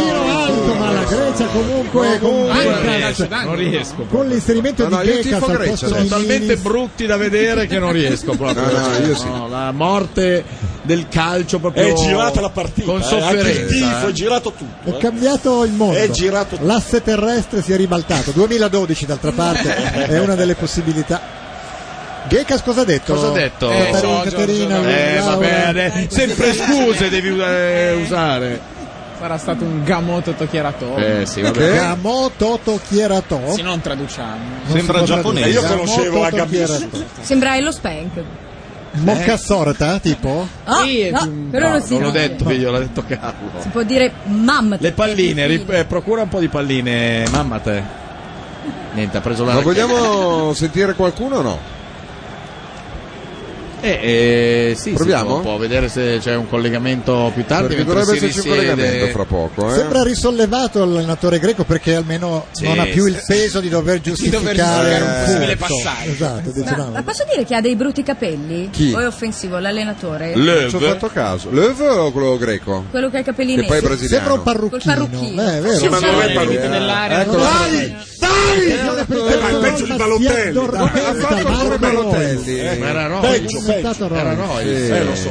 Tiro alto, ma la Grecia comunque con Pekas,
Eh, Non riesco.
con l'inserimento
No, no,
Cioè, di
io
Pekas
tifo
al
Grecia.
posto
Sono
di
talmente
Milis.
brutti da vedere che non riesco proprio.
No, no, io sì.
No, la morte del calcio proprio.
È girata la partita,
Con
eh, anche il tifo,
sofferenza.
è
eh.
girato tutto.
È cambiato il mondo.
È girato tutto.
L'asse terrestre si è ribaltato. 2012
(laughs)
d'altra parte è una delle possibilità. Gekas cosa ha detto?
Cosa ha detto?
Caterina, Caterina,
eh,
Laura.
vabbè, ade- sempre scuse devi eh, usare.
Sarà stato un gamoto tochierato.
Eh, sì, vabbè.
Gamoto Tochierato.
Se non traduciamo.
Non si può
giapponese.
tradurre.
Io conoscevo
Gamoto
la Gambini.
Tochierato.
Sembra Ello Spank.
Mocca sorta, tipo?
Ah, no, però non si
mm, non l'ho
dice.
detto figlio, l'ha detto Carlo.
Si può dire mamma.
Le palline, ri- eh, procura un po' di palline, mamma te. Niente, ha preso la
Ma
racchetta.
vogliamo sentire qualcuno o no?
Eh, eh, sì, sì,
Proviamo?
un po' a vedere se c'è un collegamento più tardi.
Perché
mentre
dovrebbe
si
esserci un
risiede.
collegamento fra poco, eh.
Sembra risollevato l'allenatore greco perché almeno
Sì,
non ha più
sì.
il
Certo
peso di dover giustificare
giustificare
un
un
punto.
possibile passaggio.
Esatto, dice,
Ma,
diciamo.
no,
ma posso dire che ha dei brutti capelli?
Chi?
O è offensivo l'allenatore?
Non Ci ho fatto caso. Löw o quello greco?
Quello che ha i capelli
Che poi è
neri.
brasiliano. Sembra un
Col parrucchino.
Eh, è vero.
Sì, Ecco.
ma
sì,
non è
sì.
parrucchino.
dell'area.
Eccolo.
Dai!
Dai!
Ma il peggio di Balotelli.
Ha fatto come Balotelli.
Eh, ma era Roy.
Peggio, peggio.
Era Roy.
Sì.
Eh, lo so.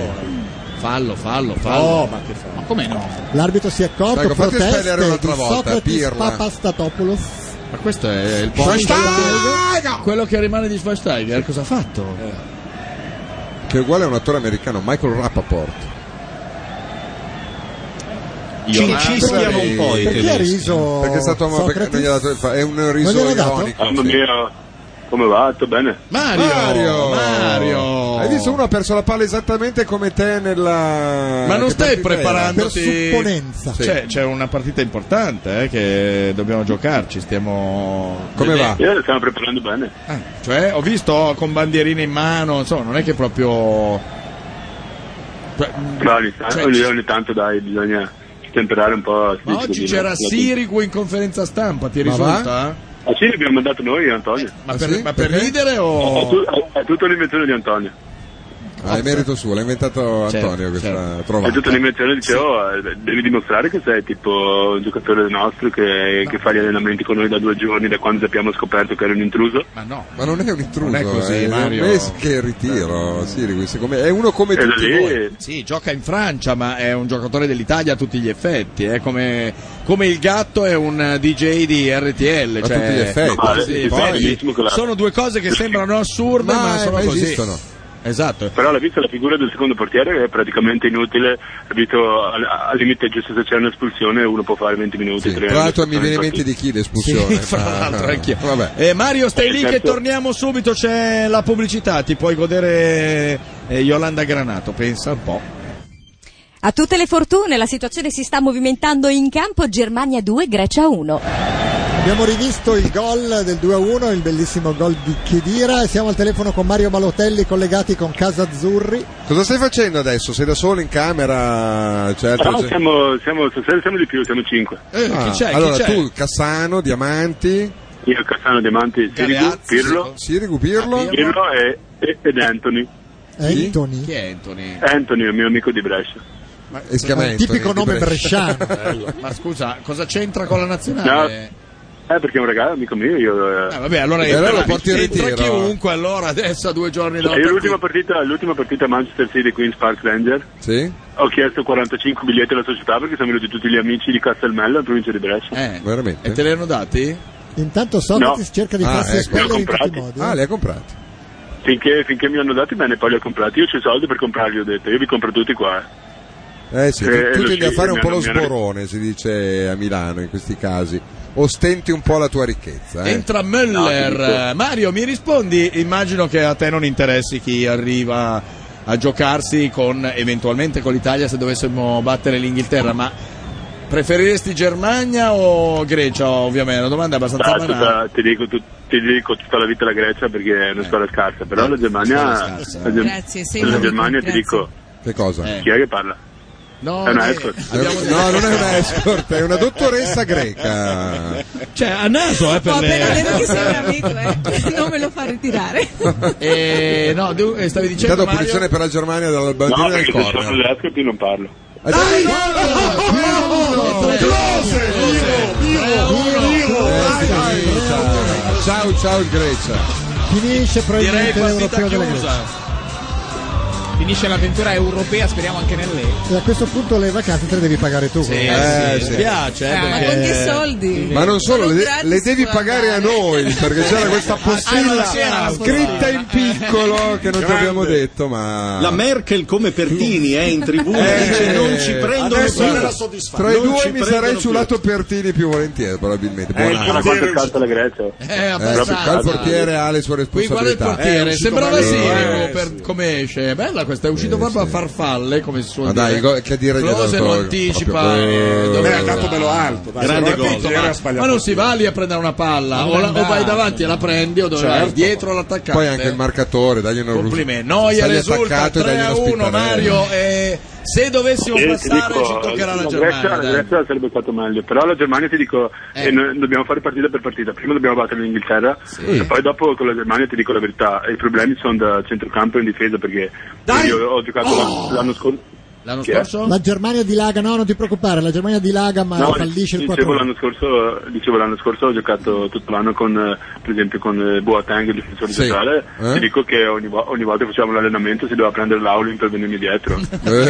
Fallo, fallo, fallo.
No, ma che fa?
Ma come no?
L'arbitro si è accorto,
Ecco, fatti
proteste
espellere un'altra
di
volta,
Socrates
Pirla.
Papastatopoulos.
Ma questo è il buon
Schweinsteiger?
Quello che rimane di Schweinsteiger, cosa ha fatto?
Che è uguale a un attore americano, Michael Rappaport.
Ci incischiano un po' i
Perché ha
tedeschi.
riso
Perché è stato
Socrates?
perché non gli ha dato il fa- è un riso
Non gliel'ha dato?
ironico.
Mamma
sì.
mia, come va? Tutto bene?
Mario,
Mario!
Mario!
Hai visto uno ha perso la palla esattamente come te nella
Ma non
che
stai
partita era?
preparandoti?
Sì.
C'è, c'è una partita importante eh, che dobbiamo giocarci. Stiamo.
Come va?
Io stiamo preparando bene.
Cioè, ho visto con bandierine in mano, insomma, non è che proprio.
Ma ogni, ta-
cioè,
ogni- ogni tanto dai, bisogna temperare un po'. si
Ma
dice
oggi
così,
c'era
no?
Sirigu in conferenza stampa, ti
Ma
risulta?
Ah sì, l'abbiamo
Ah,
mandato noi, Antonio.
Ma per, ma per ridere o.
È, tu- è- è tutta un'invenzione di Antonio.
Ah, è merito suo, l'ha inventato Antonio questa trovata.
E tutta l'invenzione dicevo, eh, devi dimostrare che sei tipo un giocatore nostro che, che fa gli allenamenti con noi da due giorni, da quando abbiamo scoperto che era un intruso. Ma no.
Ma non è un intruso, eh.
Non è così,
è
Mario.
un mese che ritiro, Sirigu, secondo me è uno come
Era
tutti
lì.
voi.
Sì, gioca in Francia, ma è un giocatore dell'Italia a tutti gli effetti. È come, come il gatto è un eh, DJ di RTL.
A
cioè-
tutti gli effetti.
Ma
Sì,
sì,
sì,
poi
bellissimo quella-
sono due cose che sembrano assurde, ma,
eh,
Ma-
sono
ma
così.
esistono.
Esatto.
Però l'ha vista la figura del secondo portiere che è praticamente inutile, ha visto al, al limite giusto se c'è un'espulsione uno può fare 20 minuti. tre
Tra l'altro mi
espulsioni,
viene in mente
infatti.
di chi l'espulsione.
Sì, (laughs) fra
ma-
l'altro anch'io.
Vabbè.
Eh, Mario, stai lì che
Certo.
torniamo subito. C'è la pubblicità. Ti puoi godere eh, Yolanda Granato. Pensa un po'.
A tutte le fortune, la situazione si sta movimentando in campo Germania 2, Grecia 1.
Eh,
Abbiamo rivisto il gol del 2-1, il bellissimo gol di Chedira e siamo al telefono con Mario Balotelli collegati con Casa Azzurri.
Cosa stai facendo adesso? Sei da solo in camera? certo? Cioè, C'è altra
Però
gente?
siamo, siamo, stasera siamo di più, siamo 5.
Eh,
Ah, allora tu, Cassano, Diamanti,
Io, Cassano, Diamanti, Sirigu,
Galeazzi,
Pirlo,
Sirigu, Pirlo,
Ah,
Pirlo e, e- ed Anthony.
Anthony.
Chi è Anthony?
Anthony è il mio amico di Brescia.
E si chiama Anthony,
Tipico
di
nome
Brescia. (laughs)
Bello. ma scusa, cosa c'entra con la
No,
nazionale?
eh, perché è un ragazzo, amico mio. Io, eh.
Ah, vabbè, allora, entra- entra chiunque allora adesso a due giorni dalla
Io l'ultima partita, l'ultima partita Manchester City Queen's Park Ranger
Sì?
ho chiesto 45 biglietti alla società perché sono venuti tutti gli amici di Castelmello in provincia di Brescia.
Eh,
veramente?
E te li hanno dati?
Intanto Socrates
No.
cerca di
Ah,
farsi
ecco.
espellere in
Li ho
tutti i
comprati.
modi.
Ah, li
ha comprati.
Finché, finché mi hanno dati bene, poi li ho comprati. Io ho i soldi per comprarli, ho detto. Io vi compro tutti qua. eh.
Eh sì,
Eh,
tu- tu
lo
tendi a
sì,
fare un
mi
po' lo
hanno- mi hanno-
sborone, si dice a Milano in questi casi. Ostenti un po' la tua ricchezza. eh.
Entra Müller. Mario, mi rispondi? Immagino che a te non interessi chi arriva a giocarsi con eventualmente con l'Italia se dovessimo battere l'Inghilterra, ma preferiresti Germania o Grecia? Ovviamente, una domanda abbastanza
Ah,
banale.
tutta- ti, dico, tut- ti dico tutta la vita la Grecia perché è una squadra scarsa, però
Eh,
la Germania,
squadra scarsa,
la, Ger-
Grazie, sei
la
l'unico,
Germania ti
grazie.
dico
Che cosa?
chi è che parla?
No,
è un
eh,
escort.
No, non è una escort, è una dottoressa greca.
Cioè, a naso, eh, per
Ho
le-
appena detto che sei un amico, eh. Non me lo fa ritirare.
(laughs) Eh, no, du- eh, stavi dicendo
Intanto
Mario?
punizione per la Germania dall'Albania
No,
del
perché se sono
corner.
l'esco più non parlo.
Ciao, ciao Grecia.
Finisce probabilmente l'Europeo della Grecia.
Finisce l'avventura europea, speriamo anche nell'E.
E a questo punto le vacanze te le devi pagare tu.
Eh, sì.
Ah,
eh,
Ah,
certo,
Ma con che soldi?
Ma non solo, le,
gratis
le devi
sulla-
pagare a noi perché c'era questa
Eh, ah, Allora,
postilla
c'era la
scritta in piccolo che non ti
Grande.
abbiamo detto, ma
La Merkel come Pertini è in tribuna e
Eh,
dice non ci prendono
adesso
più.
era
soddisfatto.
tra i
Non ci
due mi sarei
prendono
ciulato Pertini più volentieri, probabilmente.
Eh,
Buon
guarda
anno.
quanto è
certo
scarsa la Grecia.
Eh,
Eh,
abbastanza.
qua il portiere ha le sue
Qui guarda il
responsabilità.
portiere,
Eh,
sembrava
uscito
Sirico
male.
eh,
per come esce. È Bella questa, è uscito proprio a farfalle, come si suol
Ma dai,
dire.
il gol- che dire gli ha
Klose
dato
lo
proprio-
anticipa.
Eh,
dove-
beh, ha dato
bello alto, dai,
Grande
se lo
gol.
capito,
Ma-
era sbagliato.
Ma non si va lì a prendere una palla,
Ma
o, la-
andare.
o vai davanti e la prendi, o dove
Certo.
vai dietro l'attaccante.
Poi anche il marcatore, dagli una
Complimenti. Noia
Stagli
risulta
attaccato e dagli
3
una
a 1
spintarella.
Mario. E se dovessimo
Io ti
passare,
dico,
ci toccherà la
la
Germania.
Grecia, la
dai.
Grecia sarebbe stato meglio, però la Germania ti dico, eh, noi dobbiamo fare partita per partita, prima dobbiamo battere l'Inghilterra e poi dopo con la Germania ti dico la verità, i problemi sono da centrocampo e in difesa perché io ho giocato l'anno, l'anno scorso. Chi è?
La Germania dilaga, no, non ti preoccupare, la Germania dilaga ma
No,
fallisce il 4
dicevo l'anno, scorso, dicevo l'anno scorso ho giocato tutto l'anno con eh, per esempio con eh, Boateng il difensore
Sì.
centrale
Eh?
ti dico che ogni, vo- ogni volta che facevamo l'allenamento si doveva prendere l'Aulin per venirmi dietro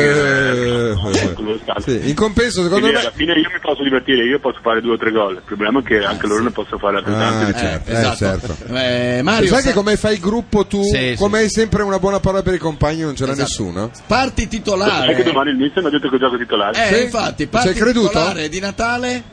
Eh,
Quello scalzo.
sì, In compenso, secondo
Quindi
me,
alla fine io mi posso divertire, io posso fare due o tre gol. Il problema è che anche loro ne possono fare altrettanti.
Ah,
di
certo, eh,
esatto.
certo.
Eh, Mario,
sai
sa-
che come fai gruppo tu,
Sì, sì.
come hai sempre una buona parola per i compagni, non ce l'ha
Esatto.
nessuno?
Parti
Sai che
titolare.
domani il mister mi ha detto che gioco titolare?
Eh, infatti, parti
Ci hai creduto?
titolare di Natale.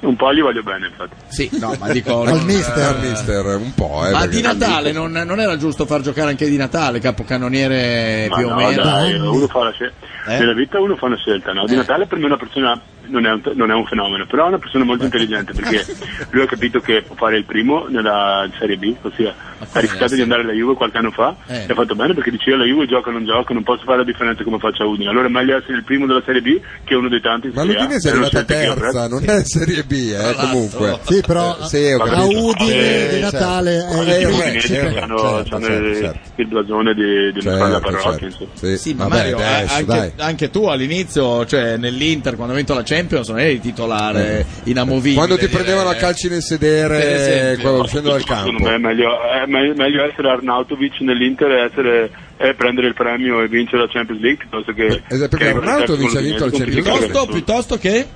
Un po' gli voglio bene, infatti.
Sì, no, ma dico
Al mister, al mister, un po'. Eh,
Ma
perché-
di Natale non, non era giusto far giocare anche di Natale, capocannoniere
Ma
Eh, più o
no,
meno.
Eh,
dai, uno fa la scelta.
Nella vita uno fa una scelta, no? Di Natale per me una persona non è un, non è un fenomeno, però è una persona molto intelligente perché lui ha capito che può fare il primo nella Serie B, ossia ha rischiato di andare alla Juve qualche anno fa
Eh.
e ha fatto bene perché diceva la Juve gioca o non gioca, non posso fare la differenza come faccio a Udine, allora è meglio essere il primo della Serie B che uno dei tanti in
Ma
Serie A.
l'Udinese è
È una
certo
scelta
arrivata
che io
terza,
apprezzo.
non è Serie B, eh, comunque.
Sì, però
Eh, sì, ho
Ma
capito.
capito?
Udine di
Eh,
Natale
certo.
è
Ma i
il principe.
udinesi
Certo,
hanno-
certo,
hanno
certo,
il-
certo.
eh, il blasone di, di non fare la parrocchia insomma.
Sì, ma Mario, eh, anche, anche tu all'inizio, cioè nell'Inter, quando ha vinto la Champions, non eri titolare inamovibile.
Eh. Quando ti
eh,
direi.
prendevano a calci nel sedere,
esempio.
eh, quello uscendo dal
Secondo
campo.
me è meglio, è me- meglio essere Arnautovic nell'Inter e, essere, e prendere il premio e vincere la Champions League piuttosto che...
Eh, perché
che
Arnautovic ha vinto la Champions League.
Piuttosto-
piuttosto che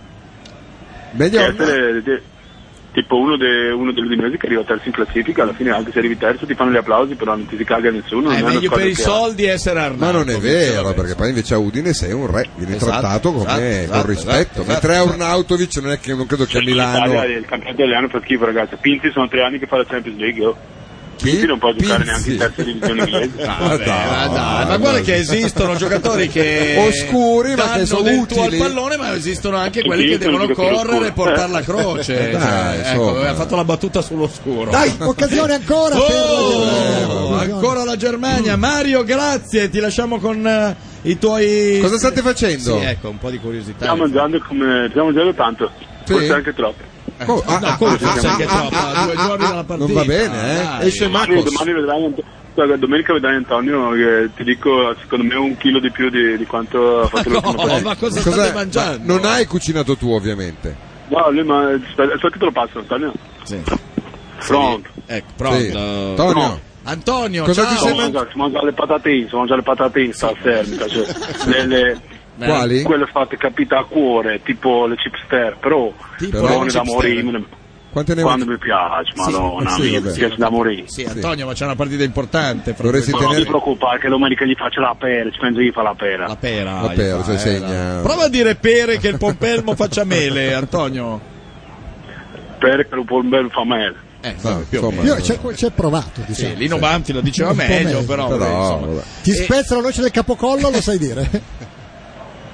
meglio
che essere de- tipo uno, de, uno dell'Udinese che arriva terzo in classifica, alla fine anche se arrivi terzo ti fanno gli applausi però non ti si caga nessuno.
È Eh,
non una
meglio
squadra
per i
che-
soldi essere armato. cioè,
Ma non è vero, perché poi invece a Udine sei un re, viene
Esatto,
trattato come-
esatto, esatto,
con rispetto.
esatto,
Mentre
esatto.
a Arnautovic non è che non credo che a
L'Italia,
Milano.
il campionato italiano fa schifo ragazzi. Pinti sono tre anni che fa la Champions League. Oh. Pinti non può giocare neanche in terza
(laughs)
divisione inglese.
Ah, dai, ma guarda che esistono giocatori che
(laughs) Oscuri, ma che
danno
sono
del
utili.
tuo al pallone, ma esistono anche quelli che
Sì, sono
devono
giocatori
Eh.
correre e
oscuri.
portare la croce.
Eh, dai,
Cioè, ecco,
insomma.
aveva fatto la battuta sull'oscuro.
Dai, occasione ancora per
Oh, ancora la Germania. Mario, grazie, ti lasciamo con eh, i tuoi
Cosa state facendo?
Sì, ecco, un po' di curiosità.
Stiamo mangiando come stiamo mangiando tanto. Forse anche troppo.
Oh, ah,
No,
ah,
come
ah,
forse
ah,
anche
ah,
troppo, eh,
ah,
due
ah,
giorni
ah,
dalla partita.
Non va bene, eh?
Dai.
Esce
Sì,
Marcos.
domani vedrai Ant- guarda, domenica vedrai Antonio che ti dico secondo me un chilo di più di, di quanto ha fatto l'ultima volta.
cosa
Cos'è? Ma non hai cucinato tu, ovviamente.
No, lui ma aspetta aspetta che te lo passo Antonio.
Sì.
Pronto.
Ecco,
pronto. Sì. Antonio.
Antonio,
Cosa
ciao.
ti sei man-
mangiato? le patatine, si mangia le patatine, sta fermica, cioè, delle-
Beh. Quali?
Quelle fatte capita a cuore, tipo le chipster, però
Tipo
buone
le
da
chipster.
morire, me-
Quante ne vuoi?
quando mi piace,
Sì.
madonna,
Sì,
mi
vabbè.
piace da morire.
Sì, Antonio, ma c'è una partita importante. fra-
Dovresti
Ma non ti
tenere
preoccupare che domenica gli faccio la pera, ci penso che gli fa la pera. La
pera.
la pera,
eh,
se segna.
Prova a dire pere che il pompelmo faccia mele, Antonio.
Pera che lo può ben fa male.
Eh,
insomma,
Io cioè, ci ho- ci ho provato, diciamo.
Sì, Lino Banti lo diceva
Un po'
meglio,
meglio.
però,
Però,
vabbè, insomma.
vabbè.
Ti spezza la noce del capocollo, lo sai dire.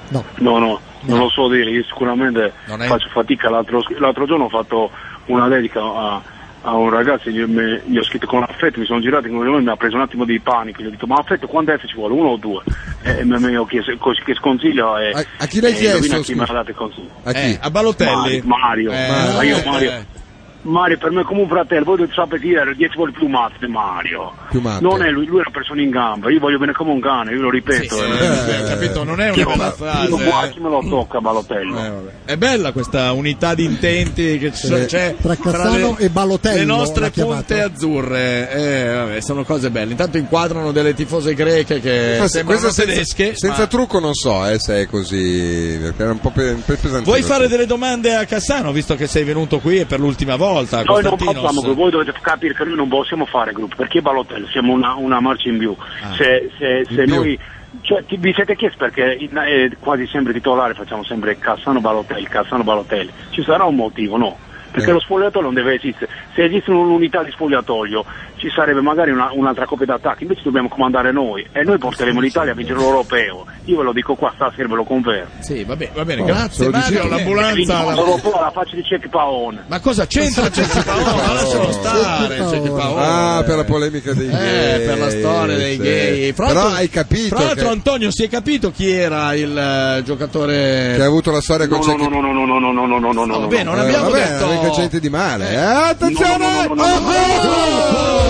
No, no, non lo so dire, io sicuramente faccio fatica. L'altro, l'altro giorno ho fatto una dedica a, a un ragazzo, gli, mi- gli ho scritto con affetto, mi sono girato in quel momento, mi ha preso un attimo di panico, gli ho detto ma affetto quanto è ci vuole? Uno o due? E mi mi ho chiesto cos- che sconsiglio è... A,
a chi l'hai chiesto,
chi mi ha
scusa?
dato il consiglio.
A chi?
Eh, a Balotelli.
Mario, Mario,
Eh,
Ma io
eh,
Mario...
eh.
Mario per me è come un fratello, voi dovete sapere che io ero dieci volte più matto di Mario.
Più matto.
Non è lui, lui è una persona in gamba, io voglio bene come un cane, io lo ripeto.
Sì,
eh.
sì, ho capito, non è una
Chi lo
bella
fa-
frase,
chi lo fa,
eh.
chi me lo tocca Balotelli?
È bella questa unità di intenti che ci-
Eh,
Cioè, c'è
tra Cassano
le,
e Balotello,
Le
l'ha
nostre
chiamato.
punte azzurre, eh, vabbè, sono cose belle. Intanto inquadrano delle tifose greche che
Ma se-
sembrano
questa Ah, senza-
Eh, tedesche.
Senza
ma-
trucco non so eh, se è così, perché era un po' pe- pe- pesante.
Vuoi fare delle domande a Cassano, visto che sei venuto qui e per l'ultima volta?
Noi non
Costantinos?
facciamo gruppo, voi dovete capire che noi non possiamo fare gruppo, perché Balotelli siamo una, una marcia in più. Se, se- se
più.
noi, cioè, ti- vi siete chiesti perché in- eh, quasi sempre titolare facciamo sempre Cassano Balotelli, Cassano Balotelli. Ci sarà un motivo, no? Perché
Eh.
lo sfogliatoio non deve esistere. Se esiste un'unità di sfogliatoio ci sarebbe magari una- un'altra coppia d'attacco, invece dobbiamo comandare noi e noi porteremo l'Italia a vincere l'Europeo. Io ve lo dico qua, stasera ve lo confermo.
Sì, va bene, va bene,
Oh, se
grazie
lo dici
Mario,
tu.
l'ambulanza. la-
Sono un po' alla faccia di Cecchi Paone.
Ma cosa c'entra Cecchi Paolo? Ma
Oh.
lascialo stare, Cecchi Paolo.
Ah, per la polemica dei gay.
Eh, per la storia dei
sì.
gay. Fra
Però
l'altro-
hai capito
Fra l'altro,
che,
Antonio, si è capito chi era il eh, giocatore.
che ha avuto la storia
No,
con
no, no, no, no, no, no, no, no, no, no, no.
Vabbè, non abbiamo
vabbè,
detto-
non è che gente di male. eh. Attenzione!
No, no, no, no, no, no, no,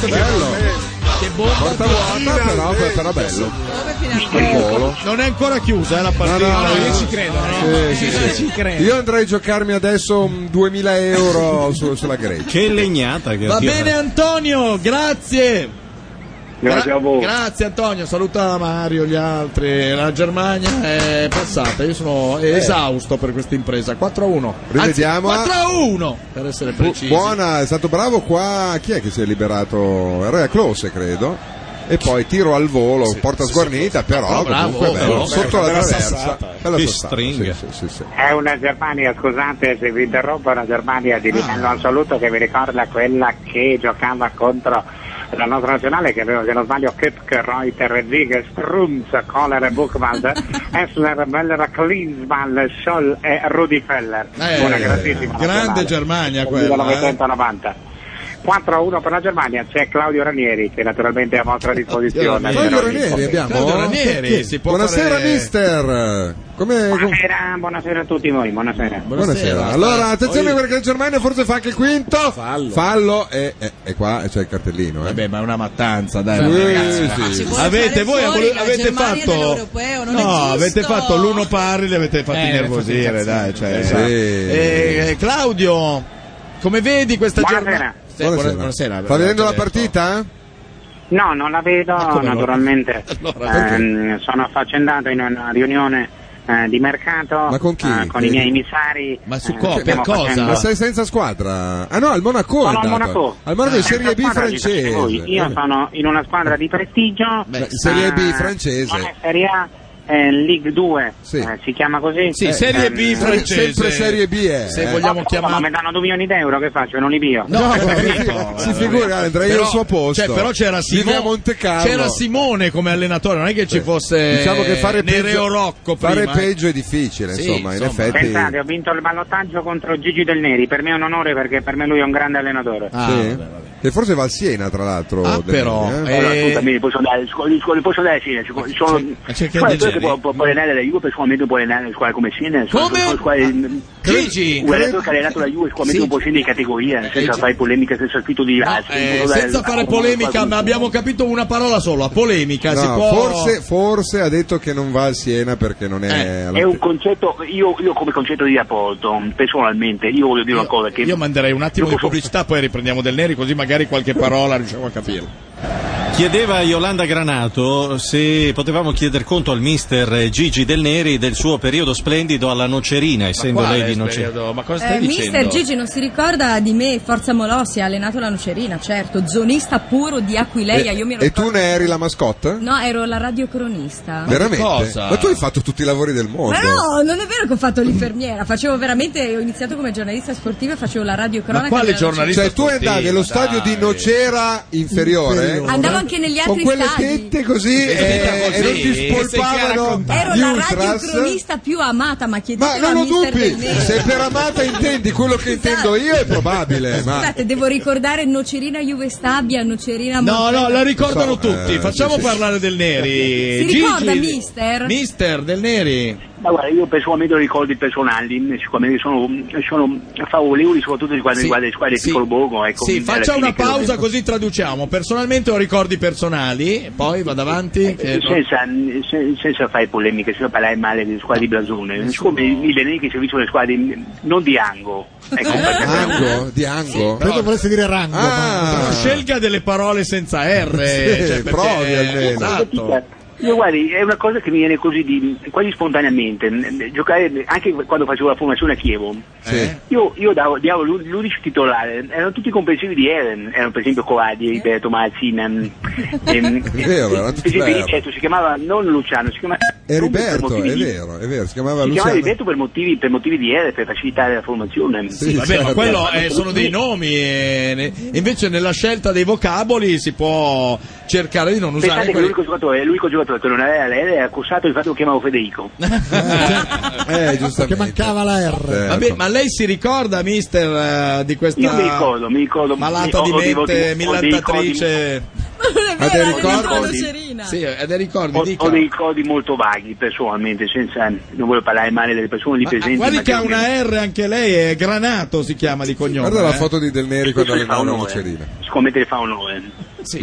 Bello. Porta vuota, però, però bello. Il volo.
Non è ancora chiusa eh, la partita.
No, no, no.
credo. Eh,
Sì, sì, sì. Io andrei a giocarmi adesso mm, 2000 euro su- sulla Grecia.
Che legnata che
Va bene, Antonio, grazie.
Grazie
Gra-
a voi.
Grazie Antonio, saluta Mario, gli altri. La Germania è passata, io sono esausto per questa impresa. 4 a 1.
Eh. Rivediamo.
4 a 1 per essere
Bu-
precisi.
Buona, è stato bravo qua. Chi è che si è liberato? Era Close, credo. E poi tiro al volo, porta sguarnita, però
Ah, bravo,
comunque bello,
bravo.
sotto la
Bella
traversa.
sassata.
Bella
Che
sassata,
stringa.
sì, sì, sì, sì.
È una Germania, scusate se vi interrompo, una Germania di livello assoluto che mi ricorda quella che giocava contro la nostra nazionale che aveva, se non sbaglio, Kepke, Reuter, Ziegler, Strunz, Kohler, Buchwald, Essler, Meller, Klinsmann, Scholl e Rudi Feller.
Eh,
Una grandissima
grande
nazionale.
Germania
Del
quella. eh.
1990. 4-1 per la Germania, c'è Claudio Ranieri che naturalmente è a vostra disposizione.
Claudio
Però-
Ranieri abbiamo.
Claudio Ranieri,
Chi- chi?
si può
Buonasera
fare-
mister. Come- com-
Buonasera, buonasera a tutti voi, buonasera.
Buonasera. Allora, attenzione perché la Germania forse fa anche il quinto. Fallo. e, e- e qua c'è il cartellino. Vabbè,
ma è una mattanza, dai.
Sì,
ragazzi. Ah,
sì.
Ci vuole Avete- fare voi fuori avol- la avete Germania fatto- dall'Europeo,
non è giusto.
avete fatto l'uno pari, li avete fatti
Eh,
innervosire,
fatti
dai.
incazzare.
cioè.
Sì.
Eh, eh, Claudio, come vedi questa
Buonasera.
Germania? Sì,
Buonasera. Sta vedendo la partita?
No, non la vedo
come no?
naturalmente.
(laughs) Allora,
Ehm, sono affaccendato in una riunione eh, di mercato
Ma con chi?
eh, con i miei emissari.
Ma
eh, stiamo facendo-
Ma sei senza squadra? Ah no, al Monaco è
Sono al
andato.
Monaco.
Al Monaco
Eh,
di Serie B
senza squadra, dice voi.
francese. Eh.
Io sono in una squadra di prestigio.
Beh, Serie B
eh,
francese.
Non è Serie A, è League 2. eh, si chiama così?
Sì, Serie B
ehm,
francese. eh, Sempre Serie B, eh. Se vogliamo
Ma
chiamar-
come, mi danno 2 milioni di euro che faccio? Non li pio.
No,
Si figura, andrei io
Però-
al suo posto.
cioè, però c'era
Vive a
Simone,
Montecarlo.
c'era Simone come allenatore, non è che ci fosse
Diciamo che fare
Nereo
peggio,
Rocco prima,
fare
eh.
peggio è difficile,
Sì,
insomma, in
insomma.
effetti.
Pensate, ho vinto il ballottaggio contro Gigi Del Neri. Per me è un onore perché per me lui è un grande allenatore.
Ah. Sì. E forse va al Siena, tra l'altro. Del
però,
Neri, eh.
eh,
Scusami, posso andare, scu- scu- posso andare sì, scu- sono...
cerca
Guarda,
di
questo
leggere.
può, può, può allenare la Juve, personalmente può allenare le squadre come Siena. sono-
Come? Ah,
sono squadre-
Gigi!
Un allenatore che ha allenato la Juve, sicuramente
Sì. Eh,
un po' scende di categoria, senza
Gigi.
fare polemica, senza scritto di là.
Eh, senza fare polemica, ma abbiamo capito una parola sola, polemica. si
No,
può...
forse, forse ha detto che non va al Siena perché non è. alla-
Eh, È un concetto, io, io come concetto di rapporto, personalmente, io voglio dire una cosa che...
Io manderei un attimo
Io
di pubblicità, poi riprendiamo Del Neri, così magari qualche parola riusciamo a capirla.
Chiedeva a Yolanda Granato se potevamo chiedere conto al mister Gigi Del Neri del suo periodo splendido alla Nocerina, essendo
quale
lei di
periodo?
Nocerina.
Ma cosa
Eh, mister Gigi non si ricorda di me, Forza Molossi, ha allenato la Nocerina, certo, zonista puro di Aquileia,
e,
io mi
e
ricordo.
tu ne eri la mascotte?
No, ero la radiocronista.
Veramente?
cosa?
Ma tu hai fatto tutti i lavori del mondo.
Ma no, non è vero che ho fatto l'infermiera, facevo veramente, ho iniziato come giornalista sportiva e facevo la radiocronaca. della
Cioè, tu andavi allo stadio di Nocera inferiore.
Nocerina. Andavo anche negli
con
altri
quelle
stadi.
tette così e,
così,
e non ti
che sei chiara a
spolpavano
Ero
gli
la
ultras
radiocronista più amata, ma
ma
chiedetelo
non
a
ho
mister Del
dubbi
Nero.
se per amata intendi quello che intendo io è probabile ma
Scusate, devo ricordare Nocerina Juve Stabia, Nocerina
No,
Monferrato.
no, la ricordano
So,
tutti.
eh,
Facciamo
sì, sì.
parlare del Neri.
Si ricorda,
Gigi-
mister?
Mister del Neri.
Ma guarda, io personalmente ho ricordi personali, sicuramente sono, sono favorevoli soprattutto quando
Sì,
riguarda le squadre
sì.
di piccolo borgo. Ecco,
Sì,
alla
faccia
fine
una
credo che-
pausa così traduciamo. Personalmente ho ricordi personali, poi vado avanti. eh, no. Eh,
senza, se- senza fare polemiche, senza parlare male delle squadre di Blasone, siccome i Benedici si sono le squadre in- non di Ango. Ecco,
Eh,
perché-
Ango? Di Ango?
Credo volesse dire rango.
Però Ah, Scelga delle parole senza R.
Sì,
cioè, perché-
provi almeno.
Esatto.
Io guardi, è una cosa che mi viene così di, quasi spontaneamente. Mm, Giocare anche quando facevo la formazione a Chievo, io, io davo, diavo l'u- l'unico titolare, erano tutti comprensivi di Eren, erano per esempio Coradi, Roberto Tomazzi, ehm,
(laughs)
ehm,
È vero,
per
erano tutti
esempio
belli.
Ricerto si chiamava non Luciano, si chiamava
e Riberto
Roberto,
è vero è vero si chiamava
Si chiamava
Luciano
Riberto per motivi, per motivi di Eren, per facilitare la formazione.
Sì, vabbè,
certo.
certo.
ma quello eh, sono dei nomi. eh, ne- invece nella scelta dei vocaboli si può cercare di non usare
Pensate che
quelli.
l'unico giocatore, l'unico giocatore che non aveva la L era accusato il fatto che chiamavo Federico.
eh giustamente Certo.
Mancava la R.
Vabbè, ma lei si ricorda, mister, eh, di questa
Io mi ricordo, mi ricordo.
malata
mi-
di
ho- ho dei voti-
mente
ho dei
millantatrice?
Ma te ricordi?
Sì, eh, dei ricordi,
Ho,
dica.
ho dei ricordi molto vaghi personalmente, senza, non voglio parlare male delle persone lì
Ma-
presenti.
guardi
ma
che ha
credo
una R anche lei, è Granato si chiama di cognome.
guarda la
eh.
foto di Del Neri quando
Questo le fa
allenava la
onore.
Nocerina
Siccome te le fa onore.
Le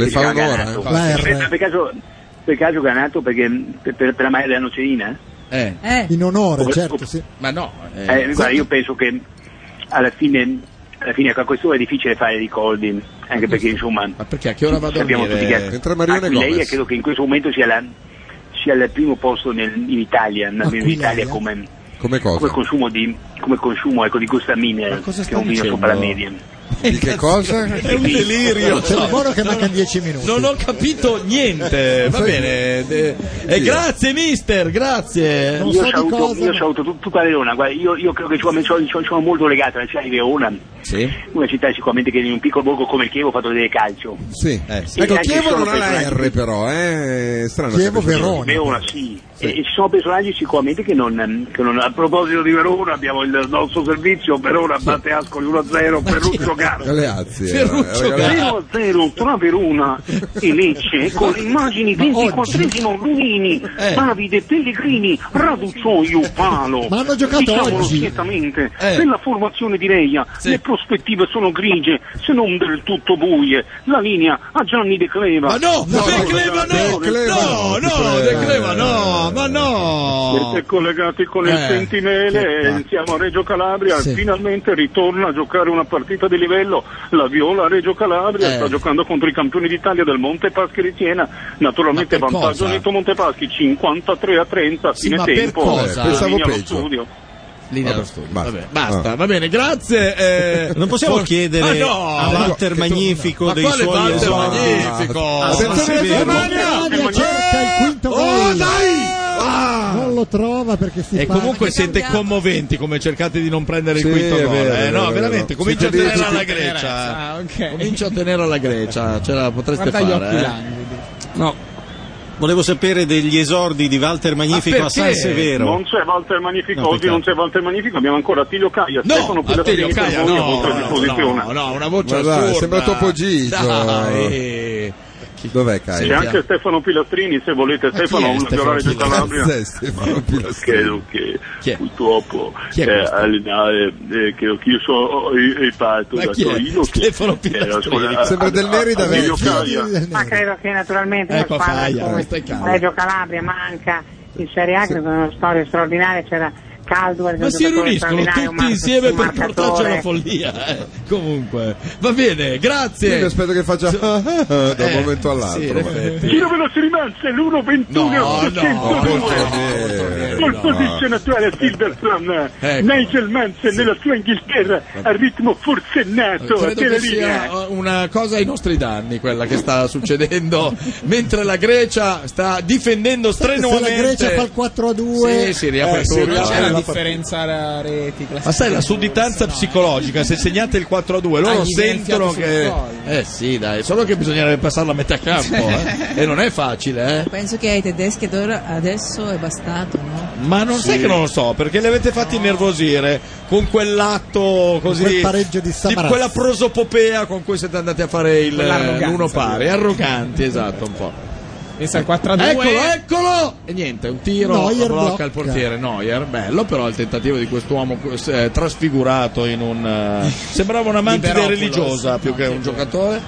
Ti
fa
chiama
onore,
Granato.
eh, infatti.
Aspetta, Per caso, per caso Granato, perché per, per, per la maglia della nocerina?
Eh.
In onore, certo, sì.
Ma no.
Eh, guarda, io penso che alla fine, alla fine a quest'ora è difficile fare ricordi, anche perché insomma... Ma
perché a Eh, che ora vado a
Abbiamo
dormire?
tutti chiaro.
Entra Marione
Anche lei
Gomez.
credo che in questo momento sia, la, sia al primo posto nel- in Italia, almeno in
Aquileia?
Italia come,
come cosa?
come consumo di come consumo ecco, di gustamine che è un vino
dicendo?
sopra la media.
Di che cosa?
È un delirio.
C'è il buono che mancano 10 minuti.
Non ho capito niente. Va bene. De- eh, grazie, mister. Grazie.
io saluto, io saluto tut- tutta Verona, guarda, io, io credo che ci sono, ci sono- ci sono molto legato alla città di Verona,
Sì.
una città sicuramente che in un piccolo borgo come il Chievo fa vedere calcio.
Sì.
sì.
Ecco,
Anche
Chievo
solo
non ha la
personaggi.
R però, eh. è Strano.
Chievo,
capito?
Verona. Verona, sì. E, e ci sono personaggi sicuramente che non, che non- A proposito di Verona, abbiamo il nostro servizio, Verona batte Ascoli 1-0, Ferruccio Garo.
Galeazzi. eh, eh, Galeazzi.
0-0 tra Verona e
Eh.
Lecce con le immagini 24esimo Luini,
Eh.
Davide Pellegrini, Raduccio Palo.
Ma hanno giocato
Diciamolo
oggi.
Schiettamente,
Eh.
per la formazione di Reia le prospettive sono grigie, se non del tutto buie. La linea a Gianni De Cleva.
Ma no, De Cleva no, no, no, De Cleva no, ma no.
Siete collegati con il
Eh,
Sentinele,
che-
siamo a Reggio Calabria,
Sì.
finalmente ritorna a giocare una partita di livello, la Viola Reggio Calabria
Eh.
sta giocando contro i campioni d'Italia del Monte Paschi di Siena, naturalmente
Ma per
vantaggio
cosa?
Nito Monte Paschi 53 a 30 a
Sì,
fine
ma per
tempo,
cosa?
La
Pensavo
linea allo
peggio.
studio.
Linea
Vabbè,
allo studio. Ah, Vabbè, basta, va bene, grazie. eh.
Non possiamo
For-
chiedere
Ah,
Ma no!
a Walter Magnifico
Ma
dei
quale
suoi
Walter
esordi?
Magnifico?
Ah,
Attenzione,
Severo.
Germania!
Germania cerca
Eh!
il quinto
Oh,
gol. Eh!
Ah!
Non lo trova perché si
E
fa-
comunque siete commoventi come cercate di non prendere
Sì,
il quinto
è
gol.
vero,
eh,
è
no,
vero,
veramente,
è vero.
comincia a
Siete
tenere alla
dei-
Grecia.
Ah, ok.
Comincia a tenere alla Grecia, ce la potreste
Guarda gli
fare.
occhi
eh.
languidi.
No. Volevo sapere degli esordi di Walter
Ah,
Magnifico a San Severo.
Non c'è Walter Magnifico,
No,
oggi
peccato.
non c'è Walter Magnifico, abbiamo ancora Attilio Caia,
No,
Stefano Pellegrini
Attilio Caia,
per voi a
no,
vostra
no,
disposizione.
no, no, una voce
Ma dai,
assurda.
sembra Topo Gigio.
Dai.
Dov'è
C'è
Caio?
anche Stefano Pilastrini, se volete, Stefano, un giornale di Calabria.
Cazzo è Stefano Pilastrini?
Credo che purtroppo
Chi è
eh,
questo?
allenare, eh, credo che io sono io, io parto
Ma
da
chi è?
Torino che
Stefano
Pilastrini
Sembra del Merida vecchio.
Ma credo che naturalmente
Ecco,
una squadra
Faia,
come
questa è calma.
Reggio Calabria manca in Serie A, credo una storia straordinaria, c'era Caldwell, che è
Ma
un
si
giocatore
riuniscono
straordinario, un
tutti
mar-
insieme
un
per
marcatore.
portarci alla follia. eh. Comunque, va bene, grazie.
Quindi aspetto che faccia da un
Eh,
momento all'altro.
sì, in effetti.
Giro veloce è l'1.21.802
Eh,
no,
col
no.
posizione attuale a Silverstone
Ecco.
Nigel Manson nella sua Inghilterra al ritmo forsennato a
Credo che
terra linea
sia una cosa ai nostri danni quella che sta succedendo (laughs) mentre la Grecia sta difendendo
Se la
strenuamente.
Grecia fa il 4 a 2,
Sì, sì, riapre
eh,
tutto.
sì,
Ma
riapre
c'è la
la
Differenza a reti,
Ma sai la sudditanza psicologica, se segnate il 4 a 2 loro
Ah, gli viene
sentono
il fiato
che...
sul collo.
Eh sì dai, solo che bisognerebbe passarla a metà campo eh. e non è facile eh.
Penso che ai tedeschi ad ora- adesso è bastato, no?
Ma non sai
Sì.
che non lo so, perché li avete fatti innervosire con quell'atto così.
Quel pareggio di
di
Samaras.
quella prosopopea con cui siete andati a fare il
Quell'arroganza.
l'uno pari. Arroganti, esatto, un po'.
Pensa al 4 a 2.
Eccolo, Ecco, eccolo! E niente, un tiro
Neuer
blocca,
blocca.
il portiere Neuer, bello però il tentativo di quest'uomo eh, trasfigurato in un... eh, sembrava una mantide
Liberopolis.
religiosa più che un giocatore.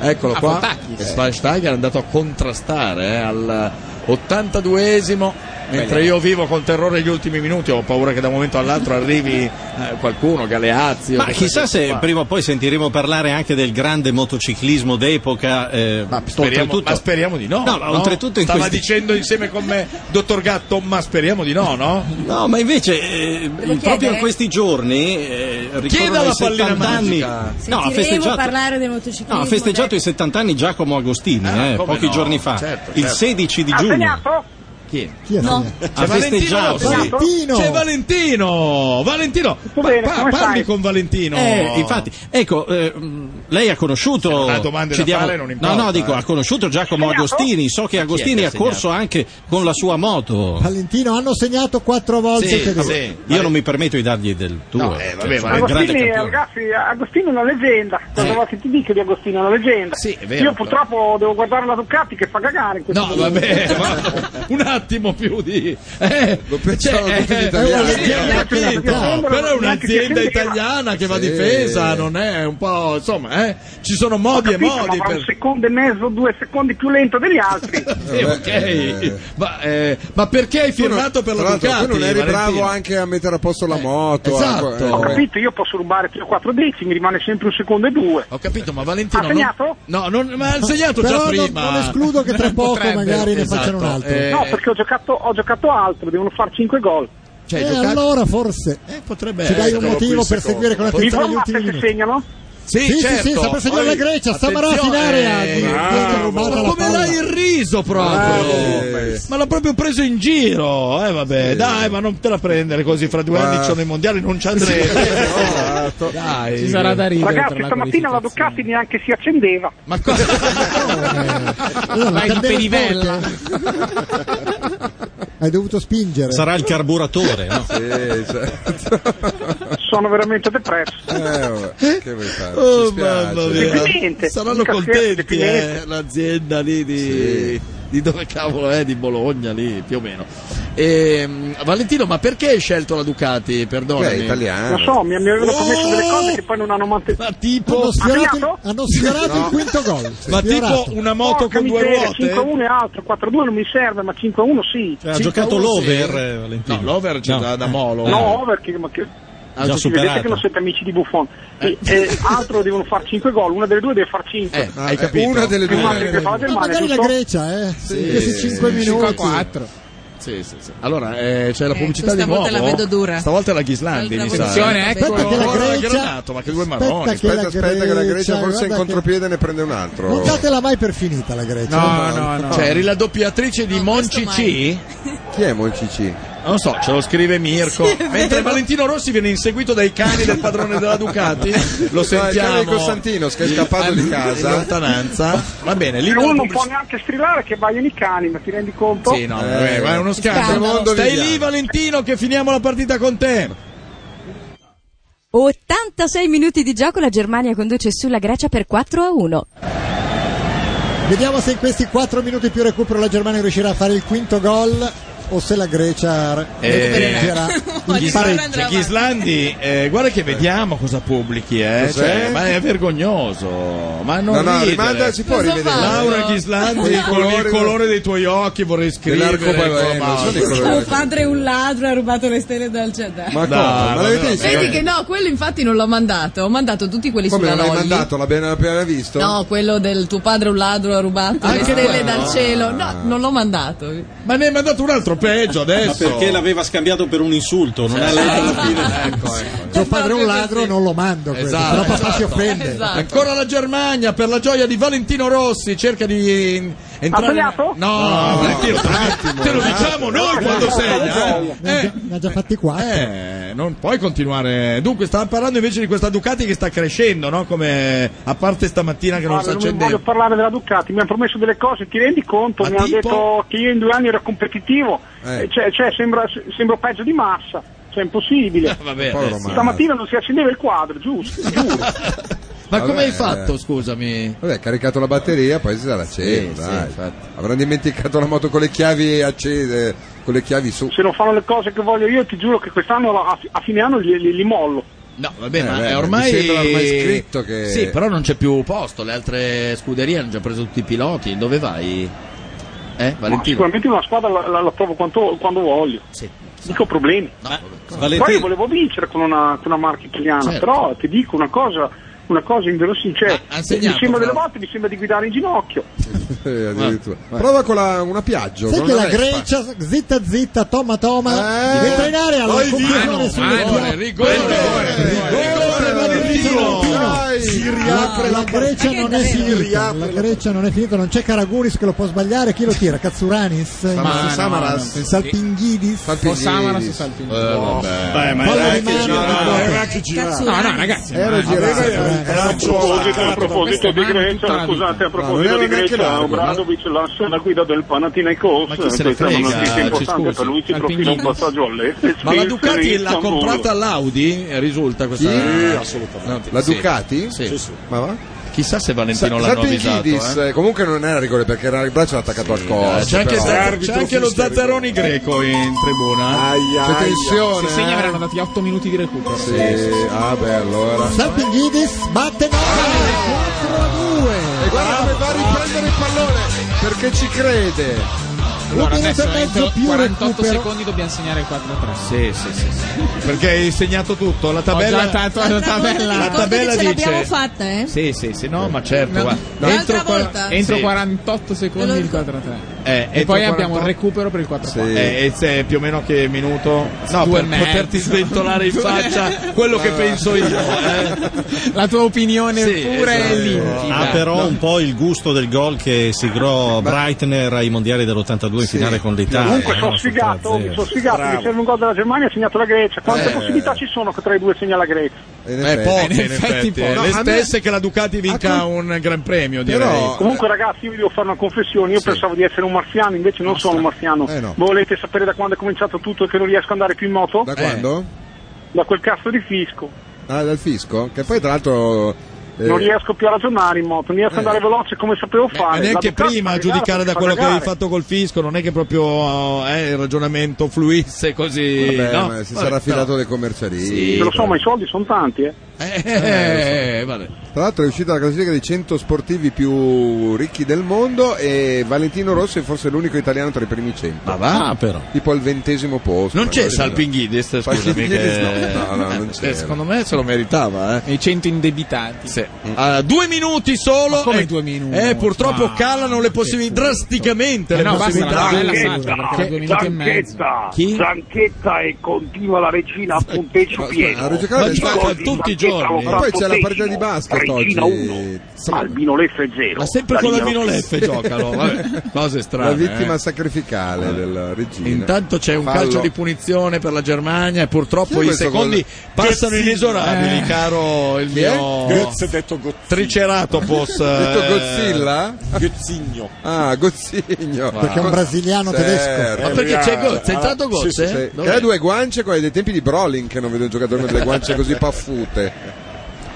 Eccolo
Ah,
qua,
Fotakis.
Schweinsteiger è andato a contrastare eh, al 82esimo, mentre io vivo con terrore gli ultimi minuti, ho paura che da un momento all'altro arrivi eh, qualcuno, Galeazzi. o
Ma
che-
chissà se
Ma-
prima o poi sentiremo parlare anche del grande motociclismo d'epoca. eh,
Speriamo,
oltretutto-
ma speriamo di no.
No, ma oltretutto in
Stava
questi-
dicendo insieme con me, dottor Gatto, ma speriamo di no, no?
No, ma invece eh, proprio in questi giorni eh,
Chieda
ricorrono
la
i
pallina
70 anni.
magica.
No, ha
Sentiremo
festeggiato,
parlare del
no,
motociclismo.
ha festeggiato i 70 anni Giacomo Agostini, eh,
Ah, come
pochi
no,
giorni fa,
certo,
il
certo.
16
Ah,
di
Ha
giugno.
segnato?
Chi
Chi ha segnato?
C'è
Ha
Valentino,
festeggiato.
Rossi. c'è Valentino, Valentino, Pa-
bene,
pa-
come
parli
stai?
con Valentino.
Eh, infatti, ecco, eh, mh, lei ha conosciuto.
non ha domande da fare, non importa,
no, no, dico,
eh.
ha conosciuto Giacomo Agostini. So che
Ma chi è
Agostini
che ha
ha corso anche con la sua moto.
Valentino hanno segnato 4 volte. Eh,
Sì,
che-
vabbè, Io non mi permetto di dargli del tuo.
No, eh, vabbè,
cioè,
ma-
è un grande
Agostini-
campione.
Ragazzi, Agostino è una leggenda. Cosa volete ti dico di Agostino? È una leggenda.
vero,
Io purtroppo devo guardare la Ducati che fa cagare in questo
No, (laughs)
momento.
vabbè,
(laughs)
ma- un attimo più di... Eh,
pensavo
cioè,
tutti
eh,
gli italiani.
eh, ho capito,
No,
però è un'azienda
neanche
italiana che va
Sì.
difesa, non è un po'... insomma, eh, ci sono modi
Ho capito,
e
ma
modi
va un
per...
secondo e mezzo, due secondi più lento degli altri.
Sì, ok. Ma, eh, ma perché hai
Tu non-
firmato per la
tra l'altro,
Ducati?
Tu non eri bravo
Valentino?
anche a mettere a posto la moto. a-
esatto.
eh,
Ho capito, io posso rubare 3 o 4 decimi, rimane sempre un secondo e due.
Ho capito, ma Valentino.
Ha segnato?
No, non, ma ha segnato
Però
già
non-
prima.
non escludo che tra
Non
poco
potrebbe,
magari ne
esatto.
facciano un altro.
Eh,
No, perché ho giocato, ho giocato altro, devono far 5 gol.
Cioè,
Eh,
giocato-
allora forse
(laughs)
potrebbe
ci dai un
essere.
motivo per seguire con
Mi
attenzione gli
informate
ultimi
se
minuti.
segnano?
Sì,
Sì, sì,
certo.
sì, sta per segnare la Grecia, sta Marotta in area, di- viene rubata
eh, ma
la
come
palla.
l'hai irriso proprio?
Bravo.
ma l'ha proprio preso in giro. Eh vabbè,
Sì.
dai, ma non te la prendere così. Fra due
Ma-
anni ci sono i mondiali, non ci
(laughs)
andrete. dai,
Ci sarà da ridere
Ragazzi, stamattina la Ducati neanche si accendeva.
Ma (laughs)
Allora,
Vai di
cadere
perivella.
forte. Hai dovuto spingere.
Sarà il carburatore, no?
Sono veramente depresso.
Eh,
che vuoi fare?
Oh,
Ci spiace.
mamma mia.
Deprimente.
Saranno
Un caffè
contenti
deprimente.
eh, l'azienda lì di, di dove cavolo è, di Bologna lì più o meno. Ehm, Valentino, ma perché hai scelto la Ducati? Perdonami.
Beh, è italiana.
Lo so, mi, mi avevano promesso delle cose che poi non hanno mantenuto.
Ma tipo.
Hanno sfiorato, il- hanno sfiorato
No.
il quinto gol.
Ma
Sfiorato.
tipo una moto
Porca
con due
miseria,
ruote?
5-1 è altro, 4-2 non mi serve, ma 5-1 sì.
Eh,
ha giocato l'over, eh, Valentino.
No, l'over c'è da, da Molo.
No, over che, ma che...
Ha già
Sì, vedete
superato.
che non siete amici di Buffon. E, e altro devono far 5 gol, una delle due deve far 5.
Eh,
Ah,
hai capito.
una delle due.
che fa la
Ma
Germania,
magari la
giusto?
Grecia, eh.
Sì.
Questi 5
Sì.
minuti.
5-4. Sì, sì, sì. Allora, eh, c'è la
Eh,
pubblicità di
questa
nuovo.
volta la vedo dura.
Stavolta è la Ghislandi, mi sa.
Attenzione, ecco.
Ancora
Aspetta che la
una
Grecia-
granata, ma che due marroni.
Aspetta che
Aspetta,
la
aspetta, che la Grecia
Grecia,
forse in
guarda che-
contropiede ne prende un
Non
altro.
datela mai per finita la Grecia.
Cioè, eri la doppiatrice di Monci
Chi è Moncici?
Non lo so, ce lo scrive Mirko.
Sì, è vero.
Mentre Valentino Rossi viene inseguito dai cani del padrone della
(laughs)
Ducati, lo sentiamo.
No, il cane di Costantino, che è scappato di casa.
In lontananza. Va bene, lì
E
dopo
uno non può neanche strillare che baiano i cani, ma ti rendi conto?
Sì, no,
Eh.
vabbè, ma è uno scandalo.
Scandalo.
Stai lì, Valentino, che finiamo la partita con te.
86 minuti di gioco, la Germania conduce sulla Grecia per 4 a 1.
Vediamo se in questi 4 minuti più recupero la Germania riuscirà a fare il quinto gol o se la Grecia r-
Eh, (laughs)
raggiungerà il pareggio.
Ghislandi, eh, guarda che vediamo cosa pubblichi, eh.
Cos'è?
Cioè, ma è vergognoso. Ma non
No, no,
ridere.
rimanda, si può Cosa rivedere. fanno?
Laura Ghislandi,
Con i
con il
colori-
colore dei tuoi occhi vorrei scrivere.
Dell'arcobaleno,
con la
sono i
mano.
colori.
Tuo padre è un ladro, ha rubato le stelle dal Jedi.
Ma
No,
come? Ma
no,
l'avete
no,
visto?
Vedi che no, quello infatti non l'ho mandato, ho mandato tutti quelli
Come
sulla
non l'hai
Lolli.
mandato? L'abbiamo appena visto?
No, quello del tuo padre è un ladro, ha rubato le
Anche
stelle
quello?
dal
Ah.
cielo. No, non l'ho mandato.
Ma ne hai mandato un altro peggio
Ma
adesso.
perché l'aveva scambiato per un insulto? Non ha letto la fine.
Tuo padre è un ladro, non lo mando. Questo,
Esatto,
però papà si
esatto.
offende.
Esatto. Ancora la Germania per la gioia di Valentino Rossi cerca di in- entrare.
sbagliato?
No, Valentino, te lo diciamo noi quando segna. eh.
Ne ha già- ne ha già fatti 4.
Eh, non puoi continuare. Dunque, stavamo parlando invece di questa Ducati che sta crescendo, no? Come a parte stamattina che non
Ah,
si
non voglio
accendeva.
parlare della Ducati, mi hanno promesso delle cose, ti rendi conto?
Ma
mi hanno
tipo?
detto che io in due anni ero competitivo,
Eh.
Eh, cioè, cioè, sembra, se- sembro peggio di massa, cioè
(laughs)
è impossibile.
Ah, Vabbè,
Povero
adesso.
Mario. Stamattina non si accendeva il quadro, giusto? giuro.
(laughs) Ma
Vabbè,
come hai fatto?
eh.
Scusami.
Vabbè, ha caricato la batteria, poi si sarà
Sì,
acceso.
sì,
dai.
infatti.
Avranno dimenticato la moto con le chiavi accese, con le chiavi su.
Se non fanno le cose che voglio io, ti giuro che quest'anno a, a fine anno li, li- li mollo.
No, vabbè,
Eh,
ma
beh,
è
mi
ormai...
sembra ormai scritto che-
Sì, però non c'è più posto, le altre scuderie hanno già preso tutti i piloti, dove vai? Eh,
Ma
Valentino?
sicuramente una squadra la, la- la trovo quanto- quando voglio. Dico problemi. Poi io
Valentino,
volevo vincere con una, con una marca italiana,
Certo.
però ti dico una cosa, una cosa inverosimile, cioè,
segnato,
mi sembra delle
però.
volte mi sembra di guidare in ginocchio.
Eh, addirittura. Prova con la, una Piaggio.
Sai
con
che
una
la
Vespa. Eh.
Grecia, zitta zitta, toma toma, diventa in area, la
poi
conclusione
mano,
sulle
mano,
piatte.
rigore,
Si
La, la Grecia non è finita, la Grecia non è finita, non c'è Karaguris che lo può sbagliare, chi lo tira? Katsuranis?
Samaras.
No,
Samaras.
no, Salpinghidis?
Salpinghidis. O Samaras o
Salpinghidis?
Eh, vabbè.
Beh, ma
Fallo
era
di
anche
mano.
girato.
No, era
anche
girato.
No, no, ragazzi.
Era
ma-
girato.
Eh,
ma-
A proposito, a proposito di Grecia, scusate, a proposito di Grecia,
eh.
Obradovic lascia la guida del Panathinaikos,
chi se ne
questa è una
frega, eh,
notizia
ci
importante
scusi.
per lui, si
Al
profila un
Pinguino.
passaggio all'Efes.
Eh,
Ma la Ducati l'ha
Istanbul.
comprata l'Audi? Eh, Risulta questa...
Sì,
assolutamente.
La Ducati?
Sì.
Sì, sì. Ma va?
Chissà se Valentino
Sa-
l'hanno
Salpinghidis,
avvisato. eh.
eh, comunque non era rigore perché era il braccio attaccato al
Eh,
collo.
C'è anche,
però.
sta- c'è anche lo Zazzaroni greco in tribuna.
Aia, C'è aia. tensione, Se segna eh. verranno
dati 8 minuti di recupero.
Sì, ah beh, allora.
Salpinghidis batte no! 4 a 2!
E guarda come va a riprendere il pallone perché ci crede.
Allora, adesso
e
entro 48
recupero.
secondi dobbiamo segnare 4-3.
Sì, sì, sì, sì. Perché hai segnato tutto. La tabella,
Ho già tanto la tabella.
La tabella
ce l'abbiamo
dice.
fatta, eh?
Sì, sì, sì, no, ma certo.
No.
guarda.
No. L'altra volta? Entro
Sì.
48 secondi il 4-3.
Eh,
E,
e
poi
tu
abbiamo
48?
il recupero per il 4 4
Eh, e se più o meno che minuto no,
Due
per
e mezzo.
poterti sventolare in faccia quello che penso io eh.
La tua opinione
Sì,
pura
esatto.
e limpida.
Ha Ah, però un po' il gusto del gol che sigurò Breitner ai mondiali dell'82 in finale con l'Italia. eh,
Comunque
no?
sono sfigato, mi sono sfigato,
Bravo.
mi serve un gol della Germania, ha segnato la Grecia. Quante
Eh.
possibilità ci sono che tra i due segna la Grecia?
Eh, poche, in effetti, eh.
No,
le
a me-
stesse che la Ducati vinca un gran premio direi
Però, comunque ragazzi io vi devo fare una confessione, io pensavo di essere un marziano, invece non sono un marziano.
Eh, no.
Volete sapere da quando è cominciato tutto e che non riesco ad andare più in moto?
Da quando?
Da quel cazzo di fisco.
Ah, dal fisco? Che poi tra l'altro... eh,
Non riesco più a ragionare in moto, non riesco ad andare veloce come sapevo
Eh. Ma
fare.
neanche prima
L'avvocato fa
a
cagare
giudicare da
perché
quello
fa
che avevi
cagare.
fatto col fisco, non è che proprio eh, il ragionamento fluisse così.
vabbè,
no?
ma si
Vabbè,
sarà filato
però-
dei commercialisti.
Sì,
Te lo so, ma i soldi sono tanti, eh.
Eh, vabbè.
Tra l'altro è uscita la classifica dei 100 sportivi più ricchi del mondo e Valentino Rossi è forse l'unico italiano tra i primi 100.
Ma va? Ah, però.
Tipo al ventesimo posto.
Non c'è
Salpinghidis,
Salpinghidis, scusami. che-
No, no, non c'è.
Eh, Secondo me se lo meritava. Eh.
I 100 indebitati.
Sì.
Mm.
Allora, due minuti solo.
come
e-
due minuti?
Eh, purtroppo
Ma-
calano le possibilità drasticamente.
Eh
le
no, basta,
possibilità.
la bella faccia, perché due minuti e mezzo.
Zanchetta,
Chi?
Zanchetta e continua la regina a punteggio pieno.
a giocare
Ma
gioca
gioca
tutti i giorni.
Zanchetta,
Ma poi c'è la partita di
ottantesimo,
basket
Regina
oggi.
1, Albino Leffe 0.
Ma sempre con l'Albino Leffe giocano, vabbè.
(laughs)
Cose strane.
La vittima
eh.
sacrificale della regina.
Intanto c'è un
Fallo.
calcio di punizione per la Germania e purtroppo
Chi è
i
questo
secondi
gol?
passano
Gozzini.
inesorabili,
Eh.
caro il
Chi è?
mio
Gozz-
detto Gozzini.
Triceratopos.
(laughs) Detto
eh.
Godzilla?
Gozzigno.
Ah, Gozzigno.
Perché è un brasiliano tedesco.
Certo.
Ma perché c'è Gozz? È entrato Gozz, eh?
Sì, sì.
Dov'è?
E ha due guance come dei tempi di Brolin che non vedo un giocatore con delle guance così paffute.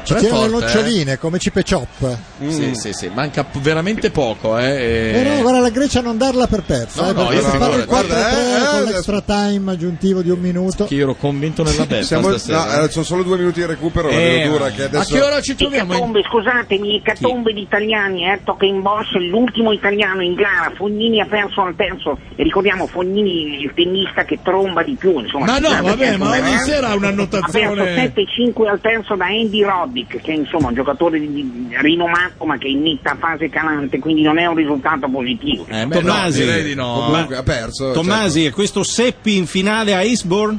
Ci
Però è
tirano le
forte,
noccioline come Cipe Chop.
Eh,
Mm.
Sì, sì, sì, manca p- veramente poco. Eh.
Però guarda la Grecia non darla per persa,
No,
eh,
no,
perché
io
si parla di
figurati.
4
Guarda, eh, eh,
con
adesso-
l'extra time aggiuntivo di un minuto.
Che io ero convinto nella beffa
Siamo-
stasera.
no, eh, sono solo due minuti di recupero, la
Eh,
vedo dura
ma-
che adesso...
Icatombe, scusatemi, catombe di italiani, eh, Tockenbosch è l'ultimo italiano in gara, Fognini ha perso al terzo, e ricordiamo Fognini il tennista che tromba di più, insomma.
Ma
si
no,
sa,
vabbè,
perché,
ma
insomma,
ogni
eh,
sera ha un'annotazione.
Ha perso 7-5 al terzo da Andy Roddick, che è insomma un giocatore di- di- rinomato ma che inizia a fase calante, quindi non è un risultato positivo.
eh,
Tommasi,
Comunque,
Ma-
ha perso. cioè,
Tommasi e questo Seppi in finale a Eastbourne?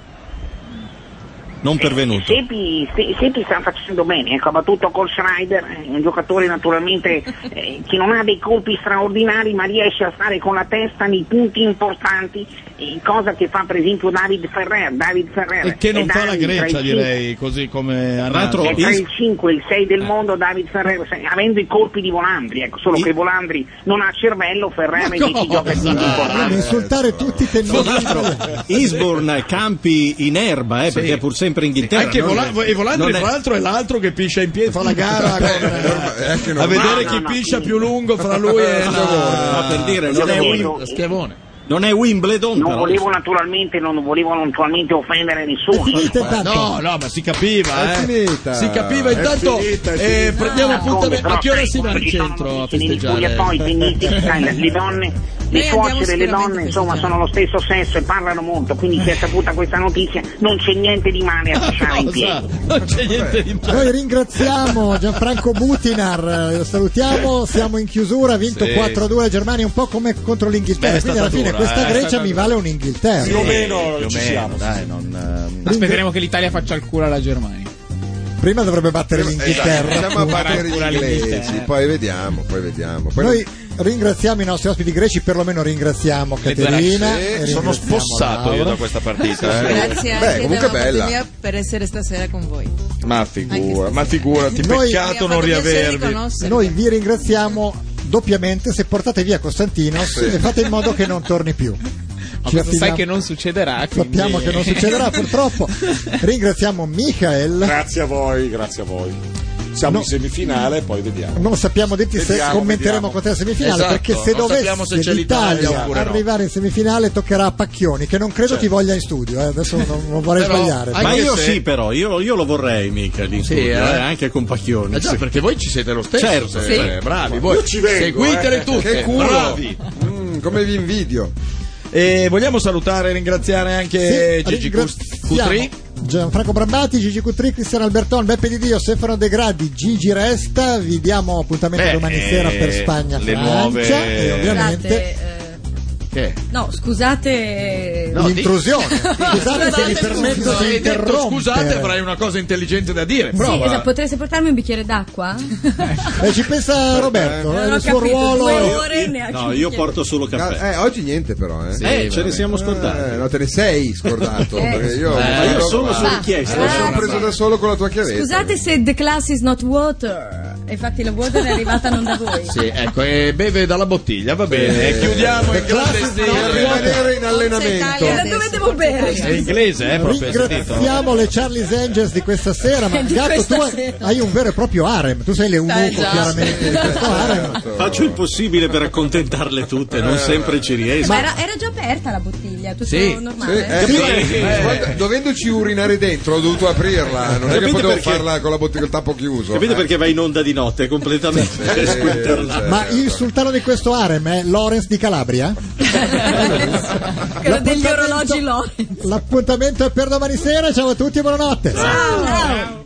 Non pervenuto.
Sepi, Se- Sepi sta facendo bene, ecco, ha battuto col Schreider, eh, un giocatore naturalmente eh, che non ha dei colpi straordinari ma riesce a stare con la testa nei punti importanti, eh, cosa che fa per esempio David Ferrer. David Ferrer
E che non
è
fa la
David tra i
Grecia,
cinque-
direi, così come
è
ha
tra il 5 e il 6 del mondo David Ferrer, se- avendo i colpi di Volandri, ecco, solo che Volandri non ha cervello, Ferrer invece ci gioca il
Ah,
punto
Ah,
Quindi
importante.
insultare tutti i tennisti.
Eastbourne campi in erba, eh, perché è pur sempre Inghilterra.
Anche
non-
Vola- e Volandri,
non è-
tra l'altro, è l'altro che piscia in piedi, fa la gara con-
Eh,
a vedere chi piscia più lungo fra lui e la...
No, per dire, non è Wim-
Schiavone.
Non è Wimbledon,
Non
però.
volevo naturalmente, non volevo naturalmente offendere nessuno.
Ma (laughs) No, no, ma si capiva,
È
eh.
finita.
Si capiva,
È
intanto
finita, è
eh,
finita.
prendiamo
Ah,
appuntamento.
come,
A che ora
però,
si va in
ci sono
centro a
Nei
festeggiare?
spogliatoi,
(laughs)
quindi, sai, le donne, le
Noi andiamo
suocere, le
sicuramente
donne, insomma, sono lo stesso sesso e parlano molto, quindi si è saputa questa notizia, non c'è niente di male a lasciare in piedi.
Non c'è niente di
Noi ringraziamo Gianfranco Butinar, eh, lo salutiamo, siamo in chiusura, ha vinto
Sì.
4-2 la Germania, un po' come contro l'Inghilterra,
Beh, è
quindi
stata
alla fine
dura,
questa
eh, è
Grecia
stata
mi
dura.
vale un'Inghilterra.
Più o meno
ci siamo,
Dai, non,
Aspetteremo che l'Italia faccia il culo alla Germania.
Prima dovrebbe battere l'Inghilterra.
Esatto, siamo a
appunto.
battere gli
Ancora
inglesi,
eh.
l'Inghilterra.
poi vediamo, poi vediamo. Poi
Noi ringraziamo i nostri ospiti greci, perlomeno ringraziamo
due
Caterina.
ragazze.
e ringraziamo
Sono spossato
Laura.
io da
questa partita.
eh.
Grazie anche
Beh, comunque
della
bella.
Motonia per essere stasera con voi.
Ma figura, ma figurati,
Noi-
peccato non riavervi.
Noi vi ringraziamo doppiamente se portate via Costantinos
Sì.
e fate in modo che non torni più.
Ma
Ci
questo sai
affidiamo-
che non succederà. quindi-
Sappiamo che
(laughs)
non succederà purtroppo. Ringraziamo Michael.
Grazie a voi, grazie a voi. Siamo in semifinale, poi vediamo.
Non sappiamo dirti se
Vediamo,
commenteremo
vediamo.
con te la semifinale,
Esatto,
perché se
non sappiamo
dovesse
se c'è l'Italia
l'Italia
oppure no.
arrivare in semifinale toccherà a Pacchioni, che non credo ti voglia in studio, eh, adesso non, non vorrei sbagliare.
Ma io sì, però, io, io lo vorrei mica lì in
Sì, eh.
studio, eh, anche con Pacchioni.
Eh già, perché voi ci siete lo stesso.
Certo,
se-
sì.
eh, bravi, voi
Io ci vengo,
seguitele
eh.
tutte.
Che culo.
Bravi. Mm,
come vi invidio.
E vogliamo salutare e ringraziare anche
Sì,
Gigi Cus- Cutri.
Gianfranco Brambati, Gigi Cutri, Cristiano Alberton, Beppe Di Dio, Stefano De Gradi, Gigi Resta. Vi diamo appuntamento
Beh,
domani sera
eh,
per Spagna,
le
Francia
nuove-
e ovviamente
Scusate, eh,
Che?
No, scusate.
No,
(laughs)
L'intrusione.
di-
Scusate se mi
scusa.
permetto di
Hai detto
interrompere.
Scusate, avrai una cosa intelligente da dire. Prova.
Sì, esatto, potresti portarmi un bicchiere d'acqua?
Eh, ci pensa Roberto,
Non
eh,
ho
il suo
capito,
ruolo.
due ore neanche
No, io porto solo caffè.
Eh, oggi niente però, eh.
Sì, Eh, ce ne siamo scordati.
Eh, no, te ne sei scordato.
Eh.
perché io,
Eh, io solo su
sono
richiesta.
Lo sono
Grazie.
eh, preso da solo con la tua chiavetta.
Scusate se the class is not water. Infatti la water è arrivata non da voi.
Sì, ecco, e beve dalla bottiglia, va bene. E chiudiamo il grande
Per rimanere in allenamento.
E da dove devo
È
bere?
inglese, eh, proprio, hai sentito?
Ringraziamo le Charlie's Angels di questa Esatto. sera, ma
Di
Gatto
questa
tu hai- hai un vero e proprio harem, tu sei l'eunuco chiaramente.
Faccio il possibile per accontentarle tutte,
Eh.
non sempre ci riesco.
Ma era, era già aperta la bottiglia, tutto normale.
Eh,
Sì.
eh,
Eh.
guarda, dovendoci urinare dentro ho dovuto aprirla, non è che
Capite
potevo
perché?
farla con la bottiglia col tappo chiuso.
Capite
eh. certo.
perché vai in onda di notte
(laughs)
completamente squinternato.
Esatto.
Ma il sultano di questo harem è Lorenz di Calabria?
Quello degli orologi Lorenz.
L'appuntamento è per domani sera, ciao a tutti e buonanotte.
Ciao.